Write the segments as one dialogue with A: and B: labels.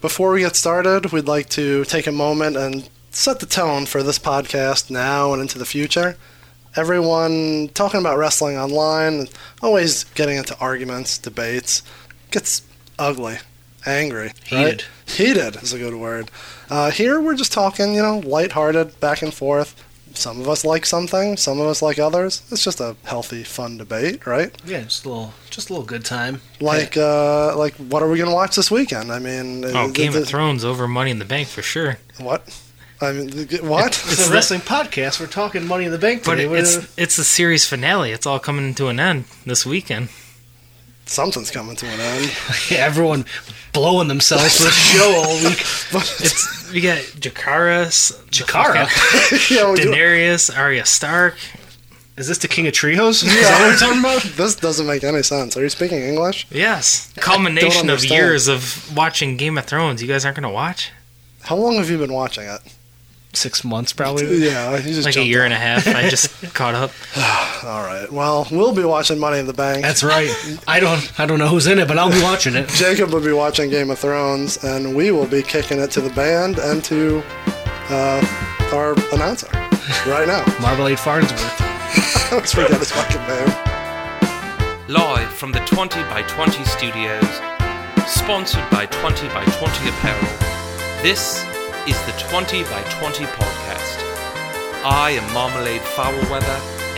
A: Before we get started, we'd like to take a moment and set the tone for this podcast now and into the future. Everyone talking about wrestling online, always getting into arguments, debates, gets ugly, angry,
B: Heated.
A: right? Heated is a good word. Uh, here we're just talking, you know, lighthearted, back and forth. Some of us like something, some of us like others. It's just a healthy, fun debate, right?
B: Yeah, just a little, just a little good time.
A: Like, uh, like, what are we gonna watch this weekend? I mean,
C: Oh,
A: it-
C: Game
A: it-
C: of Thrones over Money in the Bank for sure.
A: What? I mean, the g- what?
B: It's a wrestling podcast. We're talking Money in the Bank
C: But
B: today.
C: it,
B: We're-
C: it's it's the series finale. It's all coming to an end this weekend.
A: Something's coming to an end.
B: yeah, everyone blowing themselves with the show all week.
C: It's we got Jakara, S-
B: Chikara,
A: yeah, we do-
C: Daenerys, Arya Stark.
B: is this the King of Trios? Is that what we're talking about?
A: this doesn't make any sense. Are you speaking English?
C: Yes, culmination of
A: understand.
C: years of watching Game of Thrones. You guys aren't gonna watch
A: How long have you been watching it?
B: Six months probably.
A: Yeah, you just
C: like a
A: jumped
C: year and a half. I just caught up.
A: in. All right. Well, we'll be watching Money in the Bank.
B: That's right. I don't, I don't know who's in it, but I'll be watching it.
A: Jacob will be watching Game of Thrones, and we will be kicking it to the band and to uh, our announcer right now.
B: Marmalade Farnsworth.
A: Let's forget his fucking name.
D: Live from the 20 by 20 studios, sponsored by 20 by 20 apparel, this is the 20 by 20 podcast. I am Marmalade Foulweather,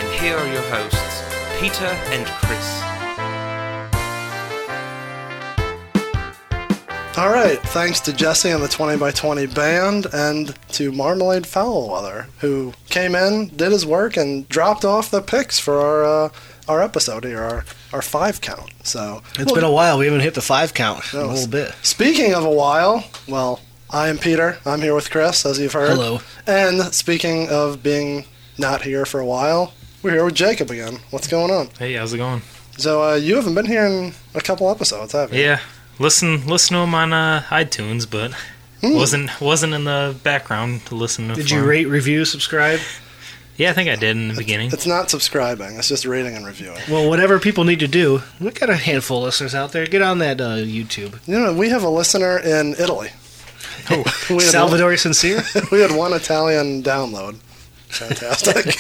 D: and here are your hosts, Peter and Chris.
A: All right. Thanks to Jesse and the 20 by 20 band and to Marmalade Foulweather, who came in, did his work, and dropped off the picks for our uh, our episode here, our, our five count. So
B: It's been a while. We haven't hit the five count in a
A: That was-
B: little bit.
A: Speaking of a while, well, I am Peter. I'm here with Chris, as you've heard.
B: Hello.
A: And speaking of being not here for a while, we're here with Jacob again. What's going on?
C: Hey, how's it going?
A: So uh, you haven't been here in a couple episodes, have you?
C: Yeah, listen, listen to them on uh, iTunes, but wasn't wasn't in the background to listen to.
B: Did
C: for
B: you
C: 'em.
B: rate, review, subscribe?
C: Yeah, I think I did in the beginning.
A: It's not subscribing. It's just rating and reviewing.
B: Well, whatever people need to do, we got a handful of listeners out there. Get on that uh, YouTube.
A: You know, we have a listener in Italy. we had
B: Salvador Sincere.
A: One, we had one Italian download. Fantastic.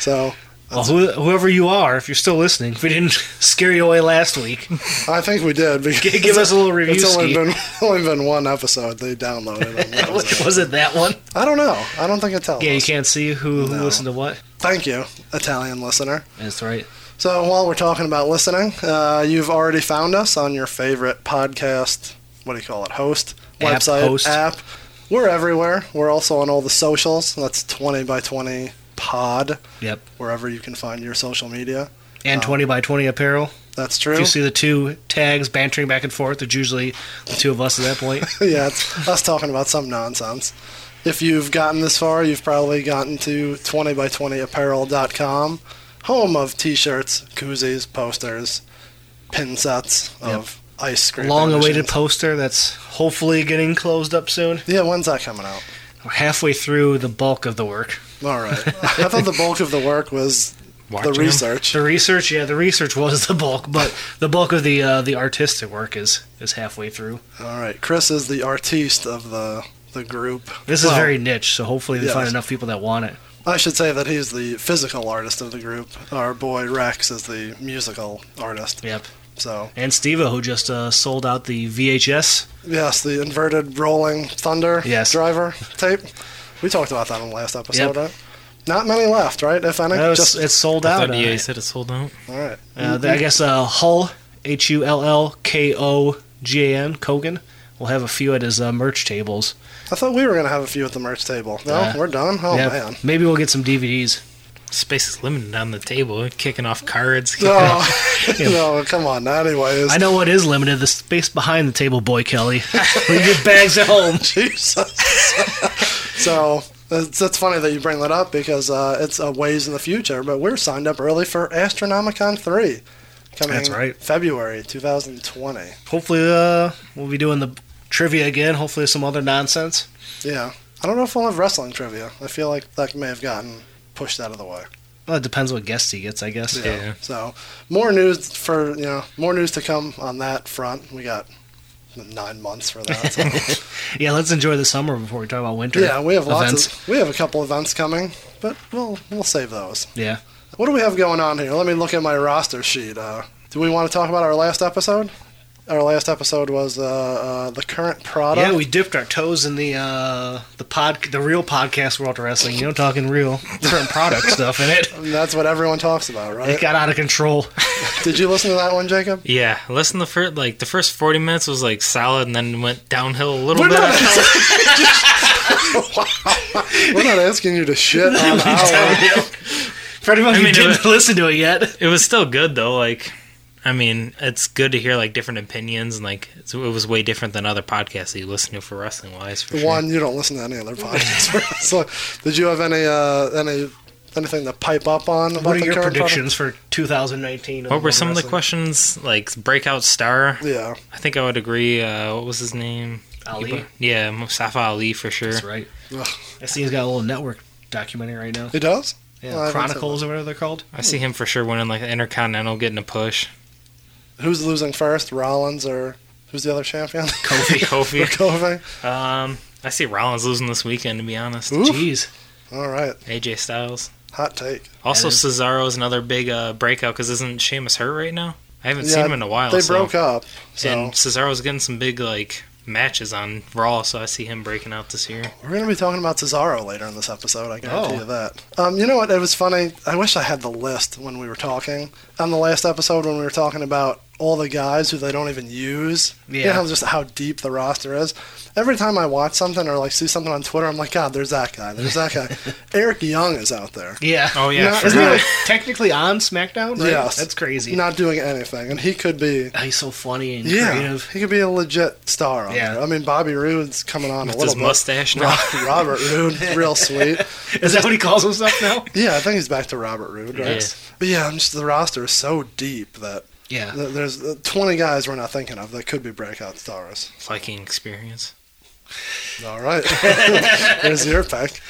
A: so
B: Well, who, whoever you are, if you're still listening, if we didn't scare you away last week,
A: I think we did. Because
B: g- give us a little review.
A: it's only
B: Ski.
A: been, only been one episode they downloaded. and that was it.
B: was it that one?
A: I don't know. I don't think it tells.
B: Yeah, you
A: us.
B: can't see who, who
A: No.
B: listened to what.
A: Thank you, Italian listener.
B: That's right.
A: So while we're talking about listening, uh, you've already found us on your favorite podcast. What do you call it? Host
B: App,
A: website
B: host.
A: app. We're everywhere. We're also on all the socials. That's twenty by twenty pod.
B: Yep.
A: Wherever you can find your social media.
B: And 20 by 20 apparel.
A: That's
B: If
A: true.
B: you see the two tags bantering back and forth, it's usually the two of us at that point.
A: yeah, it's us talking about some nonsense. If you've gotten this far, you've probably gotten to 20by20apparel.com, home of t shirts, koozies, posters, pin sets of ice cream.
B: Long awaited
A: machines.
B: poster that's hopefully getting closed up soon.
A: Yeah, when's that coming out?
B: We're halfway through the bulk of the work.
A: All right. I thought the bulk of the work was
C: Watching
A: the
C: 'em.
A: research.
B: The research, yeah, the research was the bulk, but the bulk of the uh, the artistic work is is halfway through.
A: All right. Chris is the artiste of the, the group.
B: This is
A: Well,
B: very niche, so hopefully they find
A: Yes.
B: enough people that want it.
A: I should say that he's the physical artist of the group. Our boy Rex is the musical artist.
B: Yep.
A: So.
B: And Steva, who just uh, sold out the VHS.
A: Yes, the inverted rolling thunder
B: Yes.
A: driver tape. We talked about that on the last episode,
B: Yep.
A: right? Not many left, right? If any,
B: That was-
A: just
B: it's sold
C: I
B: out.
C: thought
B: uh,
C: EA said it sold out.
A: all right.
B: uh, I guess uh, Hull, H U L L K O G A N, Kogan, will have a few at his uh, merch tables.
A: I thought we were gonna have a few at the merch table. No,
B: Yeah.
A: we're done. Oh
B: Yeah,
A: man.
B: Maybe we'll get some DVDs.
C: Space is limited on the table. Kicking off cards. kicking off-
A: No, no, come on. Anyways,
B: I know what is limited the space behind the table, boy Kelly. Leave your bags at home.
A: Jesus. so that's, that's funny that you bring that up because uh, it's a ways in the future. But we're signed up early for Astronomicon three coming
B: That's right.
A: February 2020.
B: Hopefully, uh, we'll be doing the trivia again. Hopefully, some other nonsense.
A: Yeah. I don't know if we'll have wrestling trivia. I feel like that may have gotten pushed out of the way.
B: Well, it depends what guest he gets, I guess.
A: you know.
C: Yeah.
A: So more news for you know more news to come on that front. We got nine months for that. so.
B: Yeah, let's enjoy the summer before we talk about winter.
A: yeah, we have lots
B: events.
A: of we have a couple events coming, but we'll we'll save those.
B: Yeah.
A: What do we have going on here? Let me look at my roster sheet. Uh, do we want to talk about our last episode? Our last episode was uh, uh, the current product.
B: Yeah, we dipped our toes in the uh, the pod the real podcast world of wrestling. You know, talking real current product stuff in it.
A: And that's what everyone talks about, right?
B: It got out of control.
A: Did you listen to that one, Jacob?
C: Yeah, less than the first like the first forty minutes was like solid, and then went downhill a little
A: We're
C: bit.
A: not- We're not asking you to shit on our.
B: For anyone
C: I
B: who
C: mean, it
B: didn't
C: was-
B: listen to it yet,
C: It was still good though. Like, I mean, it's good to hear like different opinions, and like it's- it was way different than other podcasts that you listen to for wrestling wise. For sure.
A: One, you don't listen to any other podcasts. so, did you have any uh, any anything to pipe up on about
B: what are
A: the
B: your
A: current product?
B: predictions for 2019?
C: What were some of the
B: wrestling?
C: questions? Like breakout star.
A: Yeah,
C: I think I would agree. Uh, what was his name?
B: Ali,
C: Yeah, Mustafa Ali for sure.
B: that's right.
A: Ugh.
B: I see he's got a little network documentary right now.
A: it does.
B: Yeah,
A: Well, I haven't seen
B: Chronicles or whatever they're called.
C: I see him for sure winning like the Intercontinental, getting a push.
A: Who's losing first, Rollins or who's the other champion?
B: Kofi.
C: Kofi.
A: Kofi.
C: Um, I see Rollins losing this weekend. To be honest,
A: Oof.
B: Jeez,
A: All right,
C: AJ Styles.
A: hot take.
C: Also,
B: That is-
C: Cesaro is another big uh, breakout because isn't Sheamus hurt right now? I haven't
A: Yeah,
C: seen him in a while.
A: they
C: so.
A: broke up, so
C: And Cesaro's getting some big like matches on Raw, so I see him breaking out this year.
A: we're gonna be talking about Cesaro later in this episode. I guarantee
B: Oh.
A: you that. Um, you know what? It was funny. I wish I had the list when we were talking on the last episode when we were talking about all the guys who they don't even use. You
B: Yeah.
A: know, just how deep the roster is. Every time I watch something or like see something on Twitter, I'm like, God, there's that guy. There's that guy. Eric Young is out there.
B: yeah.
C: Oh yeah,
A: No,
C: I
B: Isn't he
C: forgot.
B: like, technically on SmackDown? Right?
A: Yes.
B: that's crazy.
A: Not doing anything, and he could be.
B: Oh, he's so funny and
A: Yeah,
B: creative.
A: he could be a legit star. On
B: Yeah.
A: there. I mean, Bobby Roode's coming on a
C: with
A: little
C: his
A: bit.
C: mustache now.
A: Ro- Robert Roode, real sweet.
B: Is that what he calls himself now?
A: Yeah, I think he's back to Robert Roode, right?
C: Yes.
A: But yeah, I'm just the roster is so deep that
B: Yeah.
A: th- there's uh, 20 guys we're not thinking of that could be breakout stars.
C: Viking experience.
A: All right, there's your pick.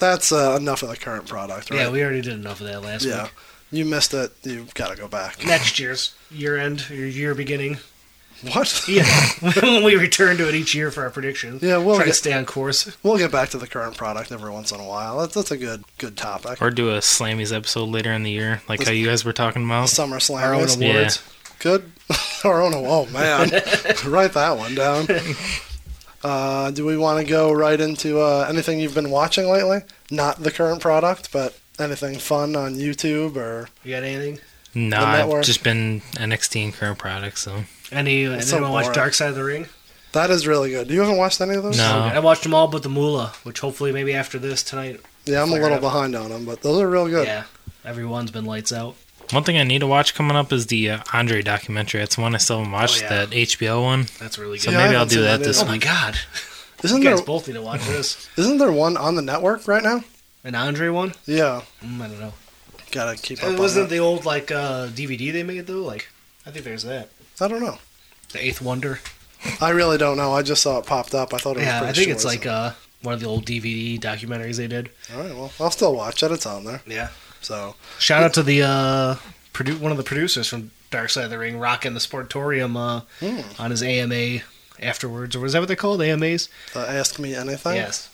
A: That's uh, enough of the current product, right?
B: Yeah, we already did enough of that last
A: Yeah.
B: week.
A: You missed it. You've got to go back.
B: Next year's year end or year beginning.
A: What?
B: Yeah, when we return to it each year for our predictions.
A: Yeah, we'll
B: try to
A: get-
B: stay on course.
A: We'll get back to the current product every once in a while. That's, that's a good good topic.
C: Or do a Slammies episode later in the year, like how you guys were talking about.
A: Summer Slam.
B: Our own awards.
C: Yeah.
A: Good. Our own. Oh man, write that one down. Uh, do we want to go right into uh, anything you've been watching lately? Not the current product, but anything fun on YouTube or
B: You got anything?
C: No,
A: The
C: I've
A: network.
C: just been NXT and current products. So
B: Any anyone
A: so
B: watch
A: boring.
B: Dark Side of the Ring?
A: that is really good. You haven't watched any of those?
C: No.
B: I watched them all but the Moolah, which hopefully maybe after this tonight.
A: Yeah, I'm a
B: Fair
A: little
B: enough.
A: behind on them, but those are real good.
B: Yeah, everyone's been lights out.
C: one thing I need to watch coming up is the uh, Andre documentary. It's one I still haven't watched.
A: Oh,
B: yeah.
C: That HBO one.
B: That's really
C: So
B: good.
A: Yeah, I
C: maybe I'll
A: haven't
C: do
A: seen
C: that
A: that
C: this
B: oh
A: either.
C: week.
B: my god,
A: Isn't
B: you
A: there
B: guys both need to watch this.
A: isn't there one on the network right now?
B: An Andre one?
A: Yeah,
B: Mm, I don't know.
A: gotta keep up.
B: It
A: on
B: wasn't
A: that.
B: the old like uh, DVD they made though. Like I think there's that.
A: I don't know.
B: The Eighth Wonder.
A: I really don't know. I just saw it popped up. I thought it was
B: Yeah,
A: pretty
B: I think
A: short,
B: it's like
A: so-
B: uh, one of the old DVD documentaries they did.
A: All right, well, I'll still watch it. It's on there.
B: Yeah.
A: So
B: Shout out to the uh, produ- one of the producers from Dark Side of the Ring, rocking the Sportorium uh,
A: hmm.
B: on his AMA afterwards, or is that what they called AMAs?
A: uh, ask me anything.
B: Yes.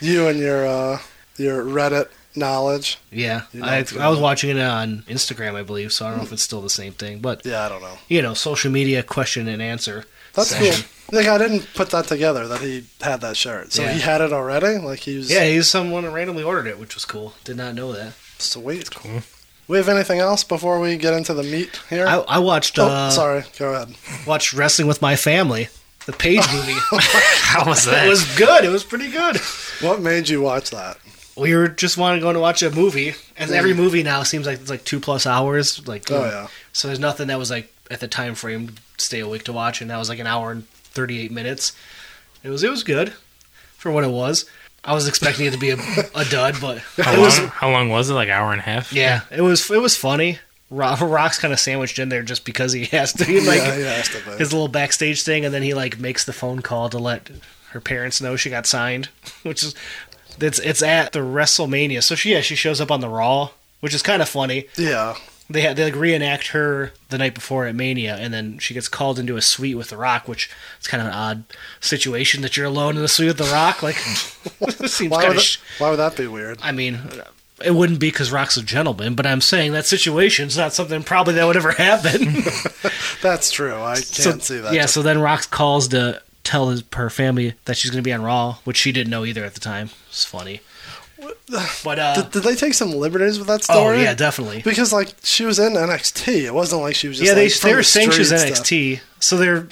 A: you and your uh, your Reddit knowledge.
B: Yeah,
A: You know,
B: I,
A: it's good.
B: I was watching it on Instagram, I believe, so I don't know if it's still the same thing. But
A: Yeah, I don't know.
B: you know, social media question and answer.
A: That's
B: session.
A: cool. Like I didn't put that together that he had that shirt. So
B: Yeah.
A: he had it already. Like he was
B: Yeah, he's someone who randomly ordered it, which was cool. Did not know that.
A: sweet.
C: cool.
A: We have anything else before we get into the meat here?
B: I, I watched
A: oh,
B: uh,
A: sorry. Go ahead.
B: watched Wrestling with My Family, the Page movie.
C: How was that?
B: it was good. It was pretty good.
A: What made you watch that?
B: we were just wanting to go and watch a movie, and every movie now seems like it's like two plus hours. Like,
A: Mm. Oh yeah.
B: so there's nothing that was like at the time frame to stay awake to watch, and that was like an hour and 38 minutes. It was it was good for what it was. I was expecting it to be a, a dud, but
C: how,
B: it
C: long,
B: was
C: how long was it? Like hour and a half.
B: yeah, it was it was funny. Ro- Rock's kind of sandwiched in there just because he has to he, like
A: yeah, he has to be.
B: his little backstage thing, and then he like makes the phone call to let her parents know she got signed, which is it's it's at the WrestleMania. So she yeah she shows up on the Raw, which is kind of funny.
A: Yeah.
B: they had they like reenact her the night before at Mania, and then she gets called into a suite with The Rock, which is kind of an odd situation that you're alone in the suite with The Rock. Like, it seems
A: Why
B: kind
A: would,
B: of.
A: that, why would that be weird?
B: I mean, it wouldn't be because Rock's a gentleman, but I'm saying that situation's not something probably that would ever happen.
A: That's true. I can't see that.
B: Yeah, so then Rock calls to tell his, her family that she's going to be on Raw, which she didn't know either at the time. It's funny. But, uh,
A: did, did they take some liberties with that
B: oh,
A: story?
B: yeah, definitely.
A: Because like she was in NXT, it wasn't like she was just
B: Yeah, they,
A: like, from
B: they were
A: the
B: saying she was
A: streets to-
B: NXT. So they're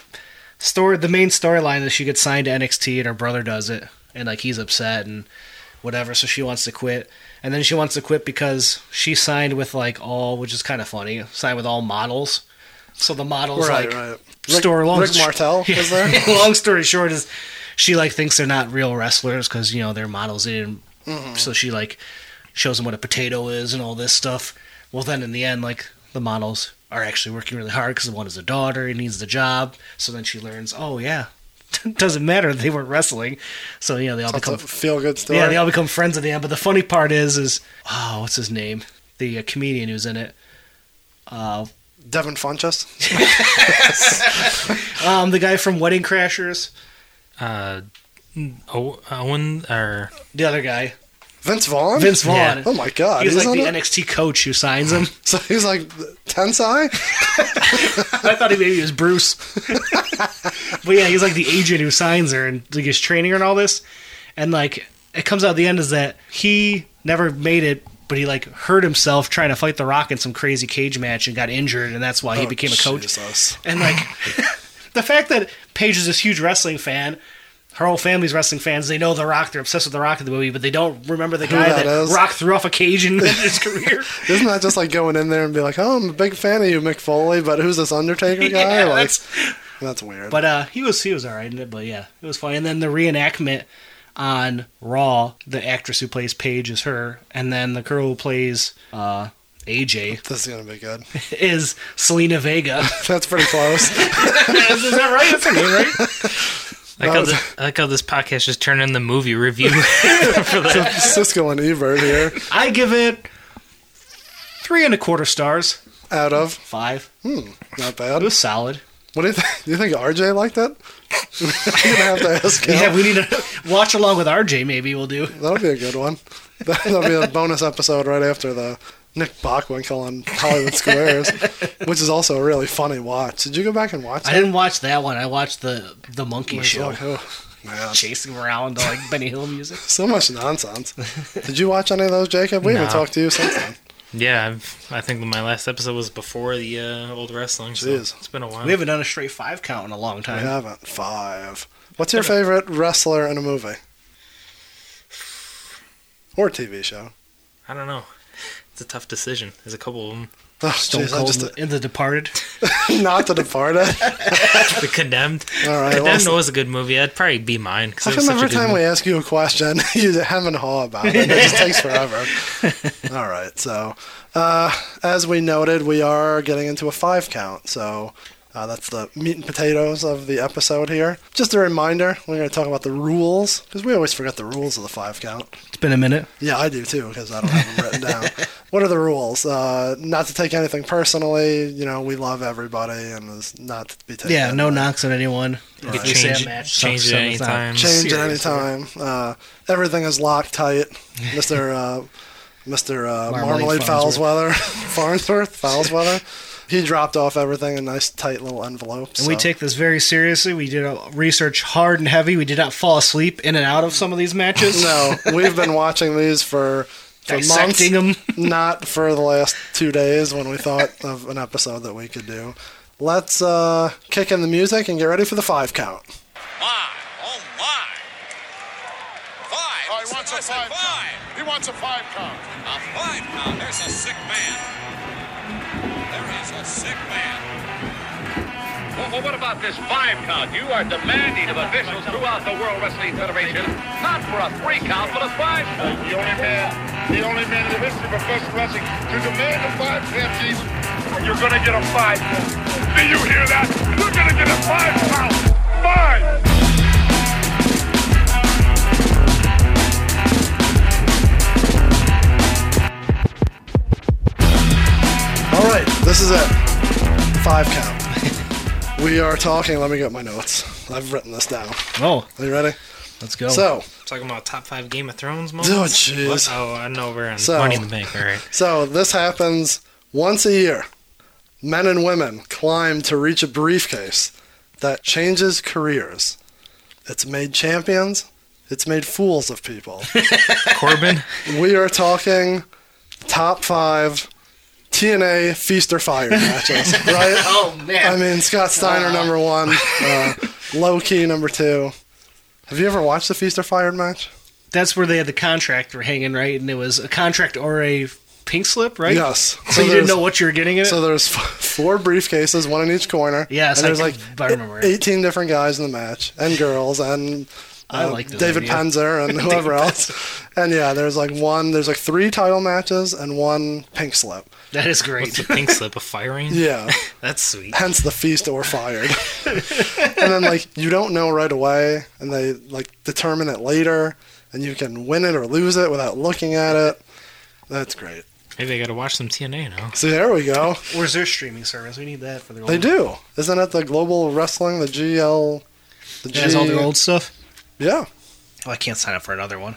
B: story the main storyline is she gets signed to NXT and her brother does it and like he's upset and whatever, so she wants to quit. And then she wants to quit because she signed with like all which is kinda funny, signed with all models. So the models
A: Right,
B: like
A: right. Rick,
B: store long
A: Rick Martel was there.
B: long story short is she like thinks they're not real wrestlers because you know they're models they didn't
A: Mm-hmm.
B: so she like shows them what a potato is and all this stuff well then in the end like the models are actually working really hard because one is a daughter he needs the job so then she learns oh yeah doesn't matter they weren't wrestling so you know they all
A: That's a
B: become
A: feel good story.
B: yeah they all become friends at the end but the funny part is is oh what's his name the uh, comedian who's in it uh,
A: Devin Funchess.
B: um, the guy from Wedding Crashers,
C: Uh, Ow- Owen or
B: the other guy,
A: Vince Vaughn.
B: Vince Vaughn.
C: Yeah.
A: Oh my God,
B: He's
A: he's,
B: like
A: on
B: the
A: it?
B: NXT coach who signs him.
A: So he's like Tensai.
B: I thought he maybe he was Bruce. but yeah, he's like the agent who signs her and like is training her and all this. And like it comes out at the end is that he never made it, but he like hurt himself trying to fight the rock in some crazy cage match and got injured and that's why he
A: Oh,
B: became a coach.
A: Jesus.
B: And like the fact that Paige is this huge wrestling fan, her whole family's wrestling fans. They know The Rock. They're obsessed with The Rock in the movie, but they don't remember the guy
A: that
B: that,
A: is.
B: Rock threw off a cage in his career.
A: Isn't that just like going in there and be like, "Oh, I'm a big fan of you, Mick Foley, but who's this Undertaker guy?"
B: Yeah,
A: like,
B: that's-
A: that's, weird.
B: But uh, he was he was all right in it. But yeah, it was funny. And then the reenactment on Raw, the actress who plays Paige is her, and then the girl who plays uh, AJ
A: this is gonna be good.
B: is Selena Vega.
A: That's pretty close.
B: is that right? That's her name, right?
C: I like, how
A: was-
C: thi- I like how this podcast just turned in the movie review for that.
A: Cisco and Ebert here.
B: I give it three and a quarter stars.
A: Out of
B: Five.
A: not
B: It
A: bad.
B: was solid.
A: What do you think? Do you think RJ liked that? You're gonna have to ask him.
B: Yeah, we need to watch along with RJ. Maybe we'll do.
A: That'll be a good one. That'll be a bonus episode right after the Nick Bockwinkel on Hollywood Squares, which is also a really funny watch. Did you go back and watch
B: I
A: that?
B: didn't watch that one. I watched the the monkey show,
A: Like, oh, man.
B: chasing around to like Benny Hill music.
A: So much nonsense. Did you watch any of those, Jacob? We haven't
C: No.
A: talked to you since then.
C: Yeah, I've, I think my last episode was before the uh, old wrestling. So
A: Jeez.
C: it's been a while.
B: We haven't done a straight five count in a long
A: We
B: time.
A: haven't. Five. What's your favorite wrestler in a movie? Or TV show?
C: I don't know. It's a tough decision. There's a couple of them.
A: Oh,
B: Stone
A: jeez, I'm
B: Cold
A: just
B: in The Departed.
A: not the departed.
C: The Condemned.
A: All right.
C: Condemned
A: Well,
C: was a good movie. That'd probably be mine. Cause
A: how
C: it was
A: come
C: such a
A: every
C: good
A: time
C: movie.
A: we ask you a question, you hem and haw about it? It just takes forever. All right. So, uh, as we noted, we are getting into a five count. So. Uh, that's the meat and potatoes of the episode here. Just a reminder, we're going to talk about the rules because we always forget the rules of the five count.
B: It's been a minute.
A: Yeah, I do too because I don't have them written down. What are the rules? Uh, not to take anything personally. You know, we love everybody and it's not to be taken.
B: Yeah, no
A: anyway.
B: knocks on anyone.
C: You
B: If
C: could
B: they say
C: change,
B: a match
C: change
B: sucks,
C: it
B: so it's not-
C: anytime.
A: Change at any
B: Serious,
A: time. Uh, everything is Loctite. Mr. uh, Mr. Uh, Marmalade
B: Marmalade
A: Fowlsweather. Farnsworth? Fowlsweather? He dropped off everything in nice, tight little envelopes.
B: And we
A: so-
B: take this very seriously. We did our research hard and heavy. We did not fall asleep in and out of some of these matches.
A: No, we've been watching these for, for months.
B: Dissecting them.
A: not for the last two days when we thought of an episode that we could do. Let's uh, kick in the music and get ready for the five count.
E: My, oh my. Five.
F: Oh, he wants a
E: I said
F: five
E: five.
F: count. He wants a five count.
E: A five count. There's a sick man. There is a sick man.
G: Well, well, what about this five count? You are demanding of officials throughout the World Wrestling Federation not for a three count, but a five count.
F: The only man, the only man in the history of professional wrestling to demand a five count. Jesus, You're gonna get a five count. Do you hear that? You're gonna get a five count. Five.
A: All right, five count. we are talking. Let me get my notes. I've written this down.
B: Oh,
A: Are you ready?
B: let's go.
A: So,
C: Talking about top five Game of Thrones
A: oh
C: moments.
A: jeez.
C: Oh, I know we're on
A: So-
C: Money in the Bank. All right.
A: So this happens once a year. Men and women climb to reach a briefcase that changes careers. It's made champions. It's made fools of people.
C: Corbin.
A: we are talking top five TNA Feast or Fire matches, right?
B: oh
A: I
B: man, Uh-huh.
A: mean, Scott Steiner number one, uh, Low Key number two. Have you ever watched the Feast or Fired match?
B: that's where they had the contract were hanging right, and it was a contract or a pink slip, right?
A: Yes.
B: So, you didn't
A: there's-
B: know what you were getting in it.
A: So there's f- four briefcases, one in each corner.
B: Yes,
A: and
B: I
A: there's like
B: can- I remember it.
A: 18 different guys in the match and girls and uh,
B: I like this
A: David
B: idea.
A: Penzer and whoever else. And yeah, there's like one, there's like three title matches and one pink slip.
B: that is great.
C: The pink slip of firing.
A: Yeah,
C: That's sweet.
A: hence the feast or fired. and then like you don't know right away, and they like determine it later, and you can win it or lose it without looking at it. That's great.
C: Maybe I got to watch some TNA now.
A: So there we go.
B: Where's their streaming service? We need that for their.
A: They
B: old-
A: do. Isn't that the global wrestling, the GL? The
B: That has all their old stuff.
A: Yeah.
B: Oh, I can't sign up for another one.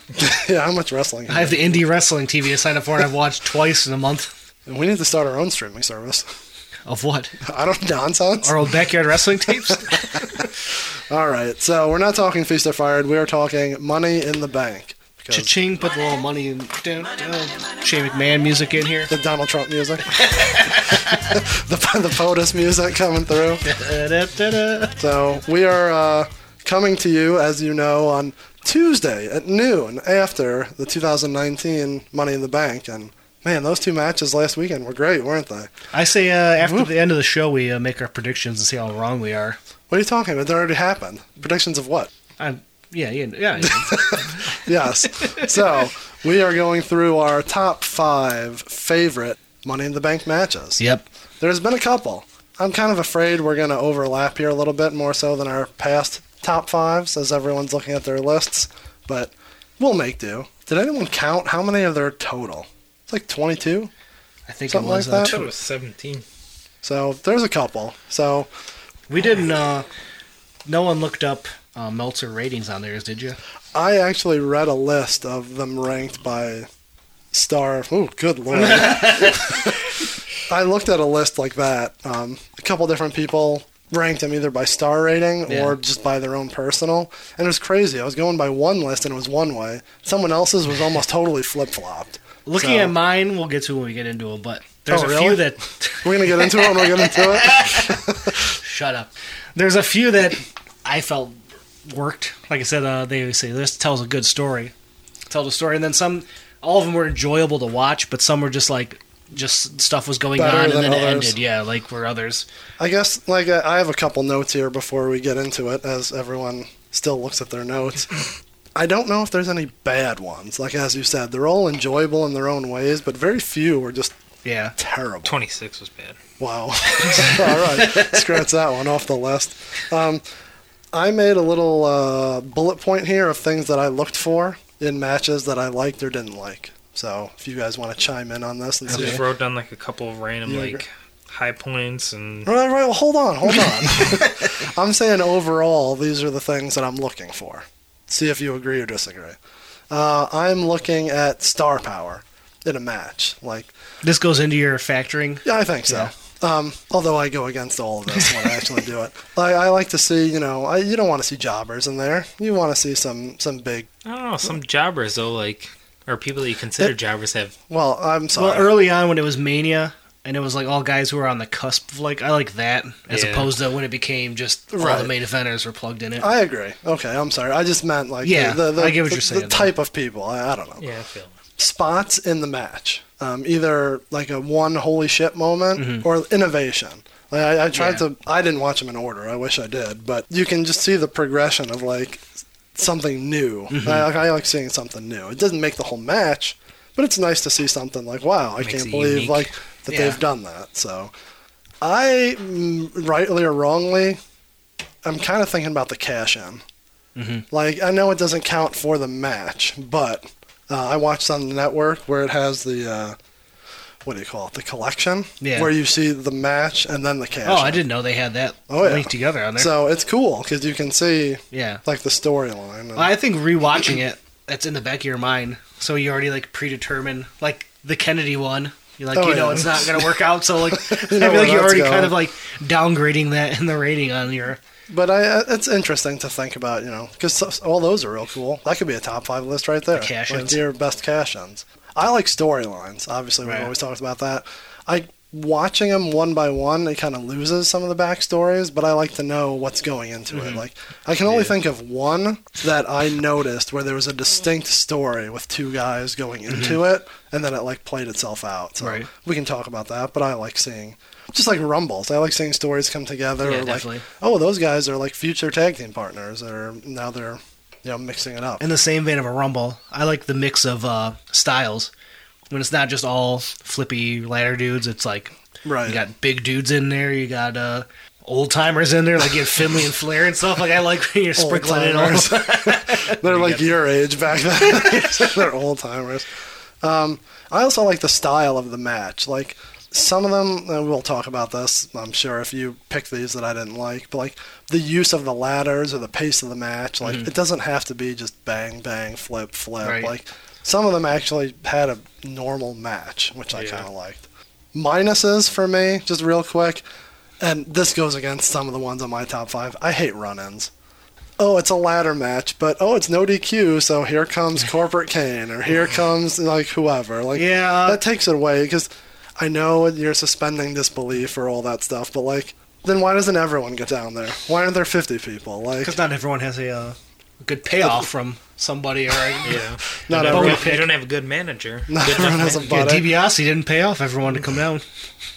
A: Yeah, how much wrestling?
B: I have the indie wrestling TV I signed up for, and I've watched twice in a month.
A: we need to start our own streaming service.
B: Of what?
A: I don't nonsense.
B: Our old backyard wrestling tapes.
A: All right, so we're not talking Feast or Fired. We are talking Money in the Bank. Because
B: Cha-ching! Put the little money in. Dun, dun. Shane McMahon music in here.
A: the Donald Trump music, the, the POTUS music coming through.
B: Da-da-da-da.
A: So we are uh, coming to you, as you know, on Tuesday at noon after the 2019 Money in the Bank. And man, those two matches last weekend were great, weren't they?
B: I say uh, after the end of the show, we uh, make our predictions and see how wrong we are.
A: What are you talking about? They already happened. Predictions of what?
B: I'm, yeah, yeah, yeah.
A: yes. So we are going through our top five favorite Money in the Bank matches.
B: yep.
A: There's been a couple. I'm kind of afraid we're going to overlap here a little bit more so than our past top fives as everyone's looking at their lists, but we'll make do. Did anyone count how many of their total? It's like 22.
B: I think
A: Something
B: it was.
A: like
B: uh,
A: that?
B: tw-
C: was 17.
A: So there's a couple. So
B: we didn't. Uh, no one looked up uh, Meltzer ratings on theirs, did you?
A: I actually read a list of them ranked by star. Oh, good lord! I looked at a list like that. Um, a couple different people ranked them either by star rating
B: Yeah.
A: or just by their own personal, and it was crazy. I was going by one list and it was one way. Someone else's was almost totally flip flopped.
B: Looking
A: So-
B: at mine, we'll get to when we get into them, but there's
A: Oh,
B: a
A: really?
B: few that.
A: We're gonna get into it. We're gonna get into it.
B: shut up. There's a few that I felt worked. Like I said, uh, they always say this tells a good story. Tell the story, and then some. All of them were enjoyable to watch, but some were just like, just stuff was going
A: Better
B: on, and
A: than
B: then it
A: others.
B: ended. Yeah, like where others.
A: I guess like I I have a couple notes here before we get into it, as everyone still looks at their notes. I don't know if there's any bad ones. Like as you said, they're all enjoyable in their own ways, but very few were just
B: Yeah.
A: terrible.
C: 26 was bad.
A: Wow. all right, scratch that one off the list. Um, I made a little uh, bullet point here of things that I looked for in matches that I liked or didn't like. So if you guys want to chime in on this and
C: I
A: see.
C: just wrote down like a couple of random
A: Yeah,
C: like high points and
A: All right, right. Well, hold on, hold on. I'm saying overall, these are the things that I'm looking for. See if you agree or disagree. Uh, I'm looking at star power in a match. Like,
B: This goes into your factoring.
A: yeah, I think so. Um, although I go against all of this when I actually do it. Like, I like to see, you know, I, you don't want to see jobbers in there. You want to see some some big.
C: I don't know, some jobbers though like or people that you consider jobbers have
A: Well, I'm
B: Well, er
A: sorry.
B: early on when it was Mania, and it was like all guys who were on the cusp of like, I like that, as
C: Yeah.
B: opposed to when it became just all
A: Right.
B: the main eventers were plugged in it.
A: I agree. Okay, I'm sorry. I just meant like
B: Yeah,
A: the, the, the,
B: I get what
A: the- the
B: you're saying, though.
A: type of people. I, I don't know.
C: yeah, I feel.
A: spots in the match, um, either like a one holy shit moment
C: Mm-hmm.
A: or innovation. Like I, I tried
B: Yeah.
A: to, I didn't watch them in order. I wish I did, but you can just see the progression of like something new.
C: Mm-hmm.
A: I, like, I like seeing something new. It doesn't make the whole match, but it's nice to see something like, wow, I
C: Makes
A: can't
C: it
A: believe
C: unique.
A: like that
B: Yeah.
A: they've done that. So I, mm, rightly or wrongly, I'm kind of thinking about the cash in. Like I know it doesn't count for the match, but uh, I watched on the network where it has the uh, what do you call it? The collection,
B: Yeah.
A: where you see the match and then the cash.
B: Oh,
A: in.
B: I didn't know they had that
A: Oh, yeah.
B: linked together on there.
A: So it's cool because you can see
B: yeah.
A: like the storyline. and-
B: Well, I think rewatching it, that's in the back of your mind. So you already like predetermine, like the Kennedy one. You're like,
A: Oh,
B: you know,
A: yeah.
B: it's not gonna work out. So like,
A: You know where
B: I feel like you're
A: that's
B: already
A: going.
B: kind of like downgrading that in the rating on your.
A: But I, I- it's interesting to think about, you know, because all those are real cool. That could be a top five list right there.
B: The cash
A: like
B: ins.
A: your best cash ins. I like storylines. Obviously, we've
B: Right.
A: always talked about that. I watching them one by one, it kind of loses some of the backstories. But I like to know what's going into
B: Mm-hmm.
A: it. Like I can only think of one that I noticed where there was a distinct story with two guys going into it, and then it like played itself out. So
B: Mm-hmm. Right.
A: we can talk about that. But I like seeing. Just like rumbles, I like seeing stories come together.
B: Yeah,
A: or like
B: definitely.
A: oh, those guys are like future tag team partners, or now they're you know mixing it up.
B: In the same vein of a rumble, I like the mix of uh, styles. When it's not just all flippy ladder dudes, it's like
A: right.
B: you got big dudes in there. You got uh, old timers in there, like you have Finley and Flair and stuff. Like I like when you're sprinkling it all.
A: Old-timers. they're like your age back then. they're old timers. Um, I also like the style of the match. Like some of them, and we'll talk about this. I'm sure if you pick these that I didn't like, but like the use of the ladders or the pace of the match, like it doesn't have to be just bang bang flip flip.
B: Right.
A: Like some of them actually had a normal match, which I kind of liked. Minuses for me, just real quick, and this goes against some of the ones on my top five. I hate run-ins oh, it's a ladder match, but oh, it's no DQ, so here comes Corporate Kane, or here comes like whoever. Like,
B: Yeah.
A: that takes it away because I know you're suspending disbelief or all that stuff, but like, then why doesn't everyone get down there? Why aren't there 50 people? Like,
B: Because not everyone has a uh, good payoff from somebody or a,
A: not
C: Yeah. You don't
A: everyone.
C: have- you don't have a good manager.
A: Not everyone has a
B: Yeah,
A: butt.
B: DiBiase didn't pay off everyone to come down.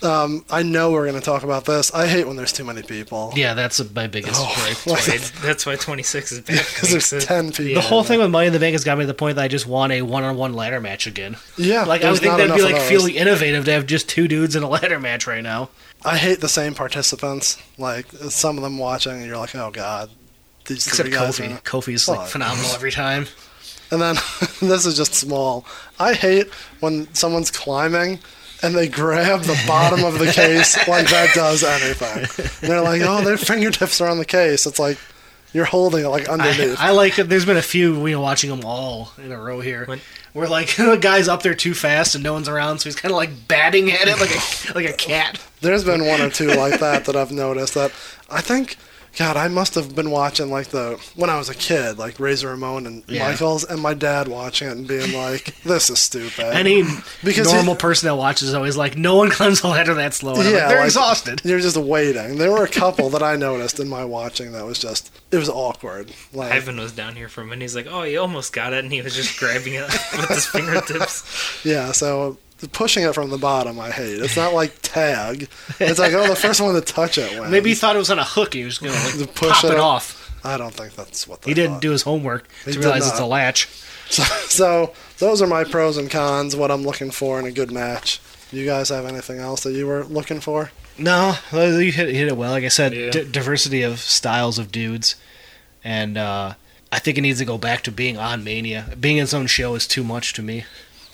A: I know we're going to talk about this. I hate when there's too many people.
B: Yeah, that's my biggest gripe.
C: It- that's why 26 is bad.
A: Because there's 10 people.
B: The whole thing with Money in the Bank has got me to the point that I just want a one-on-one ladder match again.
A: Yeah.
B: Like I
A: there's
B: would think
A: not
B: that'd be
A: enough of
B: like
A: those.
B: feeling innovative to have just two dudes in a ladder match right now.
A: I hate the same participants. Like, some of them watching, and you're like, oh, God. These
B: Except
A: three guys are
B: Kofi. Kofi's like
A: Fuck.
B: phenomenal every time.
A: And then this is just small. I hate when someone's climbing and they grab the bottom of the case like that does anything. And they're like, oh, their fingertips are on the case. It's like you're holding it like
B: I,
A: underneath.
B: I like it. There's been a few we know watching them all in a row here.
C: When-
B: where like the guy's up there too fast and no one's around, so he's kind of like batting at it like a, like a cat.
A: There's been one or two like that that I've noticed that I think. God, I must have been watching like the when I was a kid, like Razor Ramon and
B: Yeah.
A: Michaels, and my dad watching it and being like, "This is stupid."
B: Any
A: Because he-
B: normal person that watches is always like, no one climbs a ladder that slow. And I'm like,
A: Yeah,
B: they're
A: like-
B: exhausted.
A: You're just waiting. There were a couple that I noticed in my watching that was just it was awkward. Like
C: Ivan was down here for a minute. He's like, oh, he almost got it. And he was just grabbing it with his fingertips.
A: yeah, so pushing it from the bottom I hate. It's not like tag. It's like oh the first one to touch it wins.
B: Maybe he thought it was on a hook. He was gonna
A: To
B: like
A: push
B: pop
A: it
B: it,
A: up.
B: off.
A: I don't think that's what they
B: He didn't
A: thought.
B: do his homework
A: He
B: to
A: did
B: realize
A: not.
B: it's a latch.
A: So, so those are my pros and cons, what I'm looking for in a good match. You guys have anything else that you were looking for?
B: No, well, you hit, hit it well. Like I said,
C: Yeah.
B: di- diversity of styles of dudes, and uh, I think it needs to go back to being on Mania. Being in its own show is too much to me.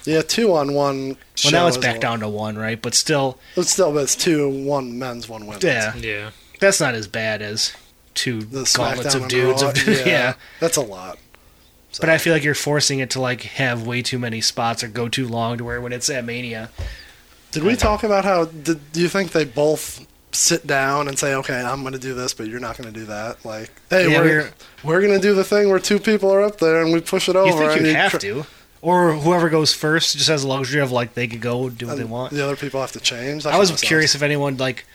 A: Yeah, two on one.
B: Well, now
A: show
B: it's
A: is
B: back
A: a-
B: down to one, right? But still,
A: It's still, but it's two one men's, one women's.
B: yeah,
C: Yeah.
B: that's not as bad as two
A: the
B: gauntlets
A: SmackDown
B: of
A: and
B: dudes.
A: Raw,
B: Of,
A: yeah,
B: yeah,
A: that's a lot.
B: But I feel like you're forcing it to like have way too many spots or go too long to where when it's at Mania,
A: Did we talk about how? Did, do you think they both sit down and say, "Okay, I'm going to do this, but you're not going to do that"? Like, hey,
B: Yeah,
A: we're
B: we're-
A: we're, going to do the thing where two people are up there and we push it over.
B: you think
A: and
B: you have
A: tr-
B: to, or whoever goes first just has the luxury of like they could go do what they
A: and
B: want.
A: The other people have to change. That
B: I was
A: kinda sucks.
B: curious if anyone like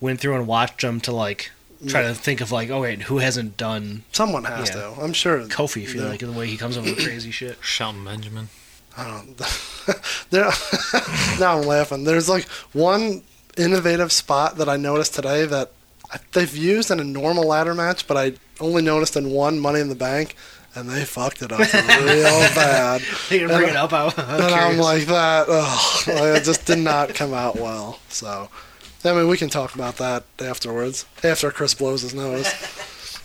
B: went through and watched them to like try to think of like, oh wait, who hasn't done
A: Someone has
B: Yeah.
A: to. I'm sure.
B: Kofi? Feel
A: Yeah.
B: like the way he comes up with crazy shit.
C: Shelton Benjamin.
A: I don't. Um, there. now I'm laughing. There's like one innovative spot that I noticed today that I- they've used in a normal ladder match, but I only noticed in one Money in the Bank, and they fucked it up real bad.
B: They didn't bring it up. I, I'm
A: and I'm
B: curious.
A: like that. Ugh, like, it just did not come out well. So, I mean, we can talk about that afterwards. After Chris blows his nose,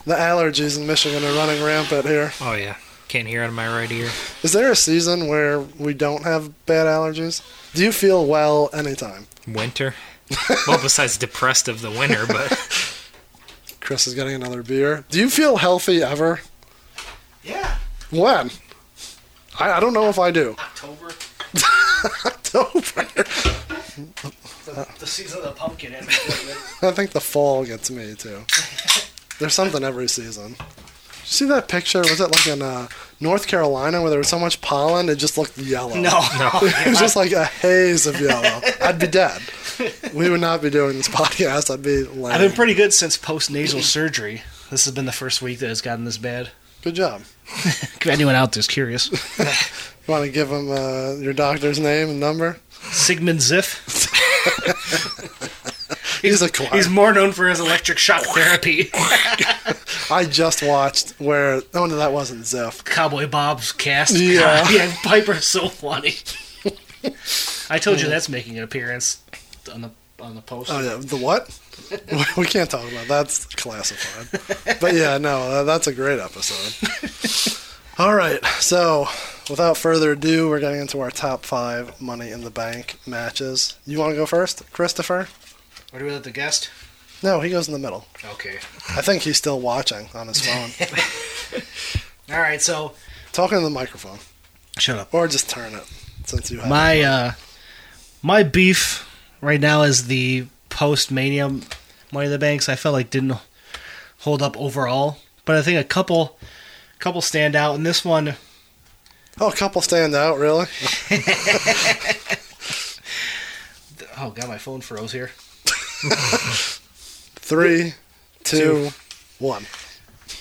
A: the allergies in Michigan are running rampant here.
C: Oh, yeah. Can't hear out of my right ear.
A: Is there a season where we don't have bad allergies? Do you feel well anytime?
C: Winter. well, besides depressed of the winter, but
A: Chris is getting another beer. Do you feel healthy ever?
B: Yeah.
A: When? I, I don't know if I do.
B: October,
A: October.
B: the, the season of the pumpkin. And
A: I think the fall gets me too. There's something every season. See that picture? Was it like in uh, North Carolina where there was so much pollen it just looked yellow?
B: no, no.
A: it was just like a haze of yellow. I'd be dead. We would not be doing this podcast. I'd be
B: I've been
A: lame.
B: pretty good since post nasal surgery. This has been the first week that it's gotten this bad.
A: Good job.
B: If anyone out there's curious,
A: You want to give him uh, your doctor's name and number?
B: Sigmund Ziff.
A: He's a clown.
B: He's more known for his electric shock therapy.
A: I just watched where. Oh no, that wasn't Ziff.
B: Cowboy Bob's cast.
A: Yeah.
B: yeah, Piper's so funny. I told you that's making an appearance on the on the post.
A: Oh yeah, the what? we can't talk about that. that's classified. but yeah, no, tha- that's a great episode. All right, so without further ado, we're getting into our top five Money in the Bank matches. You want to go first, Christopher?
B: Or do we let the guest?
A: No, he goes in the middle.
B: Okay.
A: I think he's still watching on his phone,
B: All right. So
A: talking to the microphone,
B: shut up.
A: or just turn it since you have.
B: My uh, my beef right now is the post Mania Money in the Banks. I felt like didn't hold up overall, but I think a couple couple stand out, and this one
A: oh, a couple stand out really.
B: oh god, my phone froze here.
A: Three, two, one.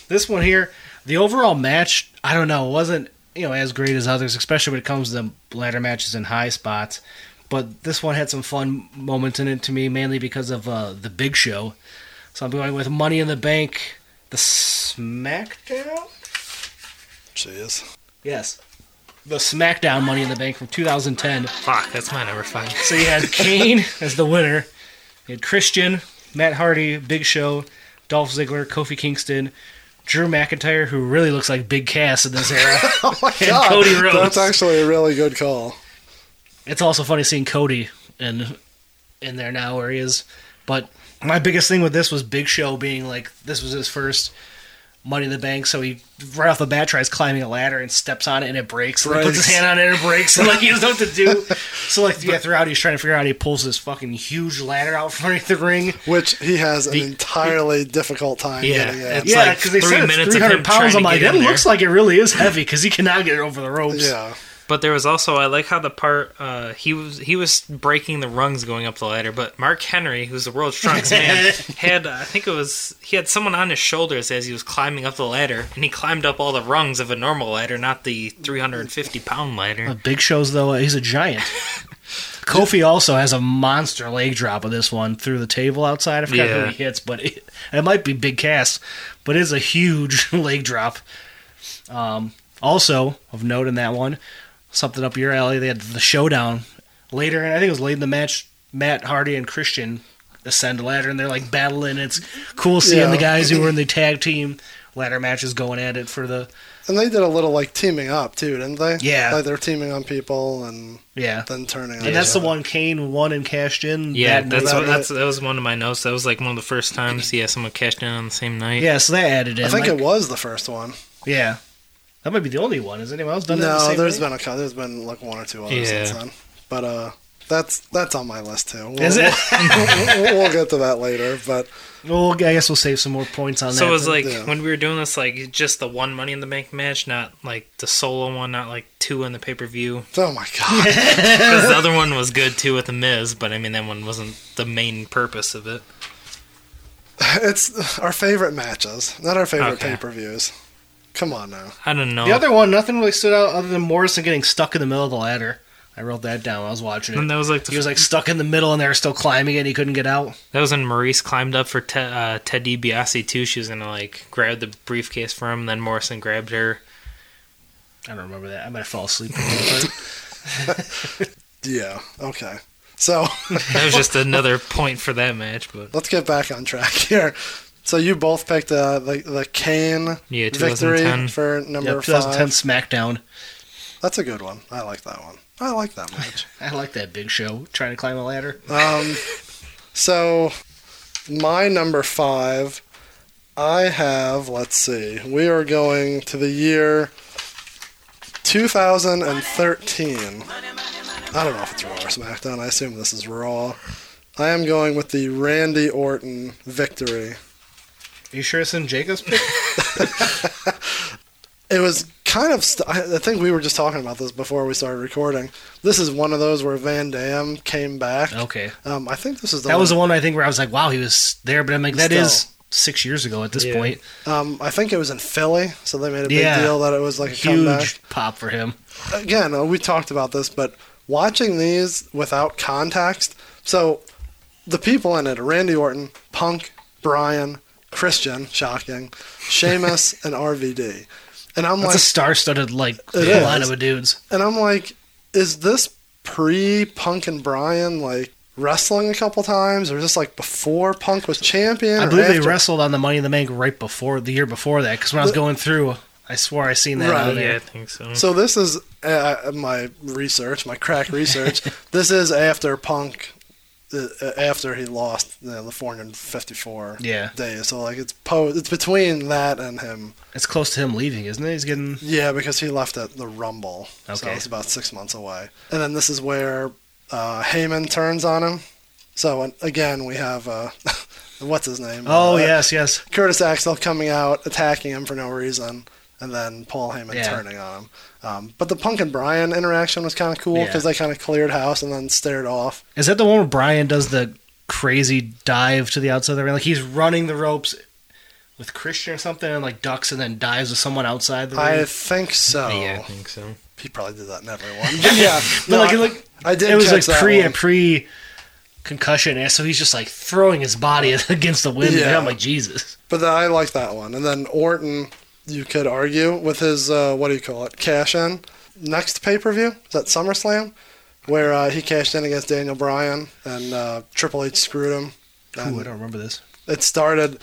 B: This one here, the overall match, I don't know, wasn't you know as great as others, especially when it comes to the ladder matches and high spots. But this one had some fun moments in it to me, mainly because of uh, the Big Show. So I'm going with Money in the Bank, the SmackDown.
A: Jeez.
B: Yes, the SmackDown Money in the Bank from 2010.
C: fuck, that's my number five.
B: So you had Kane as the winner. You had Christian, Matt Hardy, Big Show, Dolph Ziggler, Kofi Kingston, Drew McIntyre, who really looks like Big Cass in this era.
A: Oh my
B: And
A: god,
B: Cody Rhodes.
A: that's actually a really good call.
B: It's also funny seeing Cody in in there now where he is. But my biggest thing with this was Big Show being like this was his first Money in the Bank, so he right off the bat tries climbing a ladder and steps on it and it breaks. And he puts
A: Breaks.
B: his hand on it and it breaks, and like he doesn't know what to do. So like yeah, throughout he's trying to figure out how he pulls this fucking huge ladder out from underneath the ring.
A: Which he has an entirely difficult time
C: Yeah,
A: getting at.
C: it's-
B: yeah,
C: like
B: because they
C: three
B: said it's
C: minutes of
B: three hundred
C: him trying
B: pounds.
C: to
B: I'm like,
C: get
B: that
C: in there.
B: looks like it really is heavy because he cannot get it over the ropes.
A: Yeah.
C: But there was also I like how the part uh, he was he was breaking the rungs going up the ladder, but Mark Henry, who's the world's strongest man, had uh, I think it was he had someone on his shoulders as he was climbing up the ladder, and he climbed up all the rungs of a normal ladder, not the 350 pound ladder.
B: Big Show's though he's a giant. Kofi also has a monster leg drop of this one through the table outside. I forgot
C: Yeah.
B: who he hits, but it, it might be Big Cass, but it's a huge leg drop. Um, also of note in that one, something up your alley. They had the showdown later, and I think it was late in the match. Matt Hardy and Christian ascend a ladder, and they're like battling. It's cool seeing
A: Yeah.
B: the guys who were in the tag team ladder matches going at it for the
A: And they did a little like teaming up too, didn't they?
B: Yeah.
A: Like they're teaming on people and
B: yeah.
A: then turning on
B: And that's
A: each
B: the
A: other.
B: one Kane won and cashed in.
C: Yeah,
B: that
C: that's
A: night.
C: what, that's that was one of my notes. That was like one of the first times yeah someone cashed in on the same night.
B: Yeah, so that added in.
A: I think
B: like-
A: it was the first one.
B: Yeah. That might be the only one. Has anyone else done that? the
A: No,
B: same
A: there's
B: way?
A: been a couple. There's been like one or two others
C: Yeah.
A: since then. But uh, that's that's on my list too. We'll,
B: Is it?
A: We'll, we'll- we'll get to that later. But
B: well, I guess we'll save some more points on that.
C: So it was
B: then.
C: like
A: yeah.
C: when we were doing this, like just the one Money in the Bank match, not like the solo one, not like two in the pay per view.
A: oh my god,
C: Because
A: Uh-huh.
C: the other one was good too with the Miz, but I mean that one wasn't the main purpose of it.
A: it's our favorite matches, not our favorite
C: Okay.
A: pay per views. Come on now.
C: I don't know.
B: the other one, nothing really stood out other than Morrison getting stuck in the middle of the ladder. I wrote that down. When I was watching
C: and
B: it.
C: that was like the,
B: He was like stuck in the middle, and they were still climbing it. and He couldn't get out.
C: that was when Maurice climbed up for Te- uh, Ted DiBiase too. She was gonna like grab the briefcase from him. Then Morrison grabbed her.
B: I don't remember that. I might have fallen asleep.
A: Yeah. Okay. So
C: That was just another point for that match. But
A: let's get back on track here. So you both picked uh, the the Kane
C: Yeah,
A: victory
C: 2010.
A: for number
B: Yep, 2010
A: five.
B: SmackDown.
A: That's a good one. I like that one. I like that match.
B: I like that big show trying to climb a ladder.
A: um, so my number five, I have. Let's see. We are going to the year 2013. I don't know if it's Raw or SmackDown. I assume this is Raw. I am going with the Randy Orton victory.
B: Are you sure it's in Jacob's pick?
A: it was kind of. St- I I think we were just talking about this before we started recording. This is one of those where Van Dam came back.
B: okay.
A: Um, I think this is the
B: That was the
A: one-
B: one I think where I was like, wow, he was there. But I'm like, that
A: Still.
B: is six years ago at this
C: Yeah.
B: point.
A: Um, I think it was in Philly, so they made a big
B: Yeah.
A: deal that it was like a
B: Huge pop for him.
A: comeback. Again, uh, we talked about this, but watching these without context. So the people in it: Randy Orton, Punk, Brian, Christian, shocking, Sheamus, and RVD. And I'm
B: That's
A: like,
B: a star-studded like
A: It
B: lineup
A: is.
B: of dudes.
A: And I'm like, is this pre Punk and Brian like wrestling a couple times, or is this like before Punk was champion?
B: I
A: or
B: believe they
A: after?
B: wrestled on the Money in the Bank right before the year before that. Because when I was going through, I swore I seen that
A: Right.
B: on
C: Yeah, I
B: there.
C: think so.
A: So this is uh, my research, my crack research. this is after Punk, uh, after he lost you know, the 454
B: Yeah.
A: days. So like it's po- it's between that and him.
B: It's close to him leaving, isn't it? He's getting
A: Yeah, because he left at the Rumble, so
B: Okay.
A: it's about six months away. And then this is where uh, Heyman turns on him. So and again, we have uh, what's his name?
B: Oh
A: Uh,
B: yes, yes.
A: Curtis Axel coming out attacking him for no reason, and then Paul Heyman
B: Yeah.
A: turning on him. Um, but the Punk and Brian interaction was kind of cool
B: Yeah.
A: because they kind of cleared house and then stared off.
B: Is that the one where Brian does the crazy dive to the outside of the ring? Like he's running the ropes with Christian or something, and like ducks and then dives with someone outside the
A: I
B: ring.
A: think so.
C: yeah, I think so.
A: He probably did that in every one. But yeah, no,
B: like,
A: I,
B: it looked-
A: I did.
B: It was like
A: catch that
B: pre
A: one.
B: a pre concussion, and so he's just like throwing his body against the wind.
A: Yeah.
B: And I'm like Jesus.
A: But then I like that one. And then Orton, you could argue with his uh, what do you call it? Cash in next pay per view. Is that SummerSlam, where uh, he cashed in against Daniel Bryan and uh, Triple H screwed him.
B: Ooh, I
A: And
B: don't remember this.
A: it started.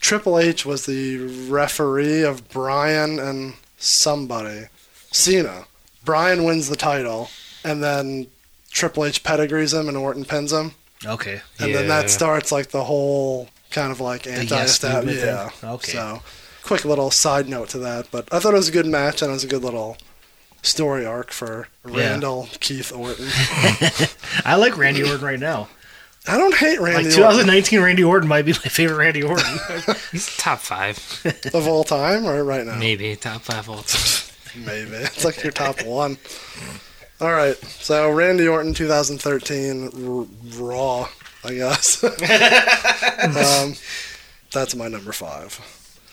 A: Triple H was the referee of Bryan and somebody, Cena. Bryan wins the title, and then Triple H pedigrees him and Orton pins him,
B: Okay.
A: and then
C: Yeah.
A: that starts like the whole kind of like
B: yes
A: anti-stab.
B: movement
A: yeah.
B: thing. Okay.
A: So, quick little side note to that, but I thought it was a good match and it was a good little story arc for Randall Keith Orton.
B: I like Randy Orton right now.
A: I don't hate Randy
B: Like
A: Orton
B: 2019 Randy Orton might be my favorite Randy Orton.
C: He's top five,
A: of all time or right now.
C: maybe top five all time.
A: Maybe. It's like your top one. All right. So Randy Orton 2013 r- Raw, I guess. um, that's my number five.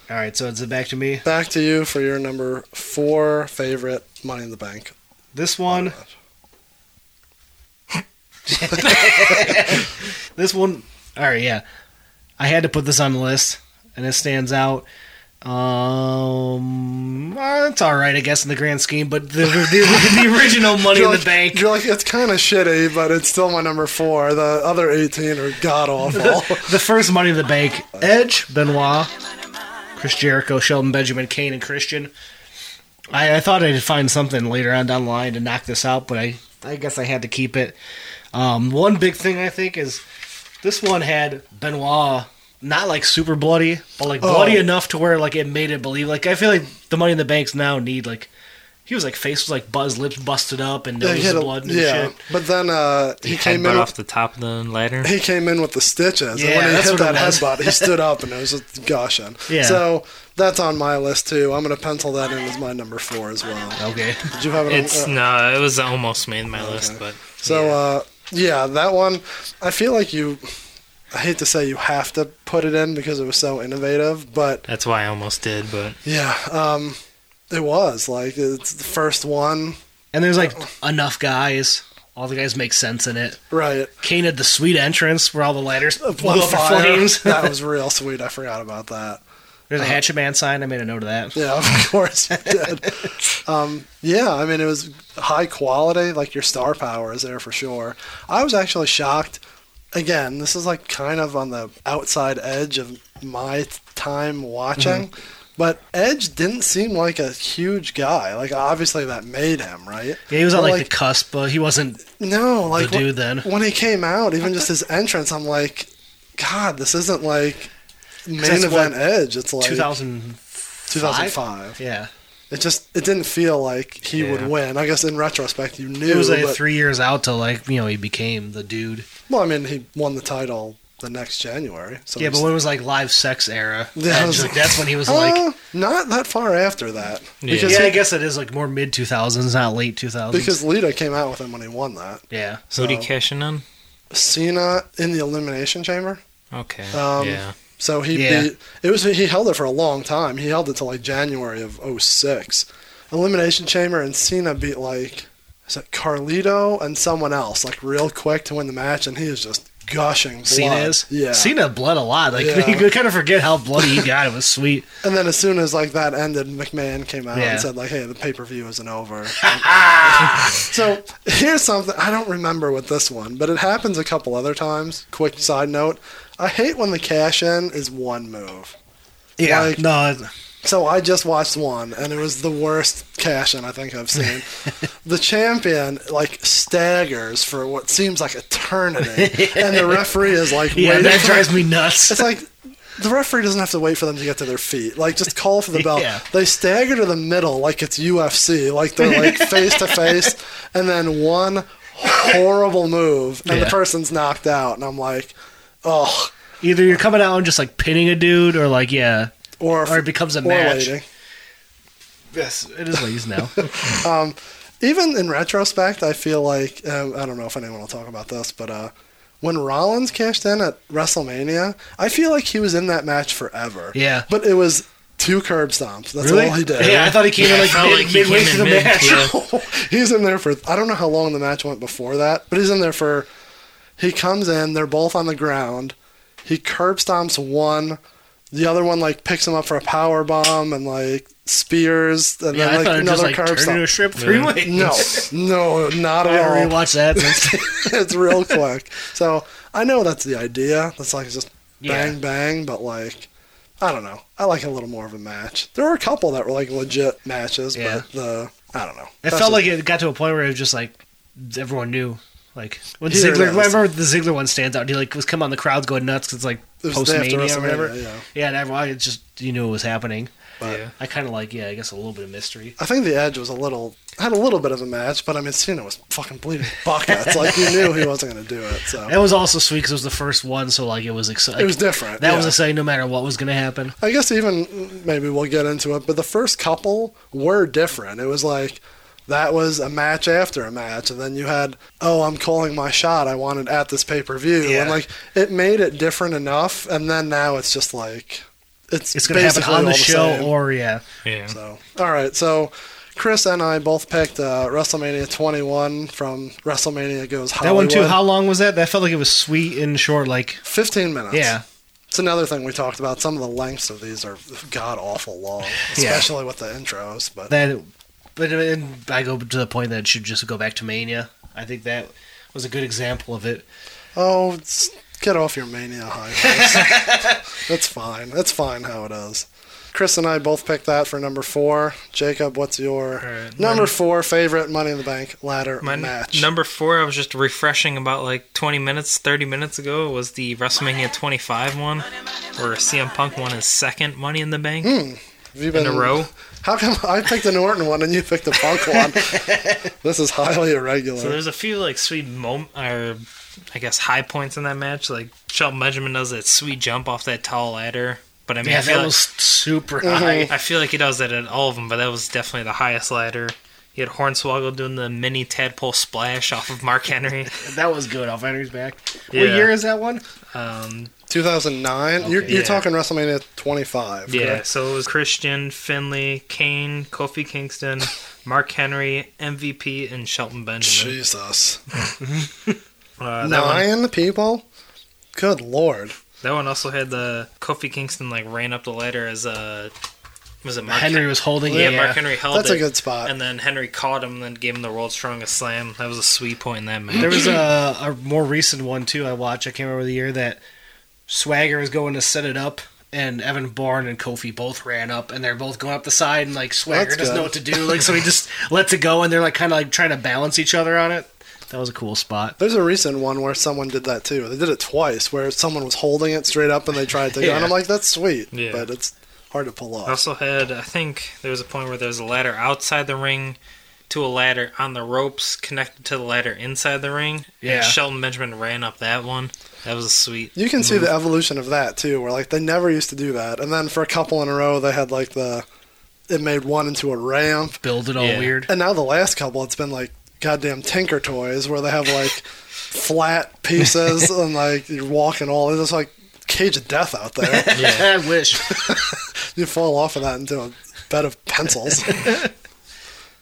B: All right, so it's back to me.
A: Back to you for your number four favorite Money in the Bank.
B: This one, this one. All right, yeah. I had to put this on the list, and it stands out. Um, uh, it's all right, I guess, in the grand scheme. But the the, the original Money in
A: like,
B: the Bank,
A: You're like, it's kind of shitty, but it's still my number four. The other 18 are god awful.
B: the first Money in the Bank, Edge, Benoit, Chris Jericho, Sheldon Benjamin, Kane, and Christian. I, I thought I'd find something later on down the line to knock this out, but I I guess I had to keep it. Um, one big thing I think is this one had Benoit not like super bloody, but like bloody
A: Oh.
B: enough to where like it made it believe. Like I feel like the Money in the Banks now need like he was like face was like buzz lips busted up and
A: Yeah,
B: nose
A: he had a-
B: blood and
A: yeah.
B: shit.
A: But then uh, he,
C: He
A: came in
C: headbutt
A: with
C: off the top of the ladder.
A: he came in with the stitches, and
B: Yeah,
A: when he
B: that's
A: hit
B: what it
A: that
B: was.
A: headbutt, he stood up and it was just gushing.
B: Yeah.
A: So that's on my list too. I'm gonna pencil that in as my number four as well.
B: Okay,
A: Did you have it? on-
C: It's
A: uh,
C: no, it was almost made my list, but
A: so uh, yeah, that one. I feel like you. I hate to say you have to put it in because it was so innovative, but
C: that's why I almost did. But
A: yeah, um, it was like it's the first one,
B: and there's like enough guys. All the guys make sense in it.
A: right?
B: Kane had the sweet entrance where all the ladders blew
A: On
B: up in
A: fire.
B: flames.
A: that was real sweet. I forgot about that.
B: There's a Hatchet Man sign. I made a note of that.
A: Yeah, of course you did. um, yeah, I mean, it was high quality. Like, your star power is there for sure. I was actually shocked. Again, this is like kind of on the outside edge of my time watching.
B: Mm-hmm.
A: But Edge didn't seem like a huge guy. Like obviously that made him right.
B: Yeah, he was on
A: But,
B: like, the cusp, but he wasn't.
A: no, like
B: dude
A: when-
B: then.
A: when he came out, even just his entrance, I'm like, God, this isn't like main
B: that's
A: event
B: what-
A: Edge. It's like
B: 2000.
A: 2005.
B: Yeah,
A: It just it didn't feel like he
B: Yeah.
A: would win. I guess in retrospect, you knew.
B: it was like
A: but-
B: three years out till like you know he became the dude.
A: Well, I mean, he won the title the next January. So
B: Yeah,
A: it's-
B: but when it was like live sex era,
A: Yeah, I
B: Edge,
A: was-
B: like, that's when he was
A: Uh,
B: like.
A: not that far after that. Because,
B: Yeah,
A: he-
B: I guess it is like more mid 2000s, not late 2000s.
A: because Lita came out with him when he won that.
B: yeah,
A: So
C: Booty cashing in.
A: Cena in the Elimination Chamber.
C: Okay.
A: Um,
C: yeah.
A: So he
B: Yeah.
A: beat. It was he held it for a long time. He held it till like January of 06. Elimination Chamber and Cena beat like is it Carlito and someone else like real quick to win the match, and he is just gushing blood.
B: Cena is.
A: yeah.
B: Cena bled a lot. Like
A: Yeah.
B: you kind of forget how bloody he got. It was sweet.
A: And then as soon as like that ended, McMahon came out
B: Yeah.
A: and said like, "Hey, the pay per view isn't over." so here's something I don't remember with this one, but it happens a couple other times. Quick side note: I hate when the cash in is one move.
B: Yeah,
A: Like-
B: no, it-
A: So I just watched one, and it was the worst cash in I think I've seen. the champion like staggers for what seems like eternity, and the referee is like,
B: yeah,
A: waiting
B: that
A: for-
B: drives me
A: it's
B: nuts.
A: like the referee doesn't have to wait for them to get to their feet. Like just call for the bell.
B: Yeah.
A: They stagger to the middle like it's UFC, like they're like face to face, and then one horrible move, and
B: Yeah.
A: the person's knocked out, and I'm like, oh,
B: Either you're coming out and just like pinning a dude, or like yeah,
A: or
B: Or it becomes a
A: or
B: match.
A: waiting.
B: yes, it is ladies now.
A: Even in retrospect, I feel like um, I don't know if anyone will talk about this, but uh, when Rollins cashed in at WrestleMania, I feel like he was in that match forever.
B: Yeah.
A: but it was two curb stomps. That's all he did.
B: Yeah, I thought he came in like,
C: Felt
B: mid,
C: like he
B: midway
C: came in
B: through the
C: mid,
B: match.
C: yeah.
A: he's in there for I don't know how long the match went before that, but he's in there for he comes in, they're both on the ground. He curb stomps one, the other one like picks him up for a power bomb and like spears and
B: Yeah,
A: then
B: I
A: like
B: thought it just
A: another
B: like
A: curb
B: turned into a
A: stomp.
B: strip three way.
A: No, no, not
B: I
A: at all.
B: rewatched that. Since.
A: it's real quick. So I know that's the idea. That's like just
B: Yeah.
A: bang bang, but like I don't know. I like a little more of a match. There were a couple that were like legit matches,
B: Yeah.
A: but the I don't know.
B: It felt like it got to a point where it was just like everyone knew. Like when
A: Here it
B: Ziggler,
A: is.
B: I remember the Ziggler one stands out. He like was come on the crowd's going nuts because it's like
A: It was
B: post
A: after
B: mania or
A: WrestleMania,
B: whatever.
A: yeah.
B: yeah, and everyone it just you knew it was happening.
C: yeah.
B: I kind of like yeah, I guess a little bit of mystery.
A: I think the Edge was a little had a little bit of a match, but I mean Cena was fucking bleeding buckets. like you knew he wasn't gonna do it. So
B: It was also sweet because it was the first one, so like it was exciting.
A: it was different.
B: that
A: yeah.
B: was exciting no matter what was gonna happen.
A: I guess even maybe we'll get into it, but the first couple were different. It was like that was a match after a match, and then you had oh, I'm calling my shot. I wanted at this pay per view, and
B: Yeah.
A: like it made it different enough. And then now it's just like it's
B: It's gonna happen
A: basically
B: on the
A: all
B: show
A: same.
B: or yeah.
C: Yeah.
A: so all right, so. Chris and I both picked uh, WrestleMania 21 from WrestleMania Goes
B: That one
A: Hollywood.
B: too. How long was that? That felt like it was sweet and short. Like
A: 15 minutes.
B: yeah,
A: It's another thing we talked about. Some of the lengths of these are god awful long,
B: Yeah.
A: especially with the intros. But
B: that but and I go to the point that it should just go back to Mania. I think that was a good example of it.
A: Oh, s- get off your mania high. horse. That's fine. That's fine how it is. Chris and I both picked that for number four. Jacob, what's your
B: Uh,
C: right,
A: number
C: mine-
A: four favorite Money in the Bank ladder
C: My
A: match?
C: number four, I was just refreshing about like 20 minutes, 30 minutes ago, was the WrestleMania 25 one, where CM Punk won his second Money in the Bank
B: Hmm.
A: Have you
C: in a row.
A: How come I picked the Norton one and you picked the Punk one? this is highly irregular.
C: So there's a few like sweet moment, or I guess high points in that match. Like Shelton Benjamin does that sweet jump off that tall ladder. But I mean,
B: Yeah,
C: I, feel
B: that
C: like,
B: was super high.
C: I feel like he does that at all of them, but that was definitely the highest ladder. He had Hornswoggle doing the mini tadpole splash off of Mark Henry.
B: That was good off Henry's back. What
C: Yeah.
B: year is that one?
C: Um,
A: 2009. you're you're
C: Yeah.
A: talking WrestleMania 25.
C: Yeah,
A: correct?
C: so it was Christian, Finley, Kane, Kofi Kingston, Mark Henry, MVP, and Shelton Benjamin.
A: Jesus.
C: Uh, that, one,
A: Nine people. Good lord.
C: that one also had the Kofi Kingston like ran up the ladder as a was it Mark
B: Henry was holding
C: Yeah,
B: it.
C: Mark Henry held
A: That's
C: it.
A: a good spot.
C: And then Henry caught him, and then gave him the world's strongest slam. That was a sweet point in that match.
B: There was a, a more recent one too. I watched. I can't remember the year that Swagger was going to set it up, and Evan Bourne and Kofi both ran up, and they're both going up the side, and like Swagger
A: That's
B: doesn't know
A: good.
B: what to do, like so he just lets it go, and they're like kind of like trying to balance each other on it. That was a cool spot.
A: There's a recent one where someone did that too. They did it twice, where someone was holding it straight up and they tried to go. And
B: Yeah.
A: I'm like, that's sweet,
C: Yeah.
A: but it's hard to pull
C: I
A: off.
C: also had, I think there was a point where there was a ladder outside the ring to a ladder on the ropes connected to the ladder inside the ring.
B: Yeah.
C: And Shelton Benjamin ran up that one. That was sweet.
A: You can see
C: Mm-hmm.
A: the evolution of that too, where like they never used to do that, and then for a couple in a row they had like the it made one into a ramp,
B: Build it all
C: Yeah.
B: weird.
A: and now the last couple it's been like goddamn Tinker Toys where they have like flat pieces and like you're walking all it's just like cage of death out there.
B: I wish.
A: you fall off of that into a bed of pencils.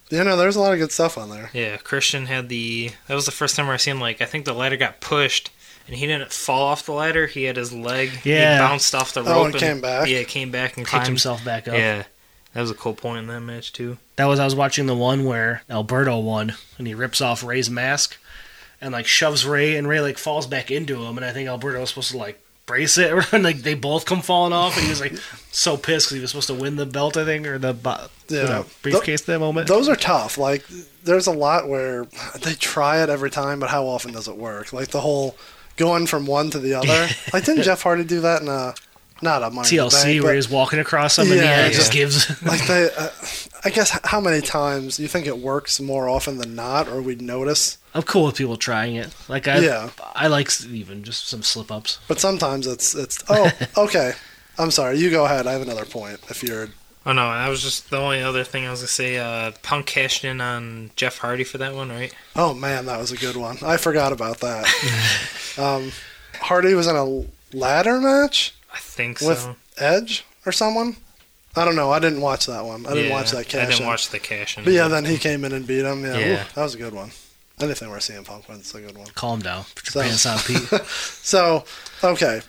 A: you know, there's a lot of good stuff on there.
C: Yeah, Christian had the. That was the first time where I seen like I think the ladder got pushed, and he didn't fall off the ladder. He had his leg.
B: Yeah.
C: He bounced off the rope.
A: Oh, and came back.
C: Yeah, came back and
B: Picked
C: climbed.
B: himself back up.
C: Yeah, that was a cool point in that match too.
B: That was I was watching the one where Alberto won, and he rips off Ray's mask, and like shoves Ray, and Ray like falls back into him, and I think Alberto was supposed to like brace it, and like they both come falling off, and he was like so pissed because he was supposed to win the belt, I think, or the bo- you
A: Yeah.
B: know, briefcase that moment.
A: Those are tough. Like, there's a lot where they try it every time, but how often does it work? Like the whole going from one to the other. like, didn't Jeff Hardy do that in a not a money in the
B: TLC
A: Bank,
B: where
A: but,
B: he was walking across him, and the
A: Yeah,
B: end
A: yeah.
B: just gives.
A: like they? Uh, I guess h- how many times do you think it works more often than not, or we'd notice?
B: I'm cool with people trying it. Like I,
A: Yeah.
B: I like s- even just some slip ups.
A: But sometimes it's it's oh okay. I'm sorry. You go ahead. I have another point. If you're
C: Oh no, I was just the only other thing I was gonna say. Uh, Punk cashed in on Jeff Hardy for that one, right?
A: Oh man, that was a good one. I forgot about that. um, Hardy was in a ladder match
C: I think
A: with
C: so.
A: Edge or someone. I don't know. I didn't watch that one. I didn't
C: Yeah,
A: watch that cash.
C: I didn't
A: in.
C: watch the cash. in.
A: But yeah, then he came in and beat him. Yeah, ooh,
C: Yeah.
A: that was a good one. Anything where CM Punk wins, is a good one.
B: Calm down, put
A: So-
B: your pants on, Pete.
A: So, okay,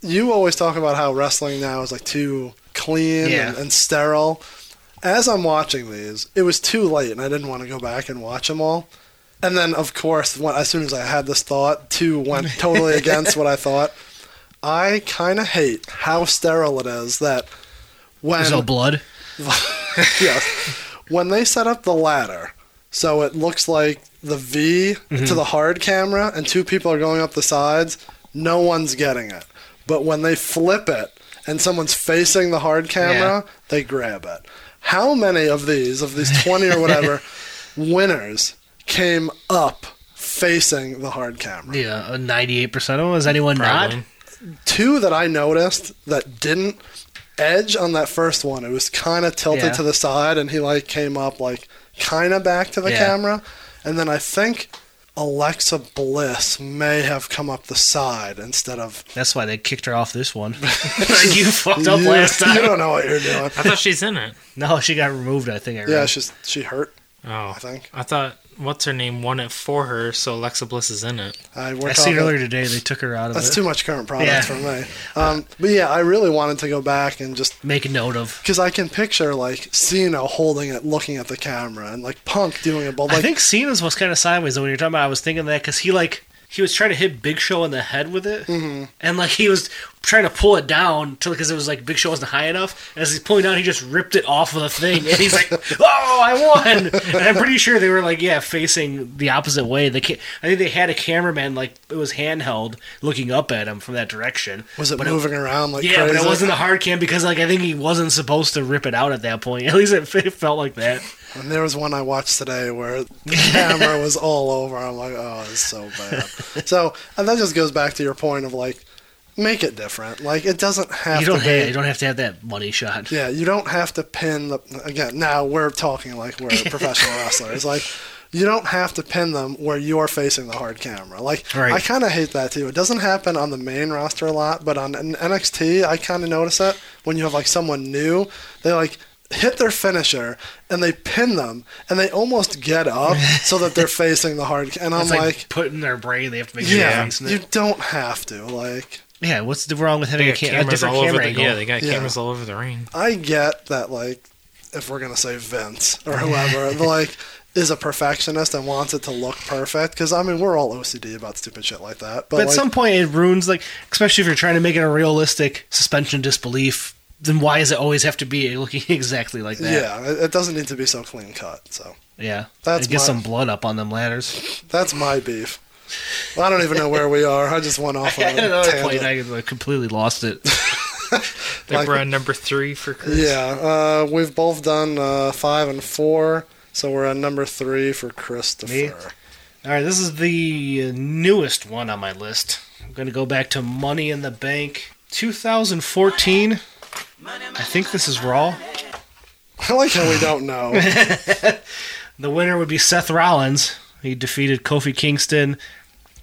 A: you always talk about how wrestling now is like too clean
B: Yeah.
A: and, and sterile. As I'm watching these, it was too late, and I didn't want to go back and watch them all. And then, of course, when, as soon as I had this thought, two went totally against what I thought. I kind of hate how sterile it is that when
B: There's no blood.
A: yes. When they set up the ladder, so it looks like the V to the hard camera and two people are going up the sides, no one's getting it. But when they flip it and someone's facing the hard camera, they grab it. How many of these, of these 20 or whatever, winners came up facing the hard camera?
B: Yeah, ninety eight percent of them. Is anyone
C: Probably.
B: not?
A: two that I noticed that didn't edge on that first one. It was kind of tilted
B: Yeah.
A: to the side, and he like came up like kind of back to the
B: Yeah.
A: camera, and then I think Alexa Bliss may have come up the side instead of
B: That's why they kicked her off this one. like you
C: Oh,
B: fucked up
A: you,
B: last
A: You
B: time.
A: don't know what you're doing.
C: I thought she's in it.
B: No, she got removed. I think. I read.
A: Yeah, she's she hurt.
C: Oh,
A: I think
C: I thought what's her name won it for her, so Alexa Bliss is in it.
A: I,
B: I
A: we're
B: seen
A: talking-
B: earlier today they took her out of
A: That's
B: it.
A: too much current product
B: Yeah.
A: for me. Um, but yeah, I really wanted to go back and just
B: Make a note of.
A: because I can picture like Cena holding it, looking at the camera, and like Punk doing it, but
B: I
A: like
B: think Cena's was kind of sideways though. When you're talking about, I was thinking that because he like he was trying to hit Big Show in the head with it,
A: Mm-hmm.
B: and like he was trying to pull it down to because it was like Big Show wasn't high enough. As he's pulling down, he just ripped it off of the thing, and he's like, "Oh, I won!" And I'm pretty sure they were like, yeah, facing the opposite way. They ca- I think they had a cameraman like it was handheld looking up at him from that direction.
A: Was it
B: But
A: moving around like
B: Yeah,
A: crazy?
B: but it wasn't a hard cam because like I think he wasn't supposed to rip it out at that point. At least it, it felt like that.
A: And there was one I watched today where the camera was all over. I'm like, oh, it's so bad. so, and that just goes back to your point of like, make it different. Like, it doesn't have
B: You don't
A: to be.
B: have you don't have to have that money shot.
A: Yeah, you don't have to pin the. Again, now we're talking like we're professional wrestlers. Like, you don't have to pin them where you're facing the hard camera. Like,
B: Right.
A: I kind of hate that too. It doesn't happen on the main roster a lot, but on N- NXT, I kind of notice it when you have like someone new. They like hit their finisher and they pin them and they almost get up so that they're facing the hard. ca- And I'm
B: It's
A: like,
B: like, putting their brain. They have to make sure
A: yeah,
B: they're facing
A: you
B: it.
A: don't have to. Like,
B: Yeah, what's the wrong with having a,
C: They got
B: ca- a
C: cameras
B: different
C: all over
B: camera
C: the
B: angle?
C: yeah. They got
A: Yeah.
C: cameras all over the ring.
A: I get that like if we're gonna say Vince or whoever, like is a perfectionist and wants it to look perfect. Because I mean, we're all OCD about stupid shit like that. But,
B: But at
A: like,
B: some point, it ruins like, especially if you're trying to make it a realistic suspension of disbelief. Then why does it always have to be looking exactly like that?
A: yeah, it, it doesn't need to be so clean cut. So
B: yeah.
A: That's
B: It gets
A: my-
B: some blood up on them ladders.
A: that's my beef. I don't even know where we are. I just went off on
B: At
A: a
B: another point,
A: tangent.
B: I like, completely lost it.
C: They
A: Like-
C: were on number three for Chris.
A: Yeah, uh, we've both done uh, five and four, so we're at number three for Christopher.
B: Me? All right, this is the newest one on my list. I'm going to go back to Money in the Bank 2014. I think this is Raw.
A: I like how we don't know.
B: The winner would be Seth Rollins. He defeated Kofi Kingston,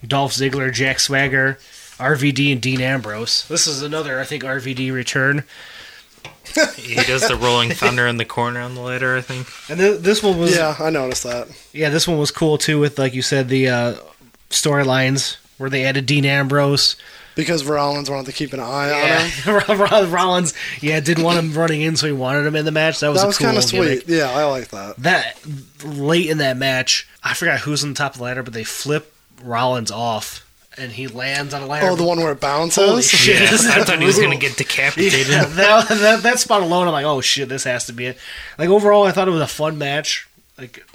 B: Dolph Ziggler, Jack Swagger, RVD, and Dean Ambrose. This is another, I think, RVD return.
C: He does the rolling thunder in the corner on the ladder, I think.
B: And th- this one was, yeah.
A: yeah, I noticed that.
B: this one was cool too. With like you said, the uh, storylines where they added Dean Ambrose,
A: Because Rollins wanted to keep an eye on him.
B: Roll- Roll- Rollins, yeah, didn't want him running in, so he wanted him in the match. That was
A: That
B: a
A: was
B: cool
A: kind of
B: gimmick.
A: sweet. Yeah, I like that.
B: that late in that match, I forgot who's on the top of the ladder, but they flip Rollins off and he lands on a ladder.
A: Oh, the one where it bounces?
B: Holy shit!
C: Yeah,
B: this is
C: I thought he was going to
B: brutal.
C: get decapitated.
B: Yeah, that, that, that spot alone, I'm like, oh shit, this has to be it. Like overall, I thought it was a fun match. Like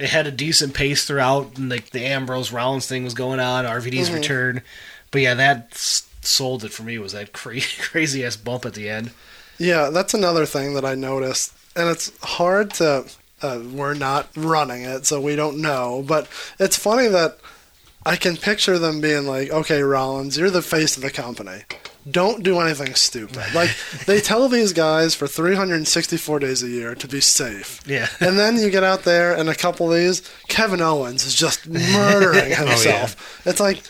B: it had a decent pace throughout, and like the Ambrose Rollins thing was going on,
A: Mm-hmm.
B: RVD's return. But yeah, that s- sold it for me. Was that cra- crazy ass bump at the end?
A: Yeah, that's another thing that I noticed. And it's hard to. Uh, we're not running it, so we don't know. But it's funny that I can picture them being like, okay, Rollins, you're the face of the company. Don't do anything stupid. Like, they tell these guys for 364 days a year to be safe.
B: Yeah.
A: And then you get out there, and a couple of these, Kevin Owens is just murdering
B: Oh,
A: himself. It's like,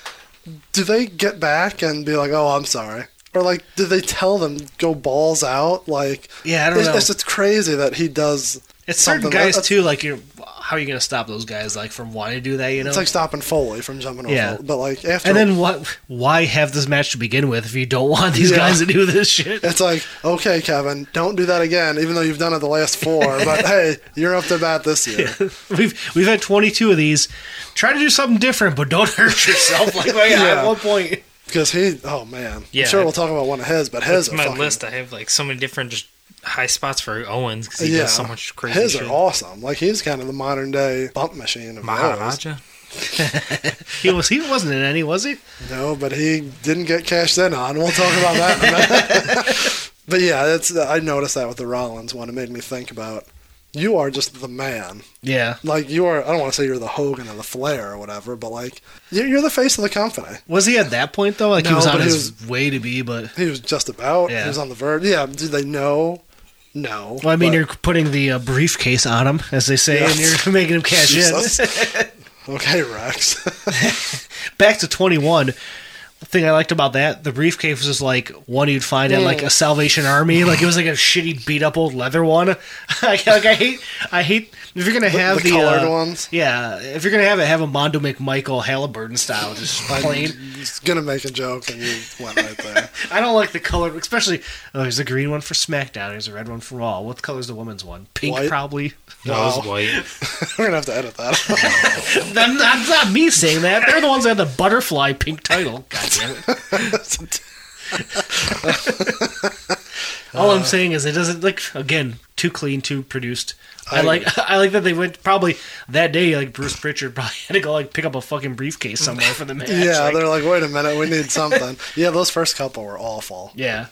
A: do they get back and be like, "Oh, I'm sorry," or like, do they tell them go balls out? Like,
B: Yeah, I don't
A: it's,
B: know.
A: it's just crazy that he does.
B: It's certain
A: something
B: guys
A: that-
B: too. Like, you're, how are you gonna stop those guys like from wanting to do that? You know,
A: It's like stopping Foley from jumping
B: Yeah.
A: off. a- But like after,
B: and then what? Why have this match to begin with if you don't want these
A: Yeah.
B: guys to do this shit?
A: it's like, okay, Kevin, don't do that again. Even though you've done it the last four, but hey, you're up to bat this year.
B: We've we've had 22 of these. Try to do something different, but don't hurt yourself. Like
A: Yeah.
B: at one point,
A: Because he, oh man,
C: Yeah,
A: I'm sure
C: that-
A: we'll talk about one of his, but his
C: That's
A: are
C: my
A: fucking-
C: list. I have like so many different just high spots for Owens because he does so much crazy
A: His
C: shit.
A: are awesome. Like he's kind of the modern day bump machine of those.
C: Maharaja.
B: he was he wasn't in any, was he?
A: No, but he didn't get cashed in on. We'll talk about that. In a minute. but yeah, that's I noticed that with the Rollins one. It made me think about you are just the man.
B: Yeah.
A: Like you are. I don't want to say you're the Hogan or the Flair or whatever, but like you- you're the face of the company.
B: Was he at that point though? Like he
A: No,
B: was on
A: but he
B: his way to be, but
A: He was just about.
B: Yeah.
A: He was on the verge. Yeah. Did they know? No.
B: well, I mean,
A: but-
B: you're putting the uh, briefcase on him, as they say,
A: Yeah.
B: and you're making him cash in.
A: Jesus. okay, Rex.
B: Back to 21. The thing I liked about that, the briefcase was like one you'd find at like a Salvation Army. Like it was like a shitty beat up old leather one. like, like, I hate, I hate if you're gonna have
A: the,
B: the,
A: colored
B: uh,
A: ones.
B: Yeah, if you're gonna have it, have a Mondo McMichael Halliburton style, just plain.
A: He's gonna make a joke, and you went right there.
B: I don't like the color, especially. Oh, there's a green one for SmackDown. There's a red one for Raw. What color's the woman's one? Pink,
A: White?
B: probably.
C: No, it was white.
A: We're gonna have to edit that. out.
B: That- That's not me saying that. They're the ones that had the butterfly pink title. God damn it! All
A: Uh,
B: I'm saying is it doesn't like again too clean, too produced. I, like I like that they went probably that day. Like Bruce Pritchard probably had to go like pick up a fucking briefcase somewhere for the match.
A: Yeah,
B: like-
A: they're like, wait a minute, we need something. yeah, those first couple were awful.
B: Yeah.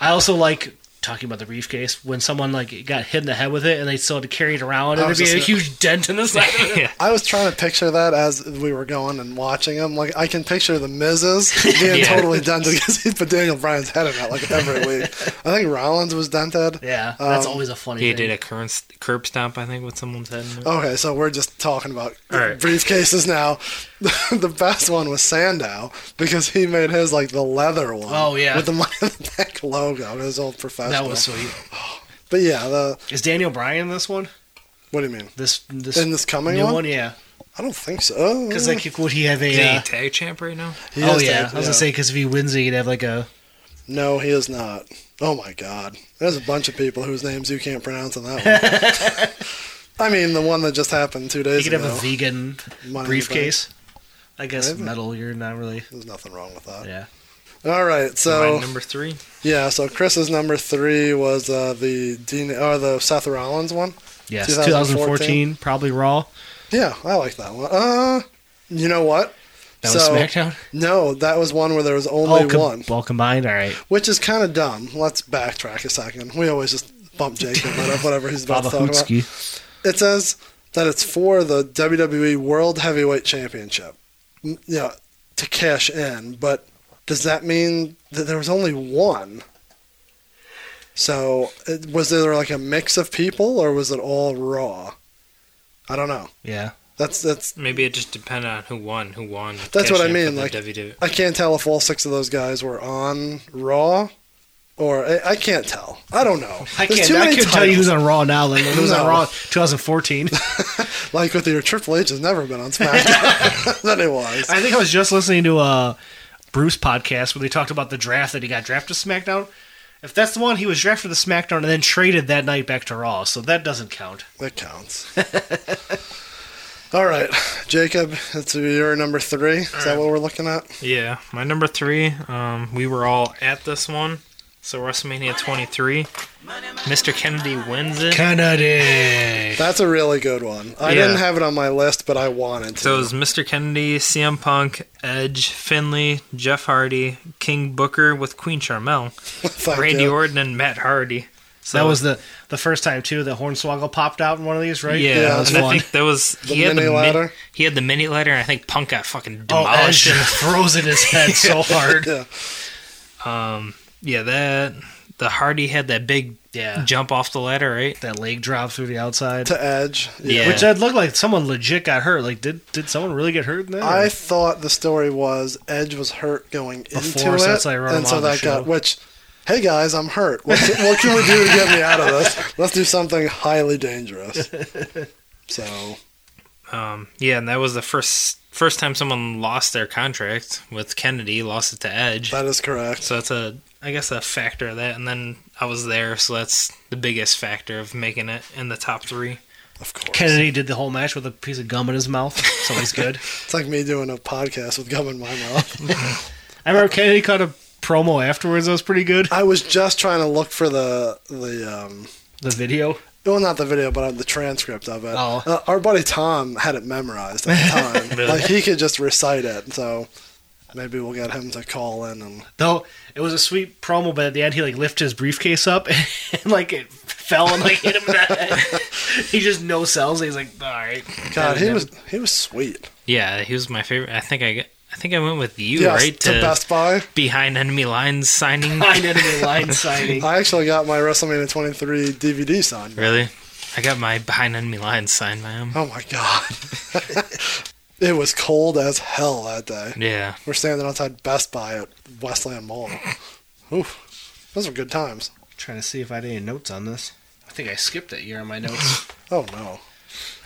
B: I also like talking about the briefcase when someone like got hit in the head with it and they still had to carry it around and
A: I
B: there'd
A: was
B: be a
A: just-
B: huge dent in the side. of it.
C: yeah.
A: I was trying to picture that as we were going and watching them. Like, I can picture the Miz's being
C: Yeah.
A: totally dented because he put Daniel Bryan's head in it like every week. I think Rollins was dented.
B: Yeah, that's
A: Um,
B: always a funny.
C: He
B: thing.
C: did a curb, curb stomp, I think, with someone's head. In it.
A: Okay, so we're just talking about
C: All right.
A: briefcases now. the best one was Sandow because he made his like the leather one.
B: Oh, yeah.
A: with the Money in the Bank logo, his old professional.
B: That was sweet.
A: But yeah, the
B: Is Daniel Bryan in this one?
A: what do you mean?
B: This this
A: In this coming
B: new
A: one?
B: one? yeah.
A: I don't think so.
B: Because like, would he have a?
C: Is he
B: Uh,
C: tag champ right now?
A: He
B: oh
A: is
B: yeah,
A: dead,
B: I was gonna say because if he wins, it, he'd have like a.
A: No, he is not. Oh my God. There's a bunch of people whose names you can't pronounce on that one. I mean, the one that just happened two
B: You
A: days
B: could
A: ago.
B: have a
A: Money
B: vegan
A: in the bank.
B: briefcase. I guess
A: Maybe.
B: metal. You're not really.
A: There's nothing wrong with that.
B: Yeah.
A: All right, so
C: Mine number three.
A: yeah, so Chris's number three was uh, the Dean or the Seth Rollins one.
B: Yes.
A: 2014.
B: 2014, probably Raw.
A: Yeah, I like that one. Uh, you know what?
B: That was
A: So-
B: SmackDown.
A: No, that was one where there was only
B: All, Oh, com-
A: one,
B: all combined. All right.
A: which is kind of dumb. Let's backtrack a second. We always just bump Jake and let up whatever he's about
B: Baba
A: to talk about.
B: Hootsky.
A: it says that it's for the WWE World Heavyweight Championship. M- Yeah, to cash in, but does that mean that there was only one? So it, was there like a mix of people, or was it all Raw? I don't know.
B: Yeah.
A: That's that's
C: Maybe it just depended on who won. Who won?
A: That's what I
C: Cash in
A: mean,
C: for the
A: like-
B: E.
C: WWE.
A: I can't tell if all six of those guys were on Raw, or I, I can't tell. I don't know.
B: I
A: There's
B: can't,
A: too
B: I
A: many
B: can't tell you
A: titles.
B: who's on Raw now. Like, who's
A: No.
B: on Raw 2014?
A: Like with your Triple H has never been on SmackDown than it was.
B: I think I was just listening to a Bruce podcast where they talked about the draft that he got drafted to SmackDown. If that's the one, he was drafted to SmackDown and then traded that night back to Raw, so that doesn't count.
A: That counts. All right, Jacob, it's your number three. Is that what we're looking at?
C: Yeah, my number three. Um, we were all at this one, so WrestleMania 23. Mr. Kennedy wins it.
B: Kennedy.
A: That's a really good one. I
C: Yeah.
A: didn't have it on my list, but I wanted to.
C: So it was Mr. Kennedy, CM Punk, Edge, Finley, Jeff Hardy, King Booker with Queen Charmel,
A: Thank
C: Randy
A: you.
C: Orton, and Matt Hardy. So
B: That was the the first time too that Hornswoggle popped out in one of these, right?
C: Yeah,
A: Yeah, that was
C: and I
B: fun.
C: think that was he had
A: mini
C: the
A: ladder?
C: he had the mini ladder, and I think Punk got fucking
B: Oh,
C: demolished.
B: Edge throws in his head so hard.
A: Yeah.
C: yeah, that the Hardy had that big
B: Yeah.
C: jump off the ladder, right?
B: That leg drop through the outside.
A: To Edge.
C: Yeah.
B: Which that looked like someone legit got hurt. Like, did did someone really get hurt in that?
A: I thought the story was Edge was hurt going
B: Before,
A: into
B: so
A: it,
B: that's why I wrote him
A: and so
B: on the
A: that
B: show.
A: got which. Hey guys, I'm hurt. What can, what can we do to get me out of this? Let's do something highly dangerous. So
C: Um, yeah, and that was the first first time someone lost their contract with Kennedy, lost it to Edge.
A: that is correct.
C: So that's a I guess a factor of that. And then I was there, so that's the biggest factor of making it in the top three.
A: Of course,
B: Kennedy did the whole match with a piece of gum in his mouth, so he's good.
A: it's like me doing a podcast with gum in my mouth.
B: I remember Kennedy caught a promo afterwards that was pretty good.
A: I was just trying to look for the the um,
B: The video.
A: Well, not the video, but uh, the transcript of it.
B: Oh.
A: Uh, our buddy Tom had it memorized at the time. Like he could just recite it. So maybe we'll get him to call in and
B: Though it was a sweet promo, but at the end he like lifted his briefcase up and like it fell and like hit him in the head. he just no sells. it. He's like, all right.
A: God, he was he was sweet.
C: Yeah, he was my favorite. I think I got- I think I went with you
A: Yes,
C: right
A: to Best Buy.
C: behind enemy lines signing.
B: Behind enemy line signing.
A: I actually got my WrestleMania 23 DVD signed.
C: really, I got my behind enemy lines signed by him.
A: Oh my God. it was cold as hell that day.
C: Yeah,
A: We're standing outside Best Buy at Westland Mall. Oof. Those were good times.
B: Trying to see if I had any notes on this. I think I skipped that year on my notes.
A: Oh no.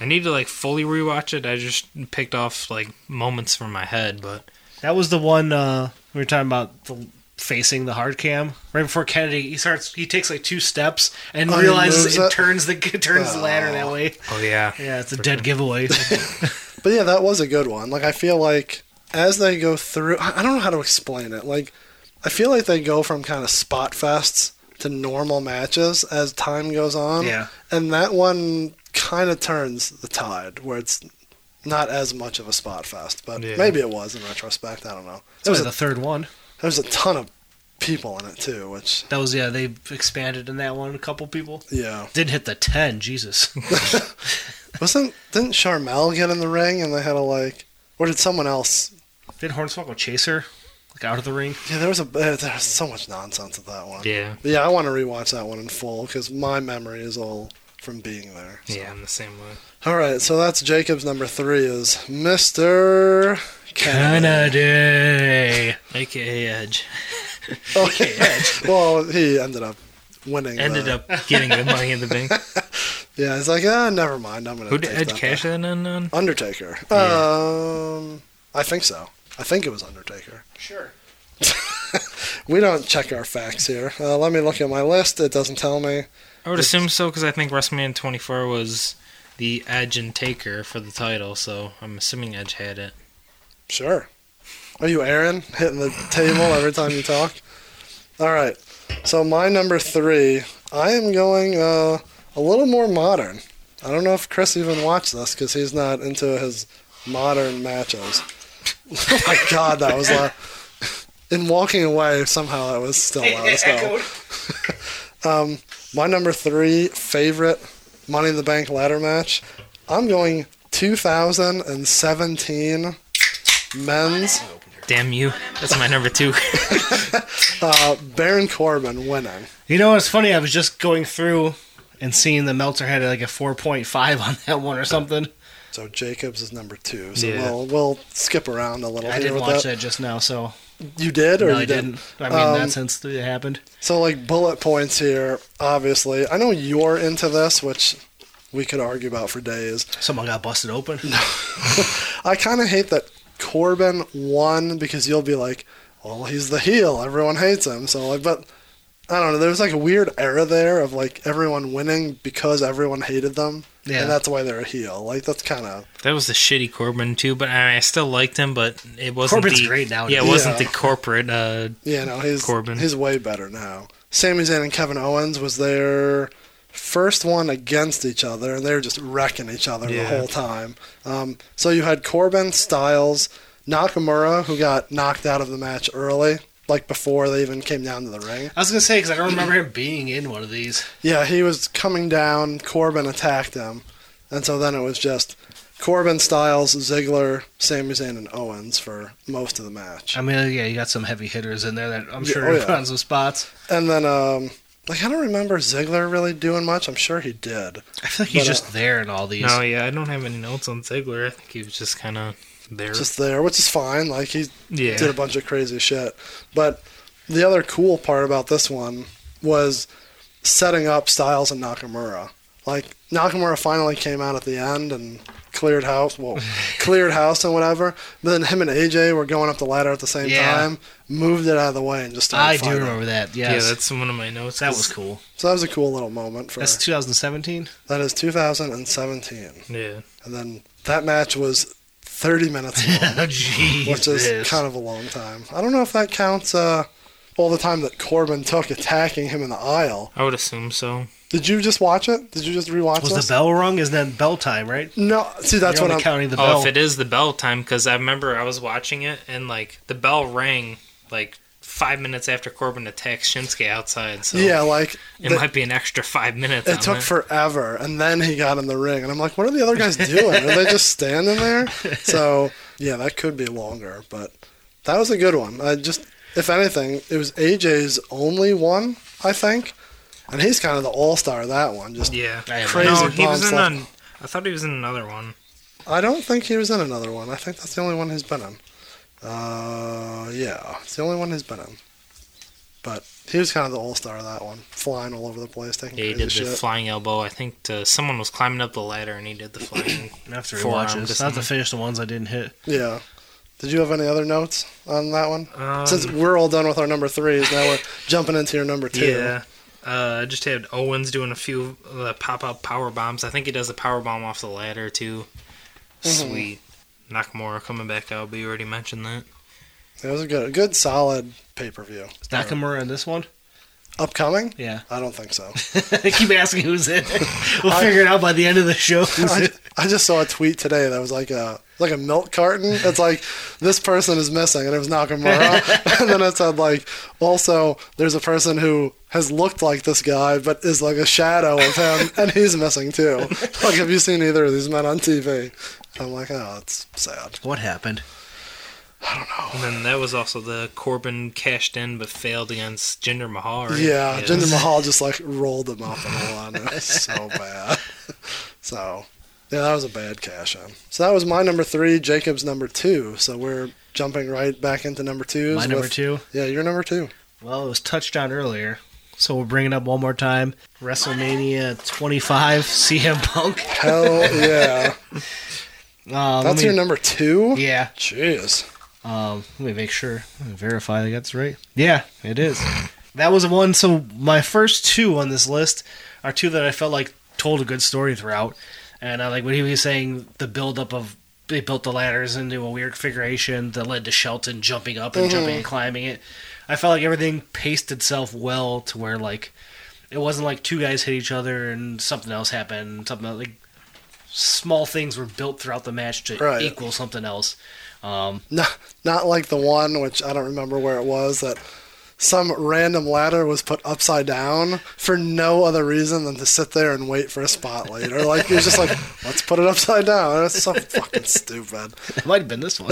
C: I need to like fully rewatch it. I just picked off like moments from my head, but
B: that was the one uh, we were talking about the facing the hard cam right before Kennedy. He starts. He takes like two steps and
A: Oh, he
B: realizes
A: moves
B: it
A: it?
B: turns the turns the ladder that way.
C: oh yeah,
B: Yeah, it's a dead giveaway.
A: But yeah, that was a good one. Like I feel like as they go through, I I don't know how to explain it. Like I feel like they go from kind of spot fests to normal matches as time goes on.
B: Yeah.
A: And that one kind of turns the tide where it's not as much of a spot fest, but
C: Yeah.
A: maybe it was in retrospect. I don't know.
B: That
A: There was
B: was
A: a,
B: the third one.
A: there was a ton of people in it too, which
B: That was yeah. They expanded in that one. A couple people
A: yeah.
B: didn't hit the ten. Jesus.
A: Wasn't didn't Charmel get in the ring and they had a like or did someone else
B: Did Hornswoggle chase her like out of the ring?
A: Yeah, there was a eh, there was so much nonsense at that one.
C: yeah,
A: Yeah, I want to rewatch that one in full because my memory is all from being there.
C: yeah. I'm the same way.
A: All right, so that's Jacob's number three is Mr. Kennedy.
B: Kennedy.
C: AKA Edge
A: well, he ended up winning.
C: ended
A: the-
C: up getting the money in the bank.
A: Yeah, he's like, ah, never mind. I'm gonna.
C: Who did
A: take
C: Edge
A: that
C: cash
A: back."
C: that in on?
A: Undertaker. Um, I think so. I think it was Undertaker.
B: Sure.
A: We don't check our facts here. Uh, let me look at my list. It doesn't tell me.
C: I would assume so because I think WrestleMania 24 was the Edge and Taker for the title, so I'm assuming Edge had it.
A: Sure. Are you Aaron hitting the table every time you talk? All right. So my number three, I am going uh, a little more modern. I don't know if Chris even watched this because he's not into his modern matches. oh my God, that was loud. In walking away, somehow that was still loud as hell. um, my number three favorite Money in the Bank ladder match. I'm going 2017 men's
C: Damn you. That's my number two.
A: Baron Corbin winning.
B: You know what's funny? I was just going through and seeing the Meltzer had like a 4.5 on that one or something.
A: So Jacobs is number two. So
B: Yeah.
A: we'll we'll skip around a little
B: I
A: here
B: didn't
A: with
B: watch
A: that.
B: that just now, so
A: You did Um, or
B: no,
A: you
B: I
A: didn't?
B: didn't. I mean, that since it happened.
A: So like bullet points here, obviously. I know you're into this, which we could argue about for days.
B: Someone got busted open.
A: I kind of hate that Corbin won because you'll be like, well, he's the heel. Everyone hates him. So like, but I don't know. There was like a weird era there of like everyone winning because everyone hated them,
B: Yeah.
A: and that's why they're a heel. Like that's kind of
C: that was the shitty Corbin, too, but I, I still liked him, but it wasn't
B: Corbin's
C: the,
B: great now,
C: Yeah, it
A: yeah.
C: wasn't the corporate. Uh,
A: Yeah, no, he's
C: Corbin.
A: he's way better now. Sami Zayn and Kevin Owens was their first one against each other, and they were just wrecking each other the whole time. Um, so you had Corbin, Styles, Nakamura, who got knocked out of the match early, like before they even came down to the ring.
B: I was gonna say because I don't remember him being in one of these.
A: Yeah, he was coming down. Corbin attacked him, and so then it was just Corbin, Styles, Ziggler, Sami Zayn, and Owens for most of the match.
B: I mean, uh, yeah, you got some heavy hitters in there that I'm sure
A: oh,
B: are
A: yeah.
B: put on some spots.
A: And then, um, like, I don't remember Ziggler really doing much. I'm sure he did.
B: I feel like he's
A: But, uh,
B: just there in all these.
C: no, yeah, I don't have any notes on Ziggler. I think he was just kind of there.
A: Just there, which is fine. Like, he
C: yeah.
A: did a bunch of crazy shit. But the other cool part about this one was setting up Styles and Nakamura. Like, Nakamura finally came out at the end and cleared house. Well, cleared house and whatever. But then him and AJ were going up the ladder at the same
B: Yeah.
A: time, moved it out of the way, and just started
B: I do
A: fighting.
B: remember that.
C: yeah,
B: Yes.
C: that's one of my notes.
B: that was cool.
A: So that was a cool little moment for
B: That's 2017.
A: that is 2017.
C: Yeah.
A: And then that match was 30 minutes long,
B: Oh, Jeez,
A: which is kind of a long time. I don't know if that counts uh, all the time that Corbin took attacking him in the aisle.
C: I would assume so.
A: Did you just watch it? Did you just rewatch
B: was
A: this?
B: the bell rung? Isn't that bell time? Right?
A: no, see, that's what
B: You're only
A: I'm.
B: counting the
C: Oh,
B: bell.
C: if it is the bell time, because I remember I was watching it and like the bell rang like five minutes after Corbin attacks Shinsuke outside. So
A: Yeah, like
C: it
A: the-
C: might be an extra five minutes.
A: it
C: on
A: took
C: it.
A: forever, and then he got in the ring, and I'm like, what are the other guys doing? are they just standing there? So yeah, that could be longer, but that was a good one. I just, if anything, it was AJ's only one, I think, and he's kind of the all-star of that one. Just
C: yeah,
B: I have
A: Crazy
C: No, he
A: bomb
C: was in
A: slap.
C: an, I thought he was in another one.
A: I don't think he was in another one. I think that's the only one he's been in. Uh, yeah, it's the only one he's been in. But he was kind of the all star of that one, flying all over the place, taking
C: Yeah, he
A: crazy
C: did
A: shit.
C: the flying elbow. I think to, someone was climbing up the ladder and he did the flying.
B: I have to
C: Forearm
B: rewatch it.
C: to
B: I have to
C: someone.
B: finish the ones I didn't hit.
A: yeah. Did you have any other notes on that one?
C: Um,
A: Since we're all done with our number threes, now we're jumping into your number two.
C: yeah. Uh, I just had Owens doing a few uh, pop up power bombs. I think he does a power bomb off the ladder too.
A: Mm-hmm.
C: Sweet. Nakamura coming back out, but you already mentioned that.
A: It was a good, a good solid pay per view.
B: Is Nakamura in this one?
A: Upcoming?
B: Oh. Yeah.
A: I don't think so.
B: I keep asking who's in. We'll figure it out by the end of the show. who's
A: I,
B: in.
A: I just saw a tweet today that was like a like a milk carton. It's like this person is missing, and it was Nakamura. and then it said like also there's a person who has looked like this guy but is like a shadow of him, and he's missing too. Like have you seen either of these men on TV? I'm like oh it's sad.
B: What happened?
C: And then that was also the Corbin cashed in but failed against Jinder Mahal. Right?
A: Yeah,
C: Yes.
A: Jinder Mahal just like rolled him up and won. It was so bad. So. Yeah, that was a bad cash in. So that was my number three, Jacob's number two. So we're jumping right back into number twos.
B: My number
A: with-
B: two.
A: Yeah, you're number two.
B: Well, it was touched on earlier, so we'll bring it up one more time. WrestleMania 25, CM Punk.
A: Hell yeah.
B: Uh, let
A: That's
B: me-
A: your number two?
B: Yeah,
A: Jeez.
B: Um, let me make sure, let me verify that's right. Yeah, it is. That was the one. So my first two on this list are two that I felt like told a good story throughout. And I like what he was saying, the buildup of they built the ladders into a weird configuration that led to Shelton jumping up and jumping and climbing it. I felt like everything paced itself well to where like it wasn't like two guys hit each other and something else happened. Something else, like small things were built throughout the match to
A: Right.
B: equal something else. Um,
A: Not, not like the one which I don't remember where it was that some random ladder was put upside down for no other reason than to sit there and wait for a spotlight or like it was just like let's put it upside down. That's so fucking stupid.
B: it might have been this one.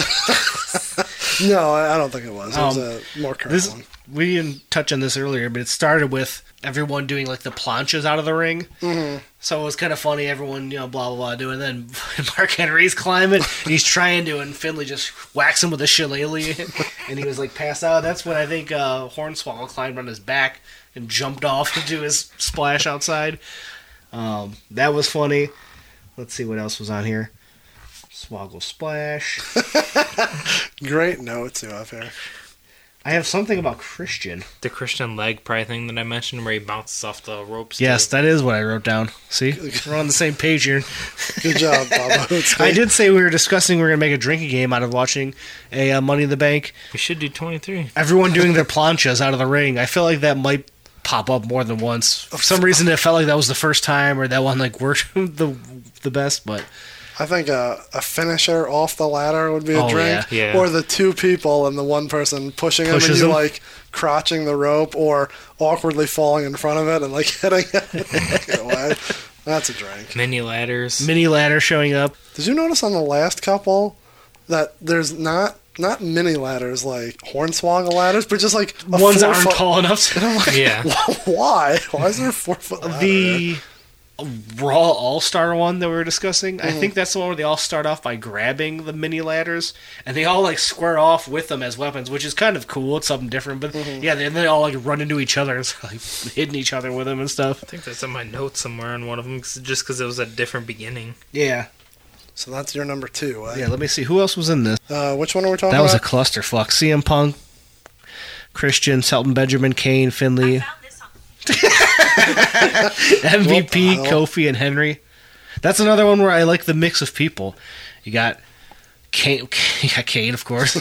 A: No, I I don't think it was. It was
B: Um,
A: a more current
B: This
A: one.
B: we didn't touch on this earlier, but it started with everyone doing like the planches out of the ring. So it was kind of funny. Everyone, you know, blah blah blah, doing. Then Mark Henry's climbing. and he's trying to, and Finley just whacks him with a shillelagh, and he was like passed out. That's when I think uh, Hornswoggle climbed on his back and jumped off to do his splash outside. Um, that was funny. Let's see what else was on here. Swoggle splash.
A: Great notes you have here.
B: I have something about Christian.
C: The Christian leg pry thing that I mentioned where he bounces off the ropes. to-
B: Yes, that is what I wrote down. See, we're on the same page here.
A: Good job, Bob.
B: I did say we were discussing we are gonna make a drinking game out of watching a uh, Money in the Bank.
C: We should do 23.
B: Everyone doing their planchas out of the ring. I feel like that might pop up more than once. For some reason, it felt like that was the first time, or that one like worked the the best. But
A: I think a, a finisher off the ladder would be a
B: Oh,
A: drink,
C: yeah. Yeah.
A: or the two people and the one person pushing him and
B: Pushes
A: you
B: him.
A: like crotching the rope or awkwardly falling in front of it and like hitting it Get away. That's a drink.
C: Mini ladders.
B: mini ladder showing up.
A: Did you notice on the last couple that there's not not mini ladders like hornswoggle ladders, but just like a
B: Ones
A: four
B: that aren't
A: foot-
B: tall enough.
C: yeah.
A: Why? Why is there a four foot ladder?
B: the Raw All Star one that we were discussing. I think that's the one where they all start off by grabbing the mini ladders and they all like square off with them as weapons, which is kind of cool. It's something different, but yeah, then they all like run into each other and start, like hitting each other with them and stuff.
C: I think that's in my notes somewhere on one of them just because it was a different beginning.
B: Yeah,
A: so that's your number two. Eh?
B: yeah. Let me see who else was in this.
A: Uh, which one are we talking
B: That was a
A: about?
B: clusterfuck. CM Punk, Christian, Shelton Benjamin, Kane, Finley, MVP,
A: What the hell?
B: Kofi, and Henry. That's another one where I like the mix of people. You got Kane, you got Kane, of course.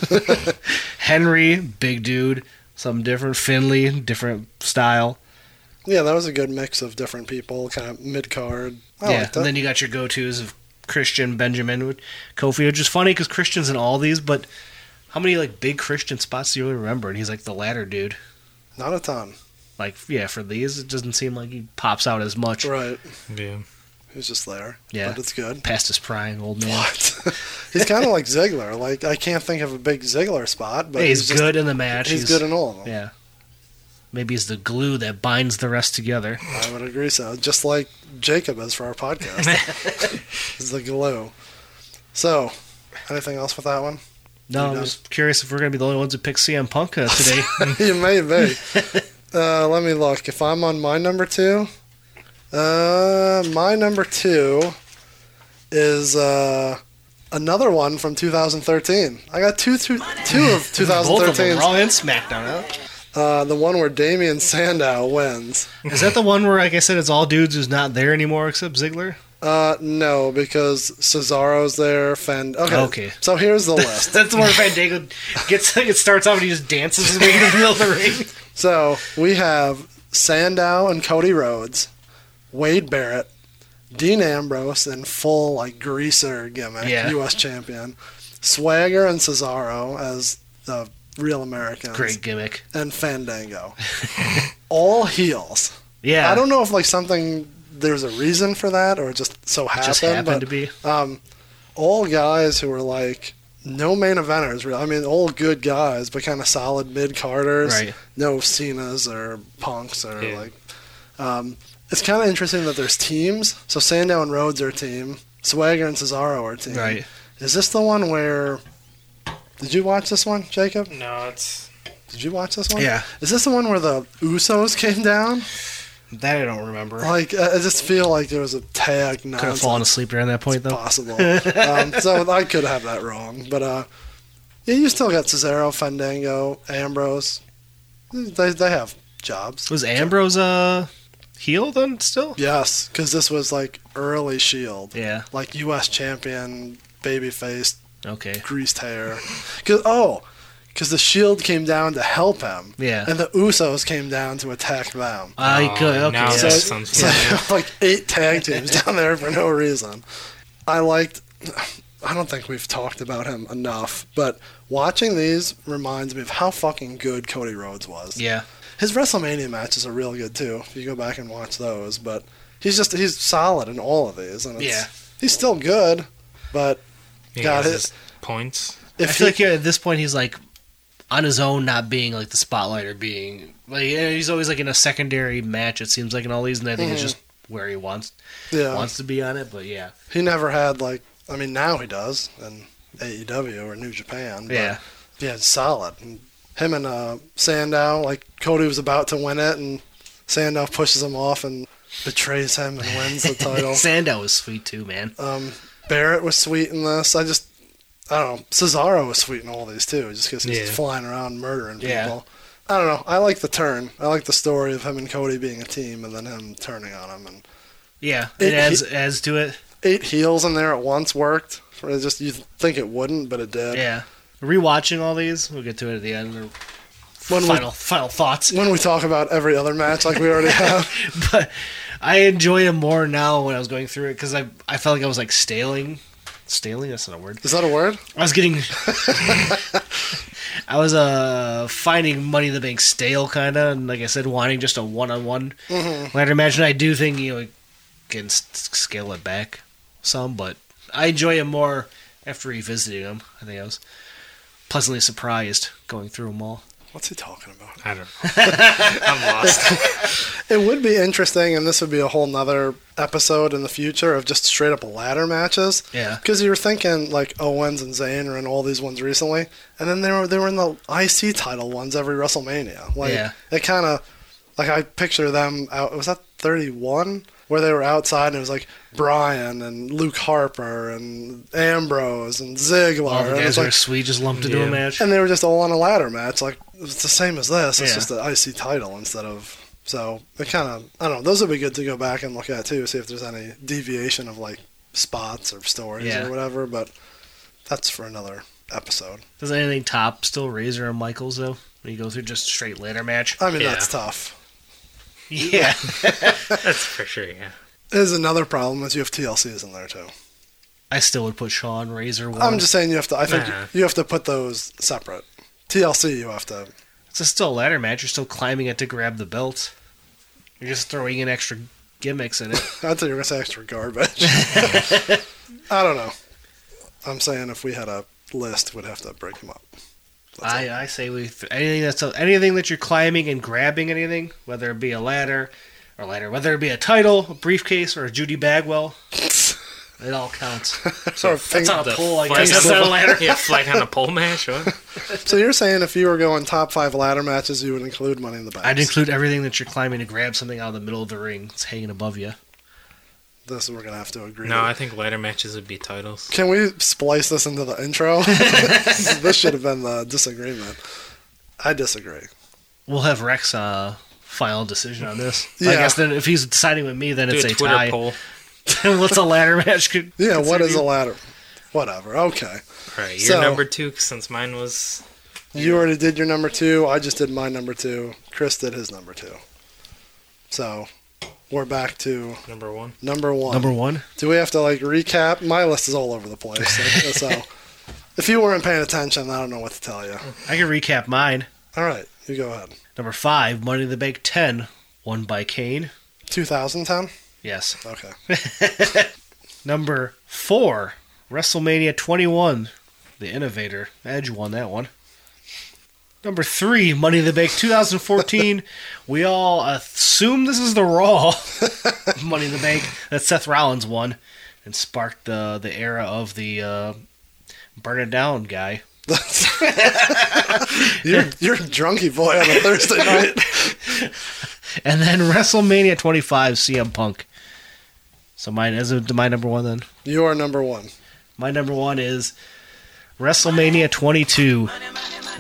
B: Henry, big dude, something different. Finley, different style.
A: yeah, that was a good mix of different people, kind of mid card. I
B: yeah,
A: liked
B: and
A: it.
B: then you got your go-tos of Christian, Benjamin, which- Kofi, which is funny because Christian's in all these, but how many like big Christian spots do you really remember? And he's like the latter dude.
A: Not a ton.
B: Like, yeah, for these, it doesn't seem like he pops out as much
A: Right.
C: Yeah.
A: He's just there.
B: Yeah.
A: But it's good.
B: past his prime, old man.
A: What? he's kind of like Ziggler. Like, I can't think of a big Ziggler spot, but
B: Hey, he's,
A: just-
B: good in the match.
A: he's, good in all of them.
B: Yeah. Maybe he's the glue that binds the rest together.
A: I would agree so. Just like Jacob is for our podcast. he's the glue. So, anything else with that one?
B: No,
A: He
B: I was curious if we're going to be the only ones who pick CM Punk uh, today.
A: you may be. Uh, let me look. If I'm on my number two, uh, my number two is uh, another one from 2013. I got two, two, two of
B: Both of them,
A: 2013's.
B: Raw and SmackDown. Huh?
A: Uh, the one where Damian Sandow wins.
B: Is that the one where, like I said, it's all dudes who's not there anymore except Ziggler?
A: Uh, no, because Cesaro's there. Fend. Okay.
B: Okay.
A: So here's the list.
B: That's the one where Fandango gets like it starts off and he just dances his way to the middle of the ring.
A: So we have Sandow and Cody Rhodes, Wade Barrett, Dean Ambrose in full like greaser gimmick,
B: Yeah.
A: U.S. champion, Swagger and Cesaro as the real Americans,
B: Great gimmick.
A: and Fandango, all heels.
B: Yeah,
A: I don't know if like something there's a reason for that or it just so
B: it
A: happened,
B: just happened
A: but
B: to be.
A: all guys who were like no main eventers really. I mean, all good guys, but kind of solid mid carders.
B: Right.
A: No Cenas or Punks or
C: Yeah.
A: like. Um, it's kind of interesting that there's teams. So Sandow and Rhodes are a team. Swagger and Cesaro are a team.
B: Right.
A: Is this the one where? Did you watch this one, Jacob?
C: No, it's.
A: Did you watch this one?
B: Yeah.
A: Is this the one where the Usos came down?
B: That I don't remember.
A: Like, I I just feel like there was a tag.
B: Could have
A: nonsense
B: fallen asleep during that point though.
A: possible. um, so I could have that wrong, but uh, Yeah, you still got Cesaro, Fandango, Ambrose. They, they have jobs.
B: Was Ambrose uh heel then still?
A: Yes, because this was like early Shield,
B: Yeah.
A: E like U.S. champion, babyface,
B: Okay.
A: greased hair. Cause oh, because the Shield came down to help him,
B: Yeah.
A: and the Usos came down to attack them.
B: I
C: Oh,
B: could. Okay.
C: now
B: yeah.
A: So,
C: this sounds
A: so like eight tag teams down there for no reason. I liked. I don't think we've talked about him enough, but watching these reminds me of how fucking good Cody Rhodes was.
B: yeah.
A: His WrestleMania matches are real good too. If you go back and watch those, but he's just he's solid in all of these, and it's,
B: Yeah.
A: he's still good. But
C: He
A: Got
C: has
A: it.
C: his Points.
A: if
B: I feel
A: he-
B: like yeah, at this point he's like on his own, not being like the spotlight or being like you know, he's always like in a secondary match. It seems like in all these, and I think it's just where he wants
A: Mm-hmm. yeah,
B: wants to be on it. But yeah,
A: he never had like I mean now he does in AEW or New Japan. But
B: yeah,
A: yeah, it's solid. And him and uh, Sandow, like Cody was about to win it, and Sandow pushes him off and betrays him and wins the title.
B: Sandow was sweet too, man.
A: Um, Barrett was sweet in this. I just, I don't know. Cesaro was sweet in all these too, just because he's
C: Yeah.
A: flying around murdering people.
B: Yeah.
A: I don't know. I like the turn. I like the story of him and Cody being a team, and then him turning on him. And
B: Yeah,
A: It-
B: it adds adds to it.
A: eight heels in there at once worked. It just you think it wouldn't, but it did.
B: Yeah, rewatching all these, we'll get to it at the end. or
A: When we-
B: final final thoughts.
A: When we talk about every other match, like we already have,
B: but I enjoy it more now when I was going through it because I I felt like I was like staling, staling. That's not a word.
A: is that a word?
B: I was getting. I was uh finding Money in the Bank stale, kind of, and like I said, wanting just a one-on-one ladder match. And I do think you know can s- scale it back some, but I enjoy it more after revisiting them. I think I was pleasantly surprised going through them all.
A: What's he talking about?
C: I don't know. I'm lost.
A: It would be interesting, and this would be a whole nother episode in the future of just straight up ladder matches.
B: Yeah.
A: Because you were thinking like Owens and Zayn are in all these ones recently, and then they were they were in the IC title ones every WrestleMania. Like
B: Yeah.
A: it kind of like I picture them out. Was that thirty one where they were outside and it was like Brian and Luke Harper and Ambrose and Ziggler.
B: All
A: and it's
B: the guys were
A: like-
B: sweet, just lumped into
C: Yeah.
B: a match.
A: and they were just all on a ladder match. Like it's the same as this. It's
B: Yeah.
A: just the IC title instead of. So it kind of I don't know. Those would be good to go back and look at too, see if there's any deviation of like spots or stories
B: Yeah.
A: or whatever. But that's for another episode.
B: Does anything top still Razor and Michaels though? When you go through just straight ladder match.
A: I mean
C: Yeah.
A: that's tough.
B: Yeah.
C: That's for sure. Yeah.
A: Is another problem is you have TLCs in there too.
B: I still would put Shawn Razor. One.
A: I'm just saying you have to. I think
C: Nah.
A: you have to put those separate. TLC you have to.
B: It's a still ladder match. You're still climbing it to grab the belt. You're just throwing in extra gimmicks in it.
A: I thought you were gonna say extra garbage. I don't know. I'm saying if we had a list, we'd have to break them up. That's
B: I, I say we th- anything that's anything that you're climbing and grabbing anything, whether it be a ladder or ladder, whether it be a title, a briefcase, or a Judy Bagwell, it all counts.
A: So, thing-
B: That's not a
C: The
B: pole, I
C: flag-
B: guess. That's not a ladder.
C: Yeah, flag on a pole match. What?
A: so you're saying if you were going top five ladder matches, you would include Money in the Bank.
B: I'd include everything that you're climbing to grab something out of the middle of the ring. It's hanging above you.
A: This we're gonna have to agree.
C: No,
A: to.
C: I think ladder matches would be titles.
A: Can we splice this into the intro? this should have been the disagreement. I disagree.
B: We'll have Rex uh, final decision on this. I
A: Yeah.
B: guess then if he's deciding with me, then
C: Do
B: it's
C: a
B: a,
C: Twitter
B: tie.
C: poll.
B: What's a ladder match? Could,
A: Yeah, what is a
B: consider?
A: ladder? Whatever. Okay.
C: All right, you're
A: So-
C: number two since mine was.
A: You already did your number two. I just did my number two. Chris did his number two. So we're back to
C: Number one.
A: number one.
B: number one?
A: Do we have to like recap? My list is all over the place. so if you weren't paying attention, I don't know what to tell you.
B: I can recap mine.
A: All right, you go ahead.
B: Number five, Money in the Bank 10, won by Kane.
A: 2010?
B: Yes.
A: Okay.
B: Number four, WrestleMania 21, The Innovator. Edge won that one. Number three, Money in the Bank 2014. we all assume this is the Raw Money in the Bank that Seth Rollins won and sparked the, the era of the uh, Burn It Down guy.
A: You're, you're a drunky boy on a Thursday night.
B: And then WrestleMania 25, CM Punk. So mine is it uh, my number one then?
A: You are number one.
B: My number one is WrestleMania 22.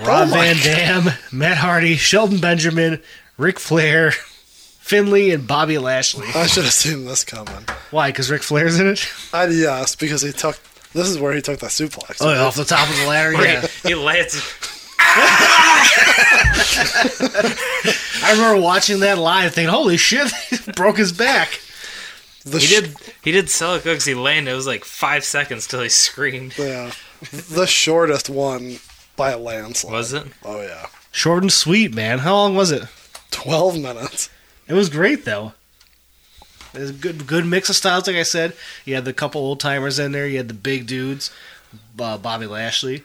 B: Rob Van Dam, Matt Hardy, Sheldon Benjamin, Ric Flair, Finley, and Bobby Lashley.
A: I should have seen this coming.
B: Why? Because Ric Flair's in it?
A: I, yes, because he took. This is where he took the suplex.
B: Oh, off the top of the ladder. Yeah.
C: He lands.
B: I remember watching that live, thinking, "Holy shit, he broke his back."
A: the
C: He
A: sh-
C: did. He did sell it good because he landed. It was like five seconds till he screamed.
A: yeah. the shortest one by a landslide.
C: Was it?
A: Oh yeah,
B: Short and sweet, man. How long was it?
A: twelve minutes.
B: It was great though. It was a good, good mix of styles. Like I said, you had the couple old timers in there. You had the big dudes, uh, Bobby Lashley,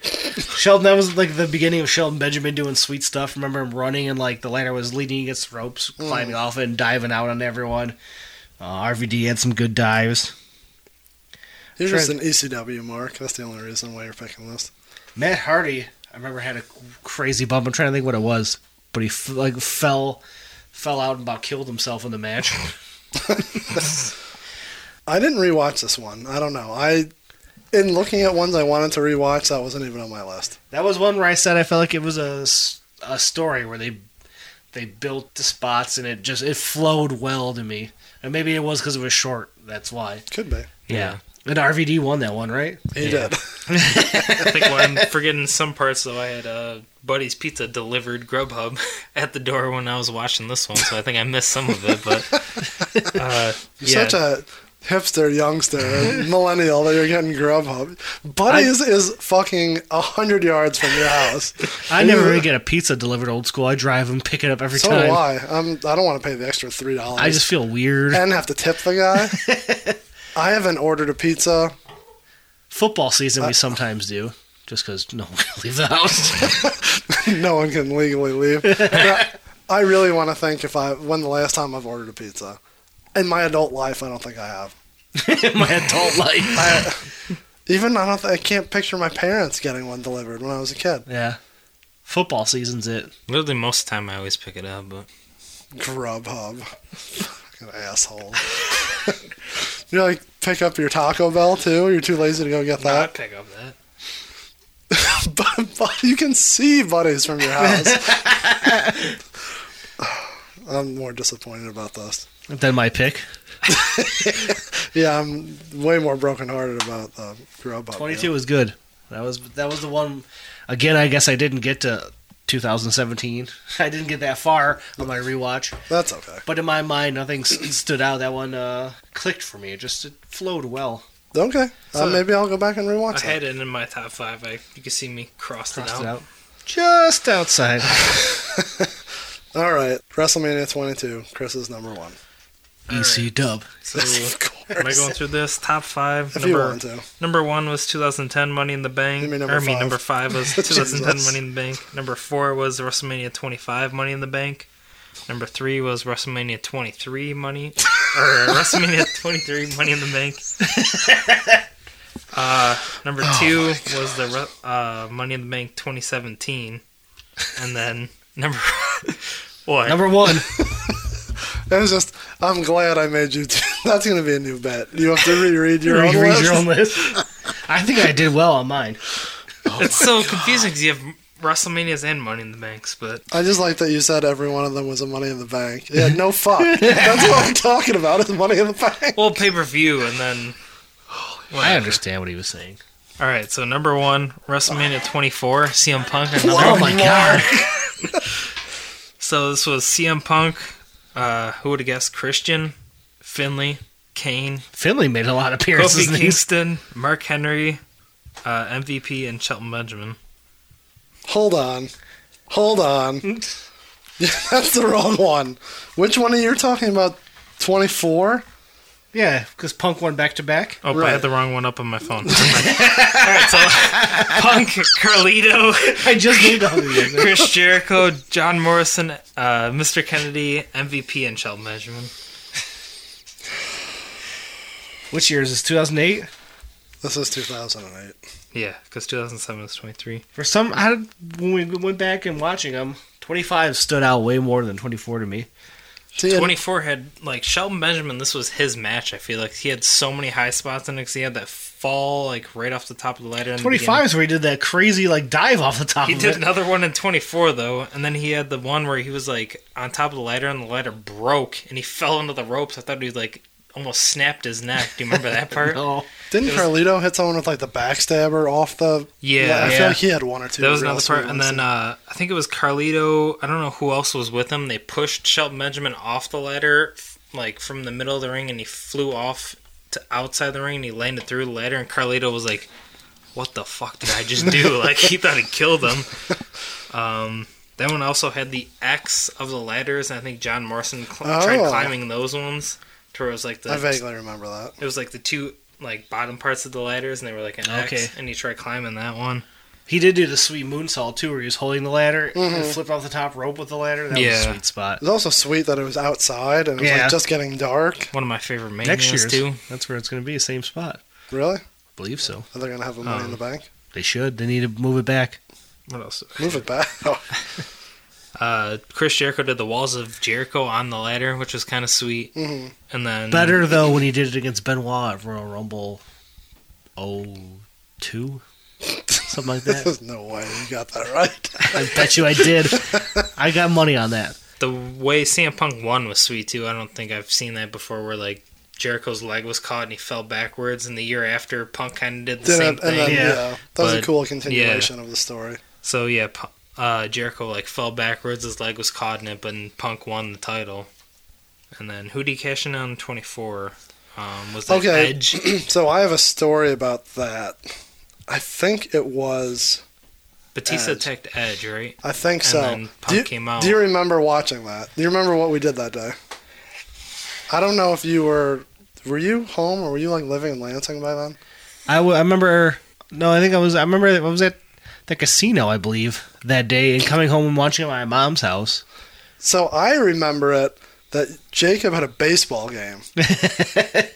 B: Sheldon. That was like the beginning of Sheldon Benjamin doing sweet stuff. Remember him running and like the ladder was leaning against the ropes, climbing off it and diving out on everyone. Uh, RVD had some good dives.
A: You're
B: Sure.
A: just an ECW mark. That's the only reason why you're picking this.
B: Matt Hardy, I remember had a crazy bump. I'm trying to think what it was, but he f- like fell, fell out and about killed himself in the match.
A: I didn't rewatch this one. I don't know. I, in looking at ones I wanted to rewatch, that wasn't even on my list.
B: That was one where I said I felt like it was a, s- a story where they they built the spots and it just it flowed well to me. And maybe it was because it was short. That's why.
A: Could be.
B: Yeah. And RVD won that one, right?
A: He did.
C: I think when I'm forgetting some parts though. I had uh, Buddy's Pizza delivered Grubhub at the door when I was watching this one, so I think I missed some of it. But uh, yeah,
A: Such a hipster, youngster, millennial that you're getting Grubhub. Buddy's is fucking hundred yards from your house.
B: I never really get a pizza delivered old school. I drive and pick it up every
A: So
B: time.
A: do I. I'm, I don't want to pay the extra three dollars.
B: I just feel weird.
A: and have to tip the guy. I haven't ordered a pizza.
B: Football season, we sometimes do, just because no one can leave the house.
A: No one can legally leave. But I really want to think if I when the last time I've ordered a pizza. In my adult life, I don't think I have.
B: in my adult life.
A: Even I don't. Th- I can't picture my parents getting one delivered when I was a kid.
B: Yeah. Football season's it.
C: literally most of the time I always pick it up. But
A: Grubhub. Fucking asshole. you like pick up your Taco Bell too? You're too lazy to go get
C: I
A: that.
C: pick up that.
A: but, but you can see buddies from your house. I'm more disappointed about this.
B: Then my pick.
A: Yeah, I'm way more brokenhearted about the Grubhub. deal.
B: 22 was good. That was that was the one. Again, I guess I didn't get to 2017. I didn't get that far on my rewatch,
A: That's okay.
B: but in my mind, nothing s- stood out. That one uh, clicked for me. It just it flowed well.
A: Okay. uh,
C: So-
A: maybe I'll go back and
C: I
A: rewatch that.
C: had it in my top five. I you can see me crossed,
B: Crossed
C: it
B: it
C: out.
B: out. Just outside.
A: All right. WrestleMania 22. Chris is number one.
B: EC E Dub.
C: So
A: Of course.
C: am I going through this top five?
A: If you
C: number
A: want to.
C: number one was 2010 Money in the Bank.
A: You mean number
C: or I mean
A: five.
C: number five was 2010
A: Jesus.
C: Money in the Bank. Number four was WrestleMania 25 Money in the Bank. Number three was WrestleMania 23 Money or uh, WrestleMania 23 Money in the Bank. Uh, number two was the re- uh, Money in the Bank 2017, and then number what?
B: Number one.
A: It was just, I'm glad I made you. do- That's going to be a new bet. You have to reread your own
B: Reread
A: list.
B: your own list. I think I did well on mine.
C: It's so confusing because you have WrestleManias and Money in the Banks, but
A: I just like that you said every one of them was a Money in the Bank. Yeah, no fuck. That's what I'm talking about is Money in the Bank.
C: well, pay per view and then.
B: I understand what he was saying.
C: All right, so number one, WrestleMania 24, CM Punk. and Another
B: Oh my god.
C: So this was CM Punk. Uh, who would have guessed? Christian, Finley, Kane,
B: Finley made a lot of appearances.
C: Kofi
B: in these.
C: Kingston, Mark Henry, uh, MVP, and Shelton Benjamin.
A: Hold on. Hold on. Yeah, that's the wrong one. Which one are you talking about? 24?
B: Yeah, because Punk won back to back.
C: Oh, I had the wrong one up on my phone. All right, so Punk, Carlito,
B: I just made all these.
C: Chris Jericho, John Morrison, uh, Mr. Kennedy, MVP, and Shelton Benjamin.
B: Which year is this? 2008.
A: This is 2008.
C: Yeah, because 2007 was 23.
B: For some, I when we went back and watching them, 25 stood out way more than 24 to me.
A: See, and-
C: 24 had like Shelton Benjamin. This was his match. I feel like he had so many high spots in it. 'cause he had that fall like right off the top of the ladder. in the
B: Twenty five is where he did that crazy like dive off the top.
C: beginning.
B: of
C: He did
B: it.
C: another one in 24 though, and then he had the one where he was like on top of the ladder and the ladder broke and he fell into the ropes. I thought he like almost snapped his neck. Do you remember that part?
B: No.
A: Didn't
C: It was-
A: Carlito hit someone with like the backstabber off the?
C: Yeah,
A: I feel
C: yeah.
A: like he had one or two.
C: That was
A: real
C: another
A: sweet
C: part, and
A: ones.
C: then uh, I think it was Carlito. I don't know who else was with him. They pushed Shelton Benjamin off the ladder, f- like from the middle of the ring, and he flew off to outside the ring, and he landed through the ladder. And Carlito was like, "What the fuck did I just do?" like he thought he killed him. Um, that one also had the X of the ladders, and I think John Morrison cl- tried
A: Oh.
C: climbing those ones, to where it was like the
A: I vaguely remember that.
C: it was like the two like bottom parts of the ladders, and they were like an
B: Okay.
C: X, and he tried climbing that one.
B: He did do the sweet moonsault too, where he was holding the ladder and flipped off the top rope with the ladder. That was
C: Yeah.
B: a sweet spot.
A: It was also sweet that it was outside and it was
B: Yeah.
A: like just getting dark.
C: One of my favorite manias
B: Next year's,
C: too.
B: that's where it's going to be. Same spot,
A: Really?
B: believe so.
A: Are they gonna have a money in the bank?
B: They should. They need to move it back.
C: Mm-hmm. What else?
A: Move it back. Oh,
C: Uh, Chris Jericho did the walls of Jericho on the ladder, which was kind of sweet.
A: mhm.
C: And then
B: Better though when he did it against Benoit at Royal Rumble, oh two, something like that.
A: There's no way you got that right.
B: I bet you I did. I got money on that.
C: the way CM Punk won was sweet too. I don't think I've seen that before, where like Jericho's leg was caught and he fell backwards, and the year after Punk kind of did the
A: Did
C: same
A: it,
C: thing.
A: and then,
B: thing, yeah.
A: yeah, that was a
C: But,
A: cool continuation of the story.
C: So yeah, Pu- uh, Jericho like fell backwards, his leg was caught in it, but Punk won the title. And then who would he cash in on twenty four? Um, was that
A: Okay.
C: Edge?
A: so I have a story about that. I think it was.
C: Batista
A: Edge.
C: attacked Edge, right?
A: I think
C: And
A: so.
C: then Punk
A: do you,
C: came out.
A: Do you remember watching that? Do you remember what we did that day? I don't know if you were. Were you home or were you like living in Lansing by then?
B: I, w- I remember. No, I think I was. I remember that I was at the casino, I believe, that day, and coming home and watching it at my mom's house.
A: So I remember it that Jacob had a baseball game,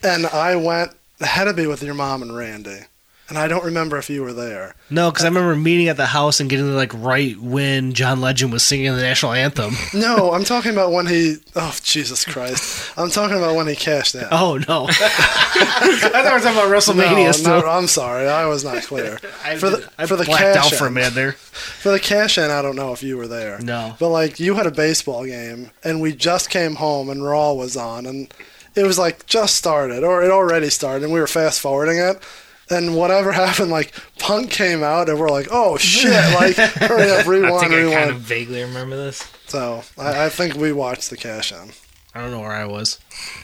A: and I went. It had to be with your mom and Randy, and I don't remember if you were there.
B: No, because I remember meeting at the house and getting like right when John Legend was singing the national anthem.
A: No, I'm talking about when he. Oh Jesus Christ! I'm talking about when he cashed out.
B: Oh no! I thought we were talking about WrestleMania
A: No,
B: still.
A: no, I'm sorry, I was not clear.
B: I,
A: for the-
B: I
A: for the
B: blacked out
A: cash
B: for a
A: in.
B: minute there.
A: For the cash in, I don't know if you were there.
B: No.
A: But like you had a baseball game and we just came home and Raw was on and it was like just started or it already started and we were fast forwarding it. And whatever happened, like Punk came out and we're like, oh shit, like hurry up,
C: I
A: rewind,
C: think I
A: rewind.
C: kind of vaguely remember this.
A: So I, I think we watched the cash in.
B: I don't know where I was.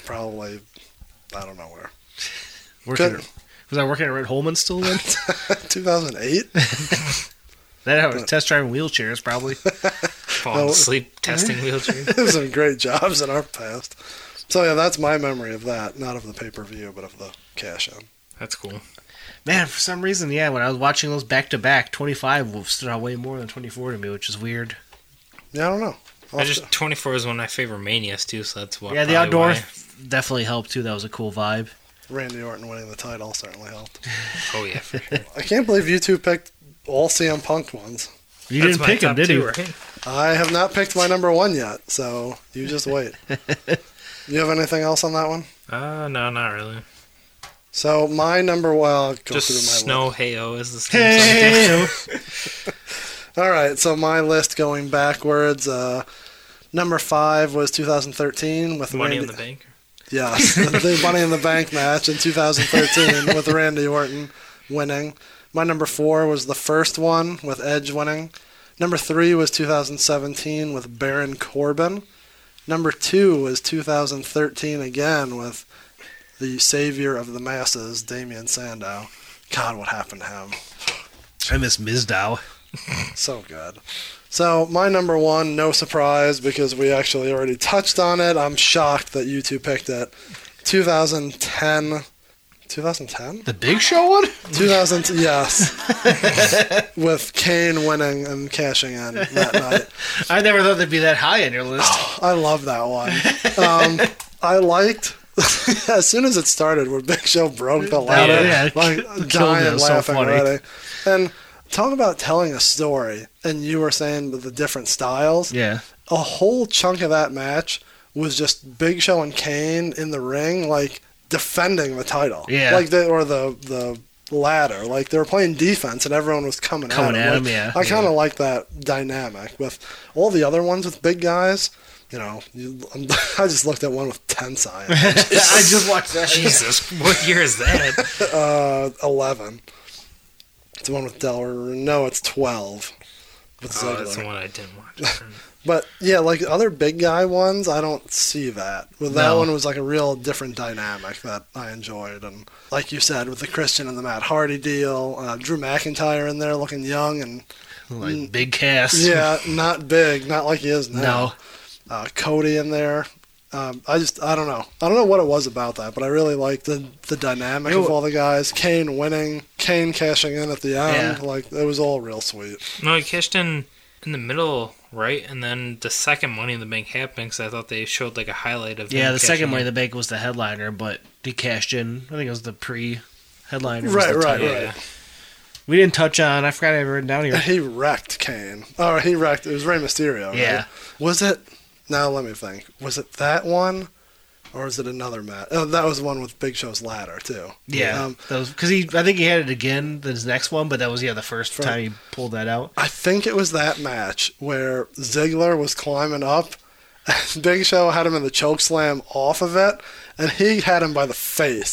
A: Probably, I don't know where.
B: Working,
A: Good.
B: was I working at Red Holman still then?
A: 2008?
B: that I was test driving wheelchairs probably.
C: Falling
A: No.
C: asleep testing wheelchair.
A: There's some great jobs in our past. So yeah, that's my memory of that. Not of the pay per view, but of the cash in.
C: That's cool.
B: Man, for some reason, yeah, when I was watching those back to back, twenty five stood out way more than twenty four to me, which is weird.
A: Yeah, I don't know. I'll
C: I just twenty four is one of my favorite manias too, so that's why.
B: yeah, the
C: probably
B: outdoor
C: why.
B: definitely helped too. That was a cool vibe.
A: Randy Orton winning the title certainly helped.
C: Oh yeah, for sure.
A: I can't believe you two picked all CM Punk ones.
B: You
C: That's
B: didn't
C: my
B: pick him,
C: top
B: did
C: two,
B: you?
C: right?
A: I have not picked my number one yet, so you just wait. you have anything else on that one?
C: Uh, no, not really.
A: So my number one. I'll go
C: Just
A: through my
C: snow heyo is the
A: List. All right, so my list going backwards. Uh, number five was 2013 with Randy.
C: money in the bank.
A: Yes, the, the Money in the Bank match in 2013 with Randy Orton winning. My number four was the first one with Edge winning. Number three was 2017 with Baron Corbin. Number two was 2013 again with the savior of the masses, Damian Sandow. God, what happened to him?
B: I miss Mizdow.
A: So good. So my number one, no surprise, because we actually already touched on it. I'm shocked that you two picked it. 2010. 2010?
B: The Big Show one?
A: 2000. Yes. With Kane winning and cashing in that night.
B: I never thought they'd be that high on your list.
A: I love that one. Um, I liked. as soon as it started, when Big Show broke the ladder,
B: yeah.
A: like
B: Killed it. It
A: dying
B: was so
A: laughing
B: funny.
A: already. And talk about telling a story. And you were saying the different styles.
B: Yeah.
A: A whole chunk of that match with just Big Show and Kane in the ring, like defending the title.
B: Yeah.
A: Like they or the the ladder. Like they were playing defense and everyone was coming,
B: Coming
A: at
B: at
A: him.
B: 'em, yeah,
A: I kind
B: yeah.
A: of like that dynamic with all the other ones with big guys. You know, you, I just looked at one with Tensai.
B: Yeah, I just watched that.
C: Jesus, what year is that? Oh,
A: uh, eleven. It's the one with Del. No, it's twelve. With
C: oh, that's
A: Ziggler.
C: the one I didn't watch.
A: But yeah, like other big guy ones, I don't see that. With that
B: No.
A: one was like a real different dynamic that I enjoyed, and like you said, with the Christian and the Matt Hardy deal, uh, Drew McIntyre in there looking young and
B: Like big cast.
A: yeah, not big, not like he is now.
B: No.
A: Uh, Cody in there. Um, I just I don't know. I don't know what it was about that, but I really liked the the dynamic of all the guys. Kane winning, Kane cashing in at the end,
B: Yeah.
A: like it was all real sweet.
C: no, he cashed in in the middle right, and then the second Money in the Bank happened because I thought they showed like a highlight of.
B: Yeah,
C: him
B: the
C: cashing
B: second
C: in.
B: Money in the Bank was the headliner, but he cashed in. I think it was the pre headliner.
A: Right, right,
C: Yeah,
A: right.
B: We didn't touch on, I forgot I have it written down here.
A: Uh, He wrecked Kane. Or he wrecked. It was Rey Mysterio. right?
B: Yeah.
A: Was it? Now let me think. Was it that one, or was it another match? Oh, that was the one with Big Show's ladder too.
B: Yeah,
A: Um,
B: because he, I think he had it again this next one, but that was yeah the first
A: From-
B: time he pulled that out.
A: I think it was that match where Ziggler was climbing up. and Big Show had him in the choke slam off of it, and he had him by the face.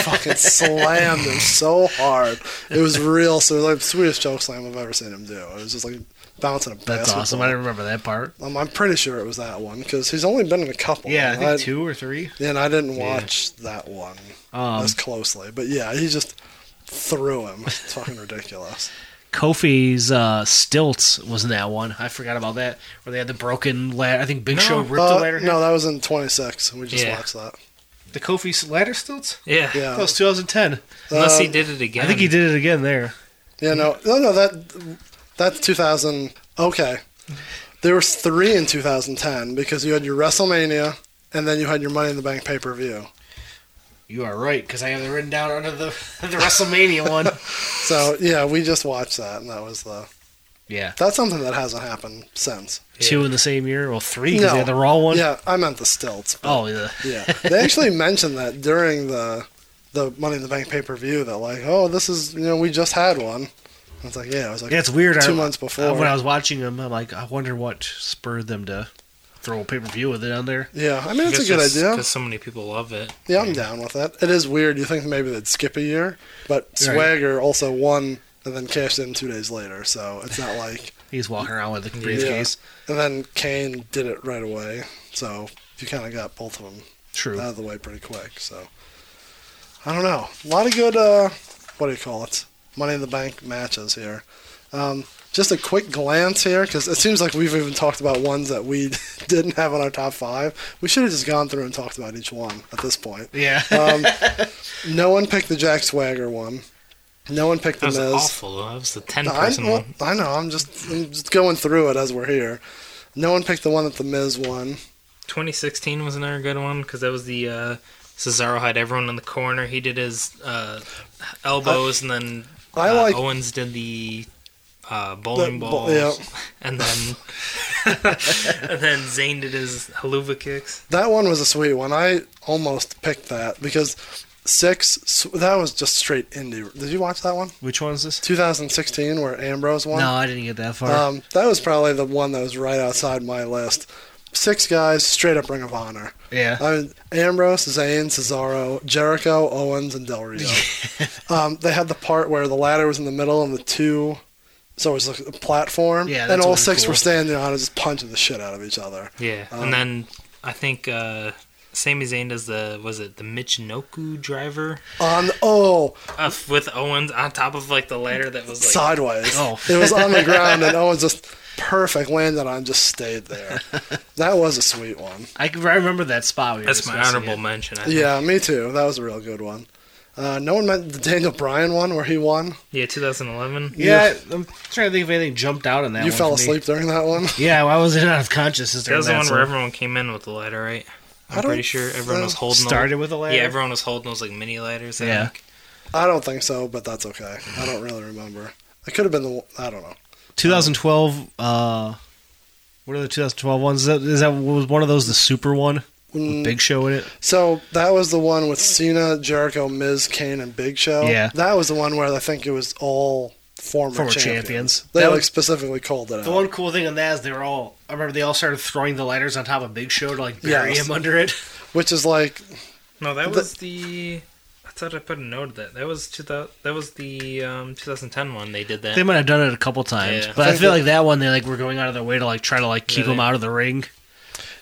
A: Fucking slammed him so hard. It was real. So it was like the sweetest choke slam I've ever seen him do. It was just like bouncing a basketball.
B: That's awesome. I didn't remember that part.
A: Um, I'm pretty sure it was that one because he's only been in a couple.
B: Yeah, I think
A: Oh, I-
B: two or three.
A: And I didn't watch that one
B: Um,
A: as closely, but yeah, he just threw him. It's fucking ridiculous.
B: Kofi's uh, stilts was in that one. I forgot about that. Where they had the broken ladder. I think Big
C: No.
B: Show ripped
A: Uh,
B: the ladder.
A: no, that was in 26. We just
C: Yeah.
A: watched that.
B: The Kofi's ladder stilts.
C: Yeah.
A: Yeah,
B: That was 2010.
C: Unless he
A: Um,
C: did it again.
B: I think he did it again there.
A: yeah, no, no, no. That that's 2000. Okay, there was three in 2010 because you had your WrestleMania and then you had your Money in the Bank pay per view.
B: You are right because I have it written down under the the WrestleMania one.
A: So yeah, we just watched that, and that was the
B: Yeah,
A: that's something that hasn't happened since.
B: two in the same year. Well, three because they had the Raw one.
A: Yeah, I meant the stilts. but-
B: Oh yeah.
A: Yeah, they actually mentioned that during the the Money in the Bank pay per view that like, oh, this is you know we just had one. And It's like yeah, it was like
B: Yeah, it's weird.
A: two
B: I-
A: months
B: Uh,
A: before.
B: when I was watching them, I'm like, I wonder what spurred them to throw a pay per view with it on there.
A: yeah, I mean it's a good idea.
C: Because so many people love it.
A: Yeah, I'm down with that. It is weird. You think maybe they'd skip a year, but
B: Right.
A: Swagger also won and then cashed in two days later. So it's not like
B: He's walking around with a briefcase.
A: and then Kane did it right away. So you kind of got both of them
B: True.
A: out of the way pretty quick. So I don't know. A lot of good. Uh, what do you call it? Money in the Bank matches here. Um, just a quick glance here because it seems like we've even talked about ones that we didn't have on our top five. We should have just gone through and talked about each one at this point.
B: yeah.
A: uh, No one picked the Jack Swagger one. No one picked the
C: That was
A: Miz.
C: awful. That was the ten
A: I,
C: person
A: well,
C: one.
A: I know. I'm just, I'm just going through it as we're here. No one picked the one that the Miz won.
C: 2016 was another good one because that was the uh, Cesaro had everyone in the corner. He did his uh, elbows, and then
A: I
C: uh,
A: like
C: Owens did the uh, bowling
A: The bo-
C: balls,
A: yeah.
C: and then and then Zayn did his haluva kicks.
A: That one was a sweet one. I almost picked that because six. sw- That was just straight indie. Did you watch that one?
B: Which one's this?
A: 2016, where Ambrose won.
B: No, I didn't get that far.
A: Um, that was probably the one that was right outside my list. Six guys, straight up Ring of Honor.
B: yeah.
A: I mean, Ambrose, Zayn, Cesaro, Jericho, Owens, and Del Rio. um, they had the part where the ladder was in the middle and the two, so it was like a platform,
B: Yeah,
A: and
B: that's
A: all
B: always
A: six
B: cool.
A: were standing on it, just punching the shit out of each other.
C: Yeah,
A: Um,
C: and then I think uh, Sami Zayn does the was it the Michinoku driver
A: On oh,
C: uh, with Owens on top of like the ladder that was like
A: sideways.
B: Oh.
A: It was on the ground, and Owens just perfect landed on, just stayed there. That was a sweet one.
B: I, can- I remember that spot. We were
C: That's my
B: discussing
C: honorable
B: it.
C: mention. I think.
A: Yeah, me too. That was a real good one. Uh, no one meant the Daniel Bryan one where he won.
C: Yeah, 2011.
B: Yeah, I'm trying to think if anything jumped out on that.
A: you
B: one
A: fell
B: for me.
A: asleep during that one.
B: Yeah, well, I was in out of consciousness.
C: That
B: during
C: was the one
B: so
C: where everyone came in with the ladder, right? I'm
A: don't
C: pretty sure everyone was
A: know.
C: holding the-
B: started with a ladder.
C: Yeah, everyone was holding those like mini ladders. I
B: Yeah.
C: think.
A: I don't think so, but that's okay. I don't really remember. It could have been the. one- I don't know.
B: 2012. Uh, What are the 2012 ones? Is that, is that was one of those the super one with Big Show in it?
A: So that was the one with Cena, Jericho, Miz, Kane, and Big Show.
B: Yeah.
A: that was the one where I think it was all former,
B: Former
A: champions.
B: champions.
A: They
B: That
A: like
B: was-
A: specifically called it
B: The
A: out.
B: one cool thing on that is they were all. I remember they all started throwing the lighters on top of Big Show to like bury
A: Yes.
B: him under it.
A: which is like
C: No, that
A: The-
C: was the. I thought I put a note of that. That was two thousand. That was the um, 2010 one. They did that.
B: They might have done it a couple times,
C: Yeah.
B: but
A: I
B: I,
A: think
B: feel
A: that-
B: like that one they like were going out of their way to like try to like keep
C: Yeah,
B: him
C: they-
B: out of the ring,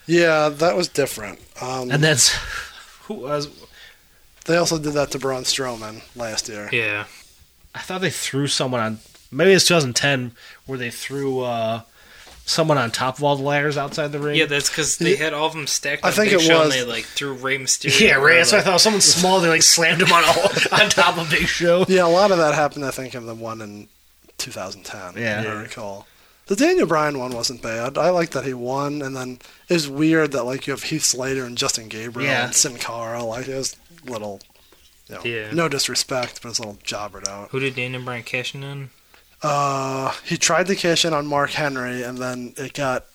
A: yeah, that was different. Um,
B: and that's who uh, was.
A: they also did that to Braun Strowman last year.
C: yeah,
B: I thought they threw someone on. Maybe it's 2010 where they threw uh, someone on top of all the ladders outside the ring.
C: yeah. That's because they had all of them stacked.
A: I
C: I
A: think
C: Big
A: it
C: Show
A: was-
C: And they like threw Ray Mysterio.
B: yeah, Ray.
C: or,
B: That's what I
C: like-
B: thought. Someone small. They like slammed him on all, on top of Big Show.
A: Yeah, a lot of that happened. I think in the one in 2010.
B: Yeah.
A: if I recall. The Daniel Bryan one wasn't bad. I like that he won, and then it was weird that like you have Heath Slater and Justin Gabriel
B: Yeah.
A: and Sin Cara. Like it was little, you know,
C: Yeah.
A: no disrespect, but it's a little jobbered out.
C: Who did Daniel Bryan cashing in?
A: Uh, he tried to cash in on Mark Henry, and then it got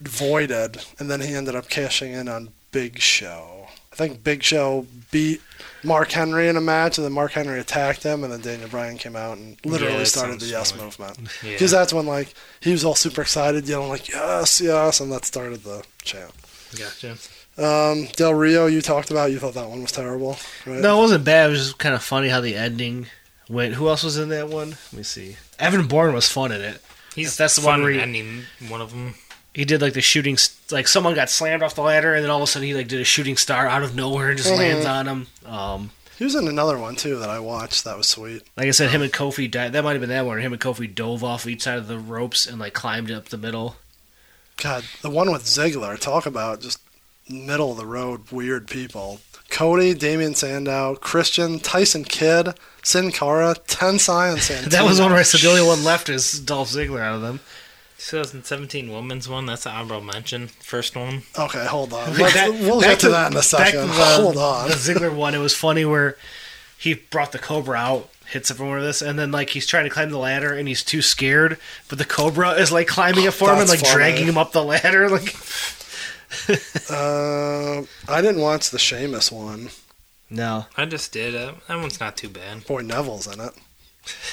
A: voided, and then he ended up cashing in on Big Show. I think Big Show beat Mark Henry in a match, and then Mark Henry attacked him, and then Daniel Bryan came out and literally
C: Yeah, that
A: started the
C: sounds
A: Yes
C: familiar.
A: movement.
C: Yeah.
A: Because that's when like he was all super excited, yelling like Yes, Yes, and that started the chant.
C: Gotcha.
A: Um, Del Rio, you talked about. You thought that one was terrible, right?
B: No, it wasn't bad. It was just kind of funny how the ending went. Who else was in that one? Let me see. Evan Bourne was fun in it.
C: He's
B: that's the one
C: fun
B: where
C: in
B: you-
C: any one of them.
B: He did like the shooting, s- like someone got slammed off the ladder, and then all of a sudden he like did a shooting star out of nowhere and just lands on him. Um,
A: He was in another one too that I watched. That was sweet.
B: like I said, him and Kofi died. That might have been that one. Him and Kofi dove off each side of the ropes and like climbed up the middle.
A: God, the one with Ziggler. Talk about just middle of the road weird people. Cody, Damian Sandow, Christian, Tyson Kidd, Sin Cara, Tensai, and Santana.
B: That was one where I said the only one left is Dolph Ziggler out of them.
C: 2017 women's one. That's the honorable mention. First one.
A: Okay, hold on.
B: Like
A: Let's,
B: that-
A: we'll
B: back
A: get to, that in a
B: back
A: second.
B: to the-
A: hold on.
B: The Ziggler one, it was funny where he brought the Cobra out, hits everyone with this, and then like he's trying to climb the ladder and he's too scared, but the Cobra is like climbing it for him and
A: That's
B: like
A: funny.
B: dragging him up the ladder. Like
A: Uh, I didn't watch the Sheamus one.
B: no,
C: I just did. Uh, that one's not too bad.
A: Boy, Neville's in it.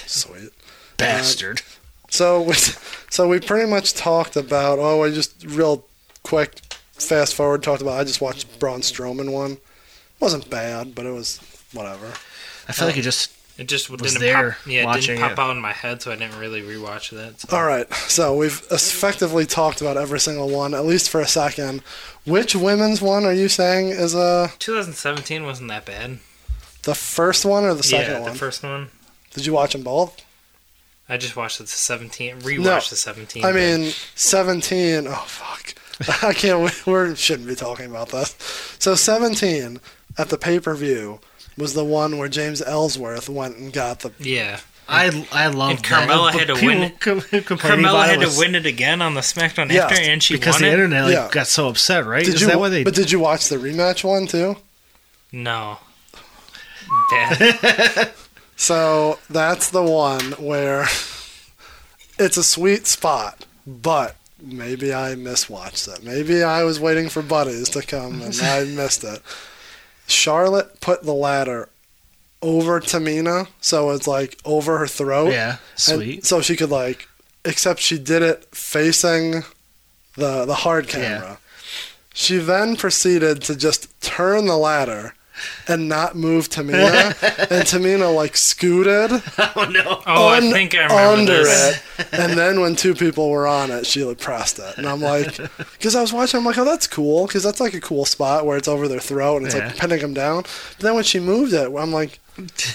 A: Sweet.
B: bastard.
A: So we, so we pretty much talked about. Oh, I just real quick, fast forward talked about. I just watched Braun Strowman one. Wasn't bad, but it was whatever.
B: I feel like he just
C: It just
B: Was
C: didn't
B: there
C: pop. Yeah, it
B: watching
C: didn't pop
B: it.
C: out in my head, so I didn't really rewatch that. So.
A: All right, so we've effectively talked about every single one, at least for a second. Which women's one are you saying is uh,
C: 2017 wasn't that bad.
A: the first one or the second
C: yeah,
A: one?
C: the first one.
A: Did you watch them both?
C: I just watched the 17. Rewatched
A: No.
C: the 17.
A: I mean, 17. Oh, fuck. I can't, we we're- shouldn't be talking about this. So, 17 at the pay per view was the one where James Ellsworth went and got the.
C: yeah.
B: I I love
C: And Carmella
B: that.
C: had to
B: Uh, People
C: win it.
B: com- complaining
C: Carmella
B: about it
C: had
B: was-
C: to win it again on the SmackDown
A: Yeah,
C: after, and she
B: because
C: won
B: the
C: it.
B: internet like,
A: Yeah.
B: got so upset. Right?
A: Did
B: Is
A: you,
B: that why they?
A: But did you watch the rematch one too?
C: No. Bad.
A: So that's the one where it's a sweet spot, but maybe I miswatched it. Maybe I was waiting for buddies to come and I missed it. Charlotte put the ladder over Tamina, so it's like over her throat.
B: yeah,
A: And
B: sweet.
A: so she could like, except she did it facing the the hard camera. She then proceeded to just turn the ladder and not move Tamina, and Tamina like scooted
B: oh no.
C: Oh, I
A: un-
C: think I remember
A: under
C: this.
A: it. And then when two people were on it, she like, pressed it, and I'm like, because I was watching, I'm like, oh, that's cool, because that's like a cool spot where it's over their throat and it's
B: Yeah.
A: like pinning them down. But then when she moved it, I'm like,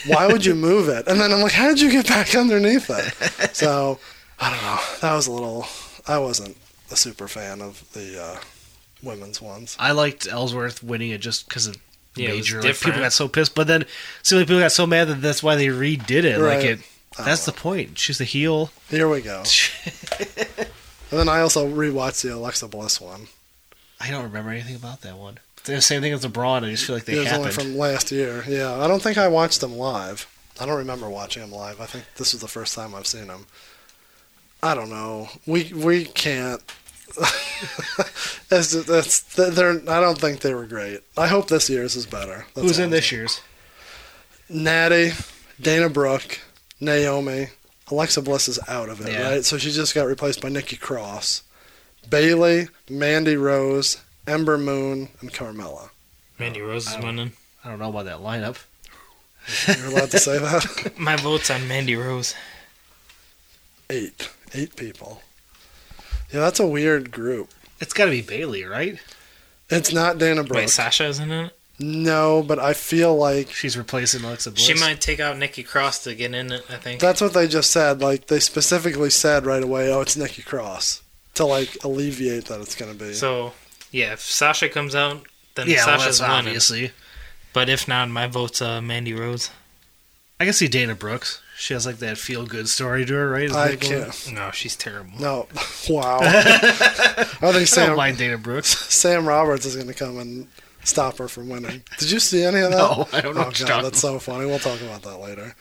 A: why would you move it? And then I'm like, how did you get back underneath it? So I don't know. That was a little. I wasn't a super fan of the uh, women's ones.
B: I liked Ellsworth winning it just because of
C: Yeah, it was
B: major. Like,
C: different.
B: people got so pissed, but then it seemed like people got so mad that that's why they redid it.
A: Right.
B: Like it.
A: I
B: That's the
A: don't
B: point. She's the heel.
A: Here we go. and then I also rewatched the Alexa Bliss one.
B: I don't remember anything about that one. It's the same thing as the brawn. I just feel like
A: it
B: they
A: was
B: happened.
A: only from last year. Yeah, I don't think I watched them live. I don't remember watching them live. I think this is the first time I've seen them. I don't know. We we can't It's, it's, they're, I don't think they were great. I hope this year's is better. That's
B: Who's
A: all
B: in
A: I'm
B: this
A: saying.
B: year's?
A: Natty, Dana Brooke, Naomi. Alexa Bliss is out of it,
B: Yeah.
A: right? So she just got replaced by Nikki Cross, Bailey, Mandy Rose, Ember Moon, and Carmella.
C: Mandy Rose
B: Um,
C: is winning.
B: I don't know about that lineup.
A: You're allowed to say that?
C: My vote's on Mandy Rose.
A: Eight. Eight people. Yeah, that's a weird group.
B: It's got to be Bailey, right?
A: It's not Dana Brooke.
C: Wait, Sasha isn't in it?
A: no, but I feel like
B: She's replacing Alexa Bliss.
C: She might take out Nikki Cross to get in it, I think.
A: That's what they just said. Like they specifically said right away, "Oh, it's Nikki Cross," to like alleviate that it's going to be.
C: So, yeah, if Sasha comes out, then
B: Yeah, well,
C: Sasha's
B: that's
C: winning.
B: obviously.
C: But if not, my vote's uh, Mandy Rose.
B: I can see Dana Brooks. She has like that feel good story to her, right? Isn't
A: I
B: that cool?
A: can't.
C: No, she's terrible.
A: No, wow. I think
B: I don't
A: Sam
B: mind Dana Brooks.
A: Sam Roberts is going to come and stop her from winning. Did you see any of that?
B: No, I don't know
A: Oh
B: what
A: god,
B: you're talking
A: that's so funny. We'll talk about that later.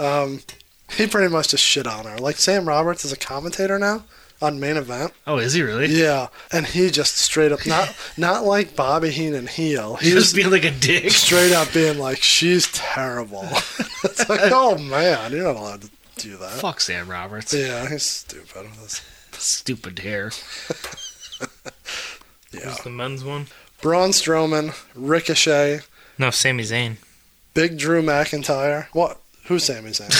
A: Um, he pretty much just shit on her. Like Sam Roberts is a commentator now on main event.
B: Oh, is he really?
A: Yeah, and he just straight up not not like Bobby Heenan heel. He
B: He
A: was
B: was being like a dick.
A: straight up being like, "She's terrible." it's like, oh man, you're not allowed to do that.
B: Fuck Sam Roberts.
A: Yeah, he's stupid. That's-
B: Stupid hair.
A: Yeah,
C: Who's the men's one?
A: Braun Strowman, Ricochet,
C: No, Sami Zayn.
A: Big Drew McIntyre. What? Who's Sami Zayn?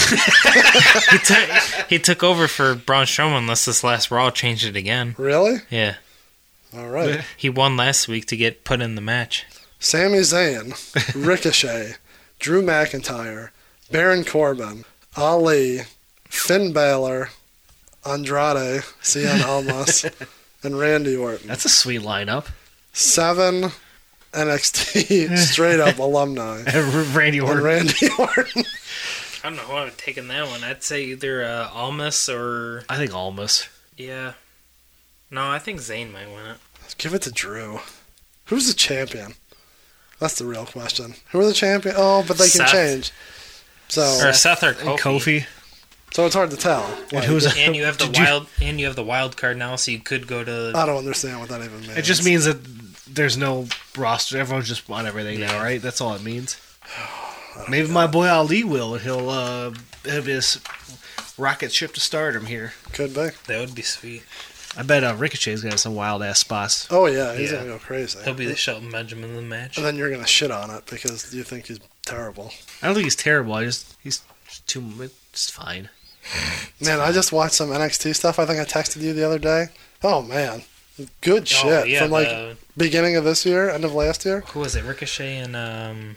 C: He, took he took over for Braun Strowman unless this last Raw changed it again.
A: really?
C: Yeah.
A: All right.
C: He won last week to get put in the match.
A: Sami Zayn, Ricochet, Drew McIntyre, Baron Corbin, Ali, Finn Balor, Andrade, Cien Almas, and Randy Orton.
B: That's a sweet lineup.
A: Seven NXT straight up alumni.
B: Randy
A: And
B: Orton.
A: Randy Orton.
C: I don't know who I would have taken that one. I'd say either uh, Almas or.
B: I think almost.
C: Yeah. No, I think Zayn might win it.
A: Give it to Drew. Who's the champion? That's the real question. Who are the champion? Oh, but they can
C: Seth.
A: change. So,
C: Or Seth or
B: And
C: Kofi.
B: Kofi.
A: so it's hard to tell.
B: And
A: Like,
B: who's
C: Oh. And you have the
B: Did you-
C: wild, and you have the wild card now, so you could go to.
A: I don't understand what that even means.
B: It just means that there's no roster. Everyone's just on everything now, right? That's all it means. Maybe my boy Ali will. He'll uh, have his rocket ship to stardom here.
A: could be.
C: that would be sweet.
B: I bet uh, Ricochet's gonna have some wild ass spots.
A: Oh yeah, he's
C: Yeah.
A: gonna go crazy.
C: He'll be the Shelton Benjamin of the match.
A: and then you're gonna shit on it because you think he's terrible.
B: I don't think he's terrible. I just he's too. It's fine.
A: Man, I just watched some NXT stuff. I think I texted you the other day. Oh man, good shit
C: Oh, yeah,
A: from like
C: the-
A: beginning of this year, end of last year.
C: Who was it? Ricochet and um,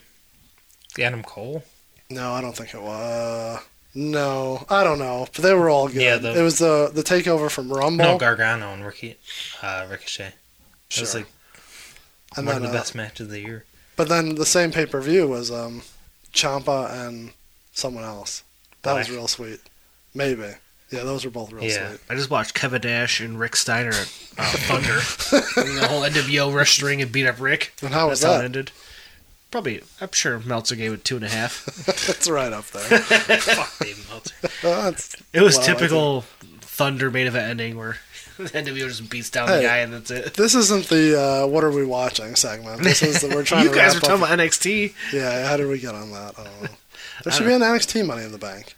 C: Adam Cole.
A: No, I don't think it was. No, I don't know. But they were all good.
C: Yeah, the-
A: it was uh, the the takeover from Rumble.
C: No, Gargano and Ricky, uh, Ricochet. It was
A: Sure.
C: like
A: and
C: one of
A: then,
C: the
A: uh,
C: best matches of the year.
A: But then the same pay per view was um, Champa and someone else. That was
C: Black.
A: real sweet. Maybe. Yeah, those were both real
C: Yeah.
A: sweet.
B: I just watched Kevin Nash and Rick Steiner at uh, Thunder. and the whole NWO rushed the ring and beat up Rick.
A: And how was
B: That's how it
A: that?
B: ended. Probably, I'm sure Meltzer gave it two and a half.
A: That's right up there. Uh,
C: Fuck Dave Meltzer.
A: That's-
B: It was
A: Wow, I
B: typical Thunder main event ending where the NWO just beats down
A: Hey.
B: the guy and that's it.
A: This isn't the uh, "What are we watching?" segment. This is the, we're trying.
B: You
A: to
B: guys
A: wrap
B: were talking
A: up-
B: about NXT.
A: Yeah, how did we get on that? I don't know. There should be an NXT Money in the Bank.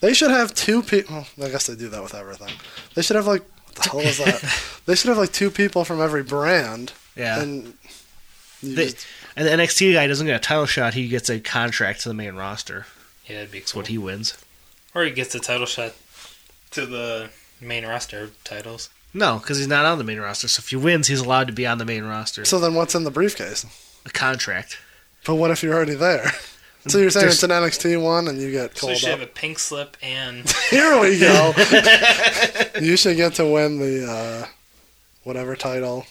A: They should have two people. I guess they do that with everything. They should have like what the hell is that? they should have like two people from every brand.
B: Yeah. And,
A: And you
B: They-
A: just-
B: the NXT guy doesn't get a title shot. He gets a contract to the main roster.
C: Yeah, that'd be
B: That's
C: cool.
B: what he wins.
C: Or he gets the title shot to the main roster titles.
B: No, because he's not on the main roster. So if he wins, he's allowed to be on the main roster.
A: so then, what's in the briefcase?
B: A contract.
A: But what if you're already there? So you're saying it's
B: There's-
A: an NXT one, and you get
C: So you
A: called
C: should
A: up.
C: have a pink slip and
A: Here we go. you should get to win the uh, whatever title.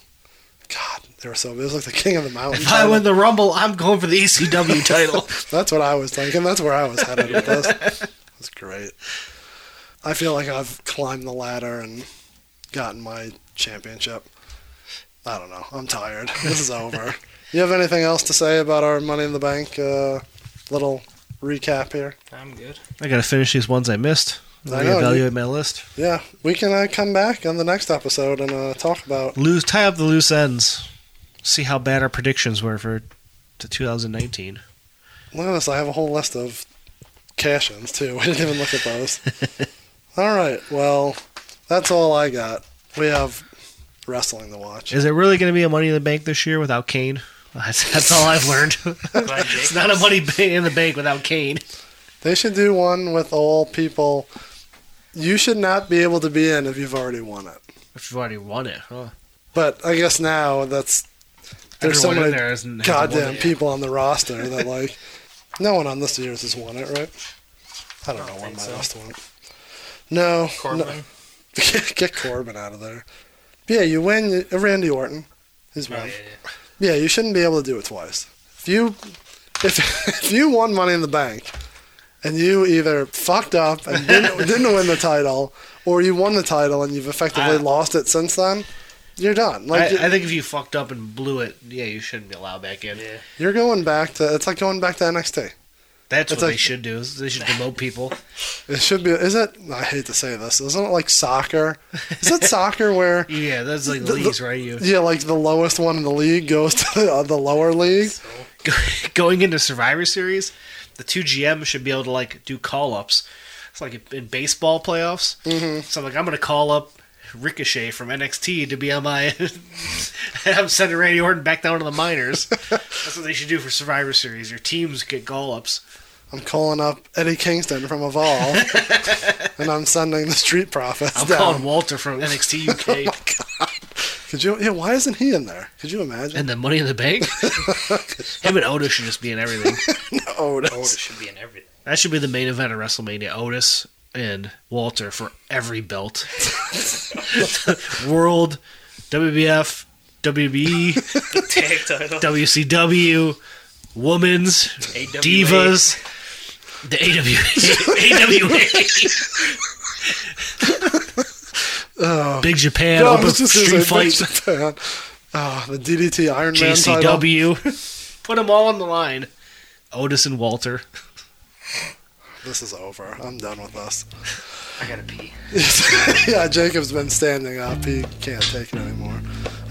A: God, they were so. It was like the King of the Mountain.
B: If I
A: title.
B: win the Rumble, I'm going for the ECW title.
A: That's what I was thinking. That's where I was headed with this. That's great. I feel like I've climbed the ladder and gotten my championship. I don't know. I'm tired. This is over. You have anything else to say about our Money in the Bank uh, little recap here?
C: I'm good.
B: I gotta finish these ones I missed.
A: I know.
B: Reevaluate my list.
A: Yeah, we can uh, come back on the next episode and uh, talk about.
B: Lose, tie up the loose ends. See how bad our predictions were for to 2019.
A: Look at this. I have a whole list of cash-ins too. We didn't even look at those. all right. Well, that's all I got. We have wrestling to watch.
B: Is it really going to be a Money in the Bank this year without Kane? That's, that's all I've learned.
C: Glad Jake-
B: it's not a Money ba- in the Bank without Kane.
A: They should do one with all people. You should not be able to be in if you've already won it.
B: If you've already won it, huh?
A: But I guess now that's there's so
B: Everyone in
A: many
B: there hasn't- hasn't won
A: goddamn
B: it yet.
A: people on the roster that like no one on this year's has won it, right? I don't, know when
C: think
A: my
C: so.
A: last one. No, no.
C: Corbin.
A: get Corbin out of there. But yeah, you win you- uh, Randy Orton. He's
C: Oh,
A: won.
C: yeah,
A: Yeah, you shouldn't be able to do it twice. If you if, if you won Money in the Bank and you either fucked up and didn't, didn't win the title, or you won the title and you've effectively
B: I-
A: lost it since then, you're done. Like
B: I, I think if you fucked up and blew it, yeah, you shouldn't be allowed back in.
C: Yeah.
A: you're going back to it's like going back to NXT.
B: That's
A: It's
B: what
A: like-
B: they should do. Is they should demote people.
A: It should be. Is it? I hate to say this. Isn't it like soccer? Is it soccer where?
B: Yeah, that's like
A: The- the-
B: leagues, right? You
A: Yeah, like the lowest one in the league goes to the, uh, the lower league.
B: going into Survivor Series, the two GM should be able to like do call ups. It's like in baseball playoffs. Mm-hmm. So I'm like, I'm gonna call up Ricochet from NXT to be on my. and I'm sending Randy Orton back down to the minors. That's what they should do for Survivor Series. Your teams get call ups.
A: I'm calling up Eddie Kingston from Evolve, and I'm sending the Street Profits
B: I'm
A: down.
B: calling Walter from NXT UK
A: Could you? Yeah, why isn't he in there? Could you imagine?
B: and the Money in the Bank. Him and Otis should just be in everything.
A: oh, no.
C: Otis should be in everything.
B: That should be the main event of WrestleMania. Otis and Walter for every belt. World, WBF, WBE,
C: Tag title.
B: WCW, Women's,
C: AWA.
B: Divas, the AWA. AWA. Big Japan,
A: Oh. No, I
B: Open
A: was just gonna
B: Street
A: say Big
B: Fight,
A: Japan. Ah, the DDT Iron Man title.
B: JCW. Put them all on the line. Otis and Walter.
A: This is over. I'm done with this.
C: I gotta pee.
A: yeah, Jacob's been standing up. He can't take it anymore.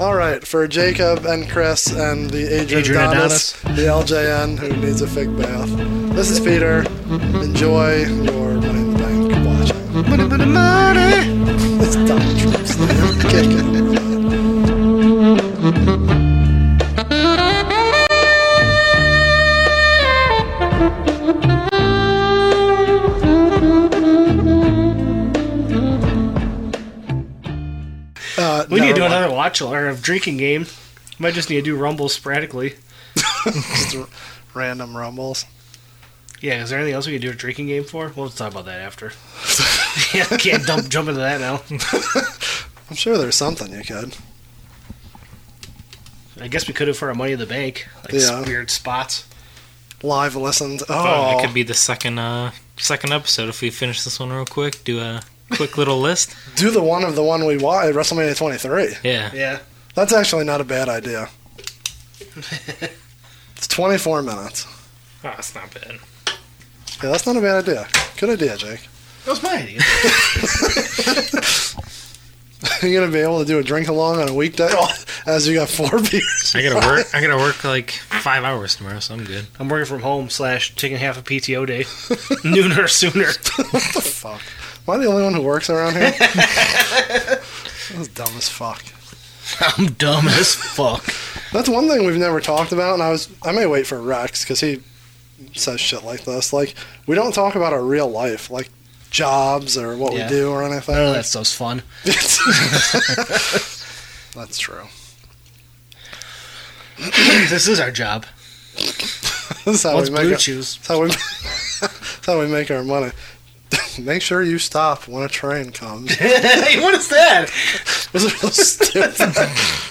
A: All right, for Jacob and Chris and the Adrian,
B: Adrian
A: Adonis, the LJN who needs a fig bath. This is Peter. Enjoy your Money in the Bank watching. It's Donald Trump's kick. Uh,
B: We need to
A: never
B: do
A: mind.
B: another watch or a drinking game. Might just need to do rumbles sporadically.
A: Just r- random rumbles.
B: Yeah, is there anything else we could do a drinking game for? We'll talk about that after. yeah, I can't dump, jump into that now.
A: I'm sure there's something you could.
B: I guess we could have for our money in the bank, like
A: Yeah.
B: weird spots.
A: Live listens.
C: Oh.
A: Oh,
C: That could be the second uh second episode if we finish this one real quick. Do a quick little list.
A: do the one of the one we watched at WrestleMania 23.
C: Yeah.
B: Yeah,
A: That's actually not a bad idea. it's 24 minutes.
C: Oh, that's not bad.
A: Yeah, that's not a bad idea. Good idea, Jake.
B: that was my idea.
A: You're gonna be able to do a drink along on a weekday
B: Oh.
A: as you got four beers.
C: I gotta work. I gotta work like five hours tomorrow, so I'm good.
B: I'm working from home slash taking half a PTO day, nooner sooner.
A: what the fuck? Am I the only one who works around here? that's dumb as fuck.
B: I'm dumb as fuck.
A: That's one thing we've never talked about, and I was I may wait for Rex because he says shit like this. Like we don't talk about our real life, like jobs or what
B: Yeah.
A: we do or anything.
B: None of Oh, that stuff's fun.
A: That's true.
B: this is our job.
A: This is how
B: What's
A: we make
B: blue
A: our,
B: chews?
A: that's how we that's how we make our money. make sure you stop when a train comes.
B: hey, what is that?
A: This is real stupid.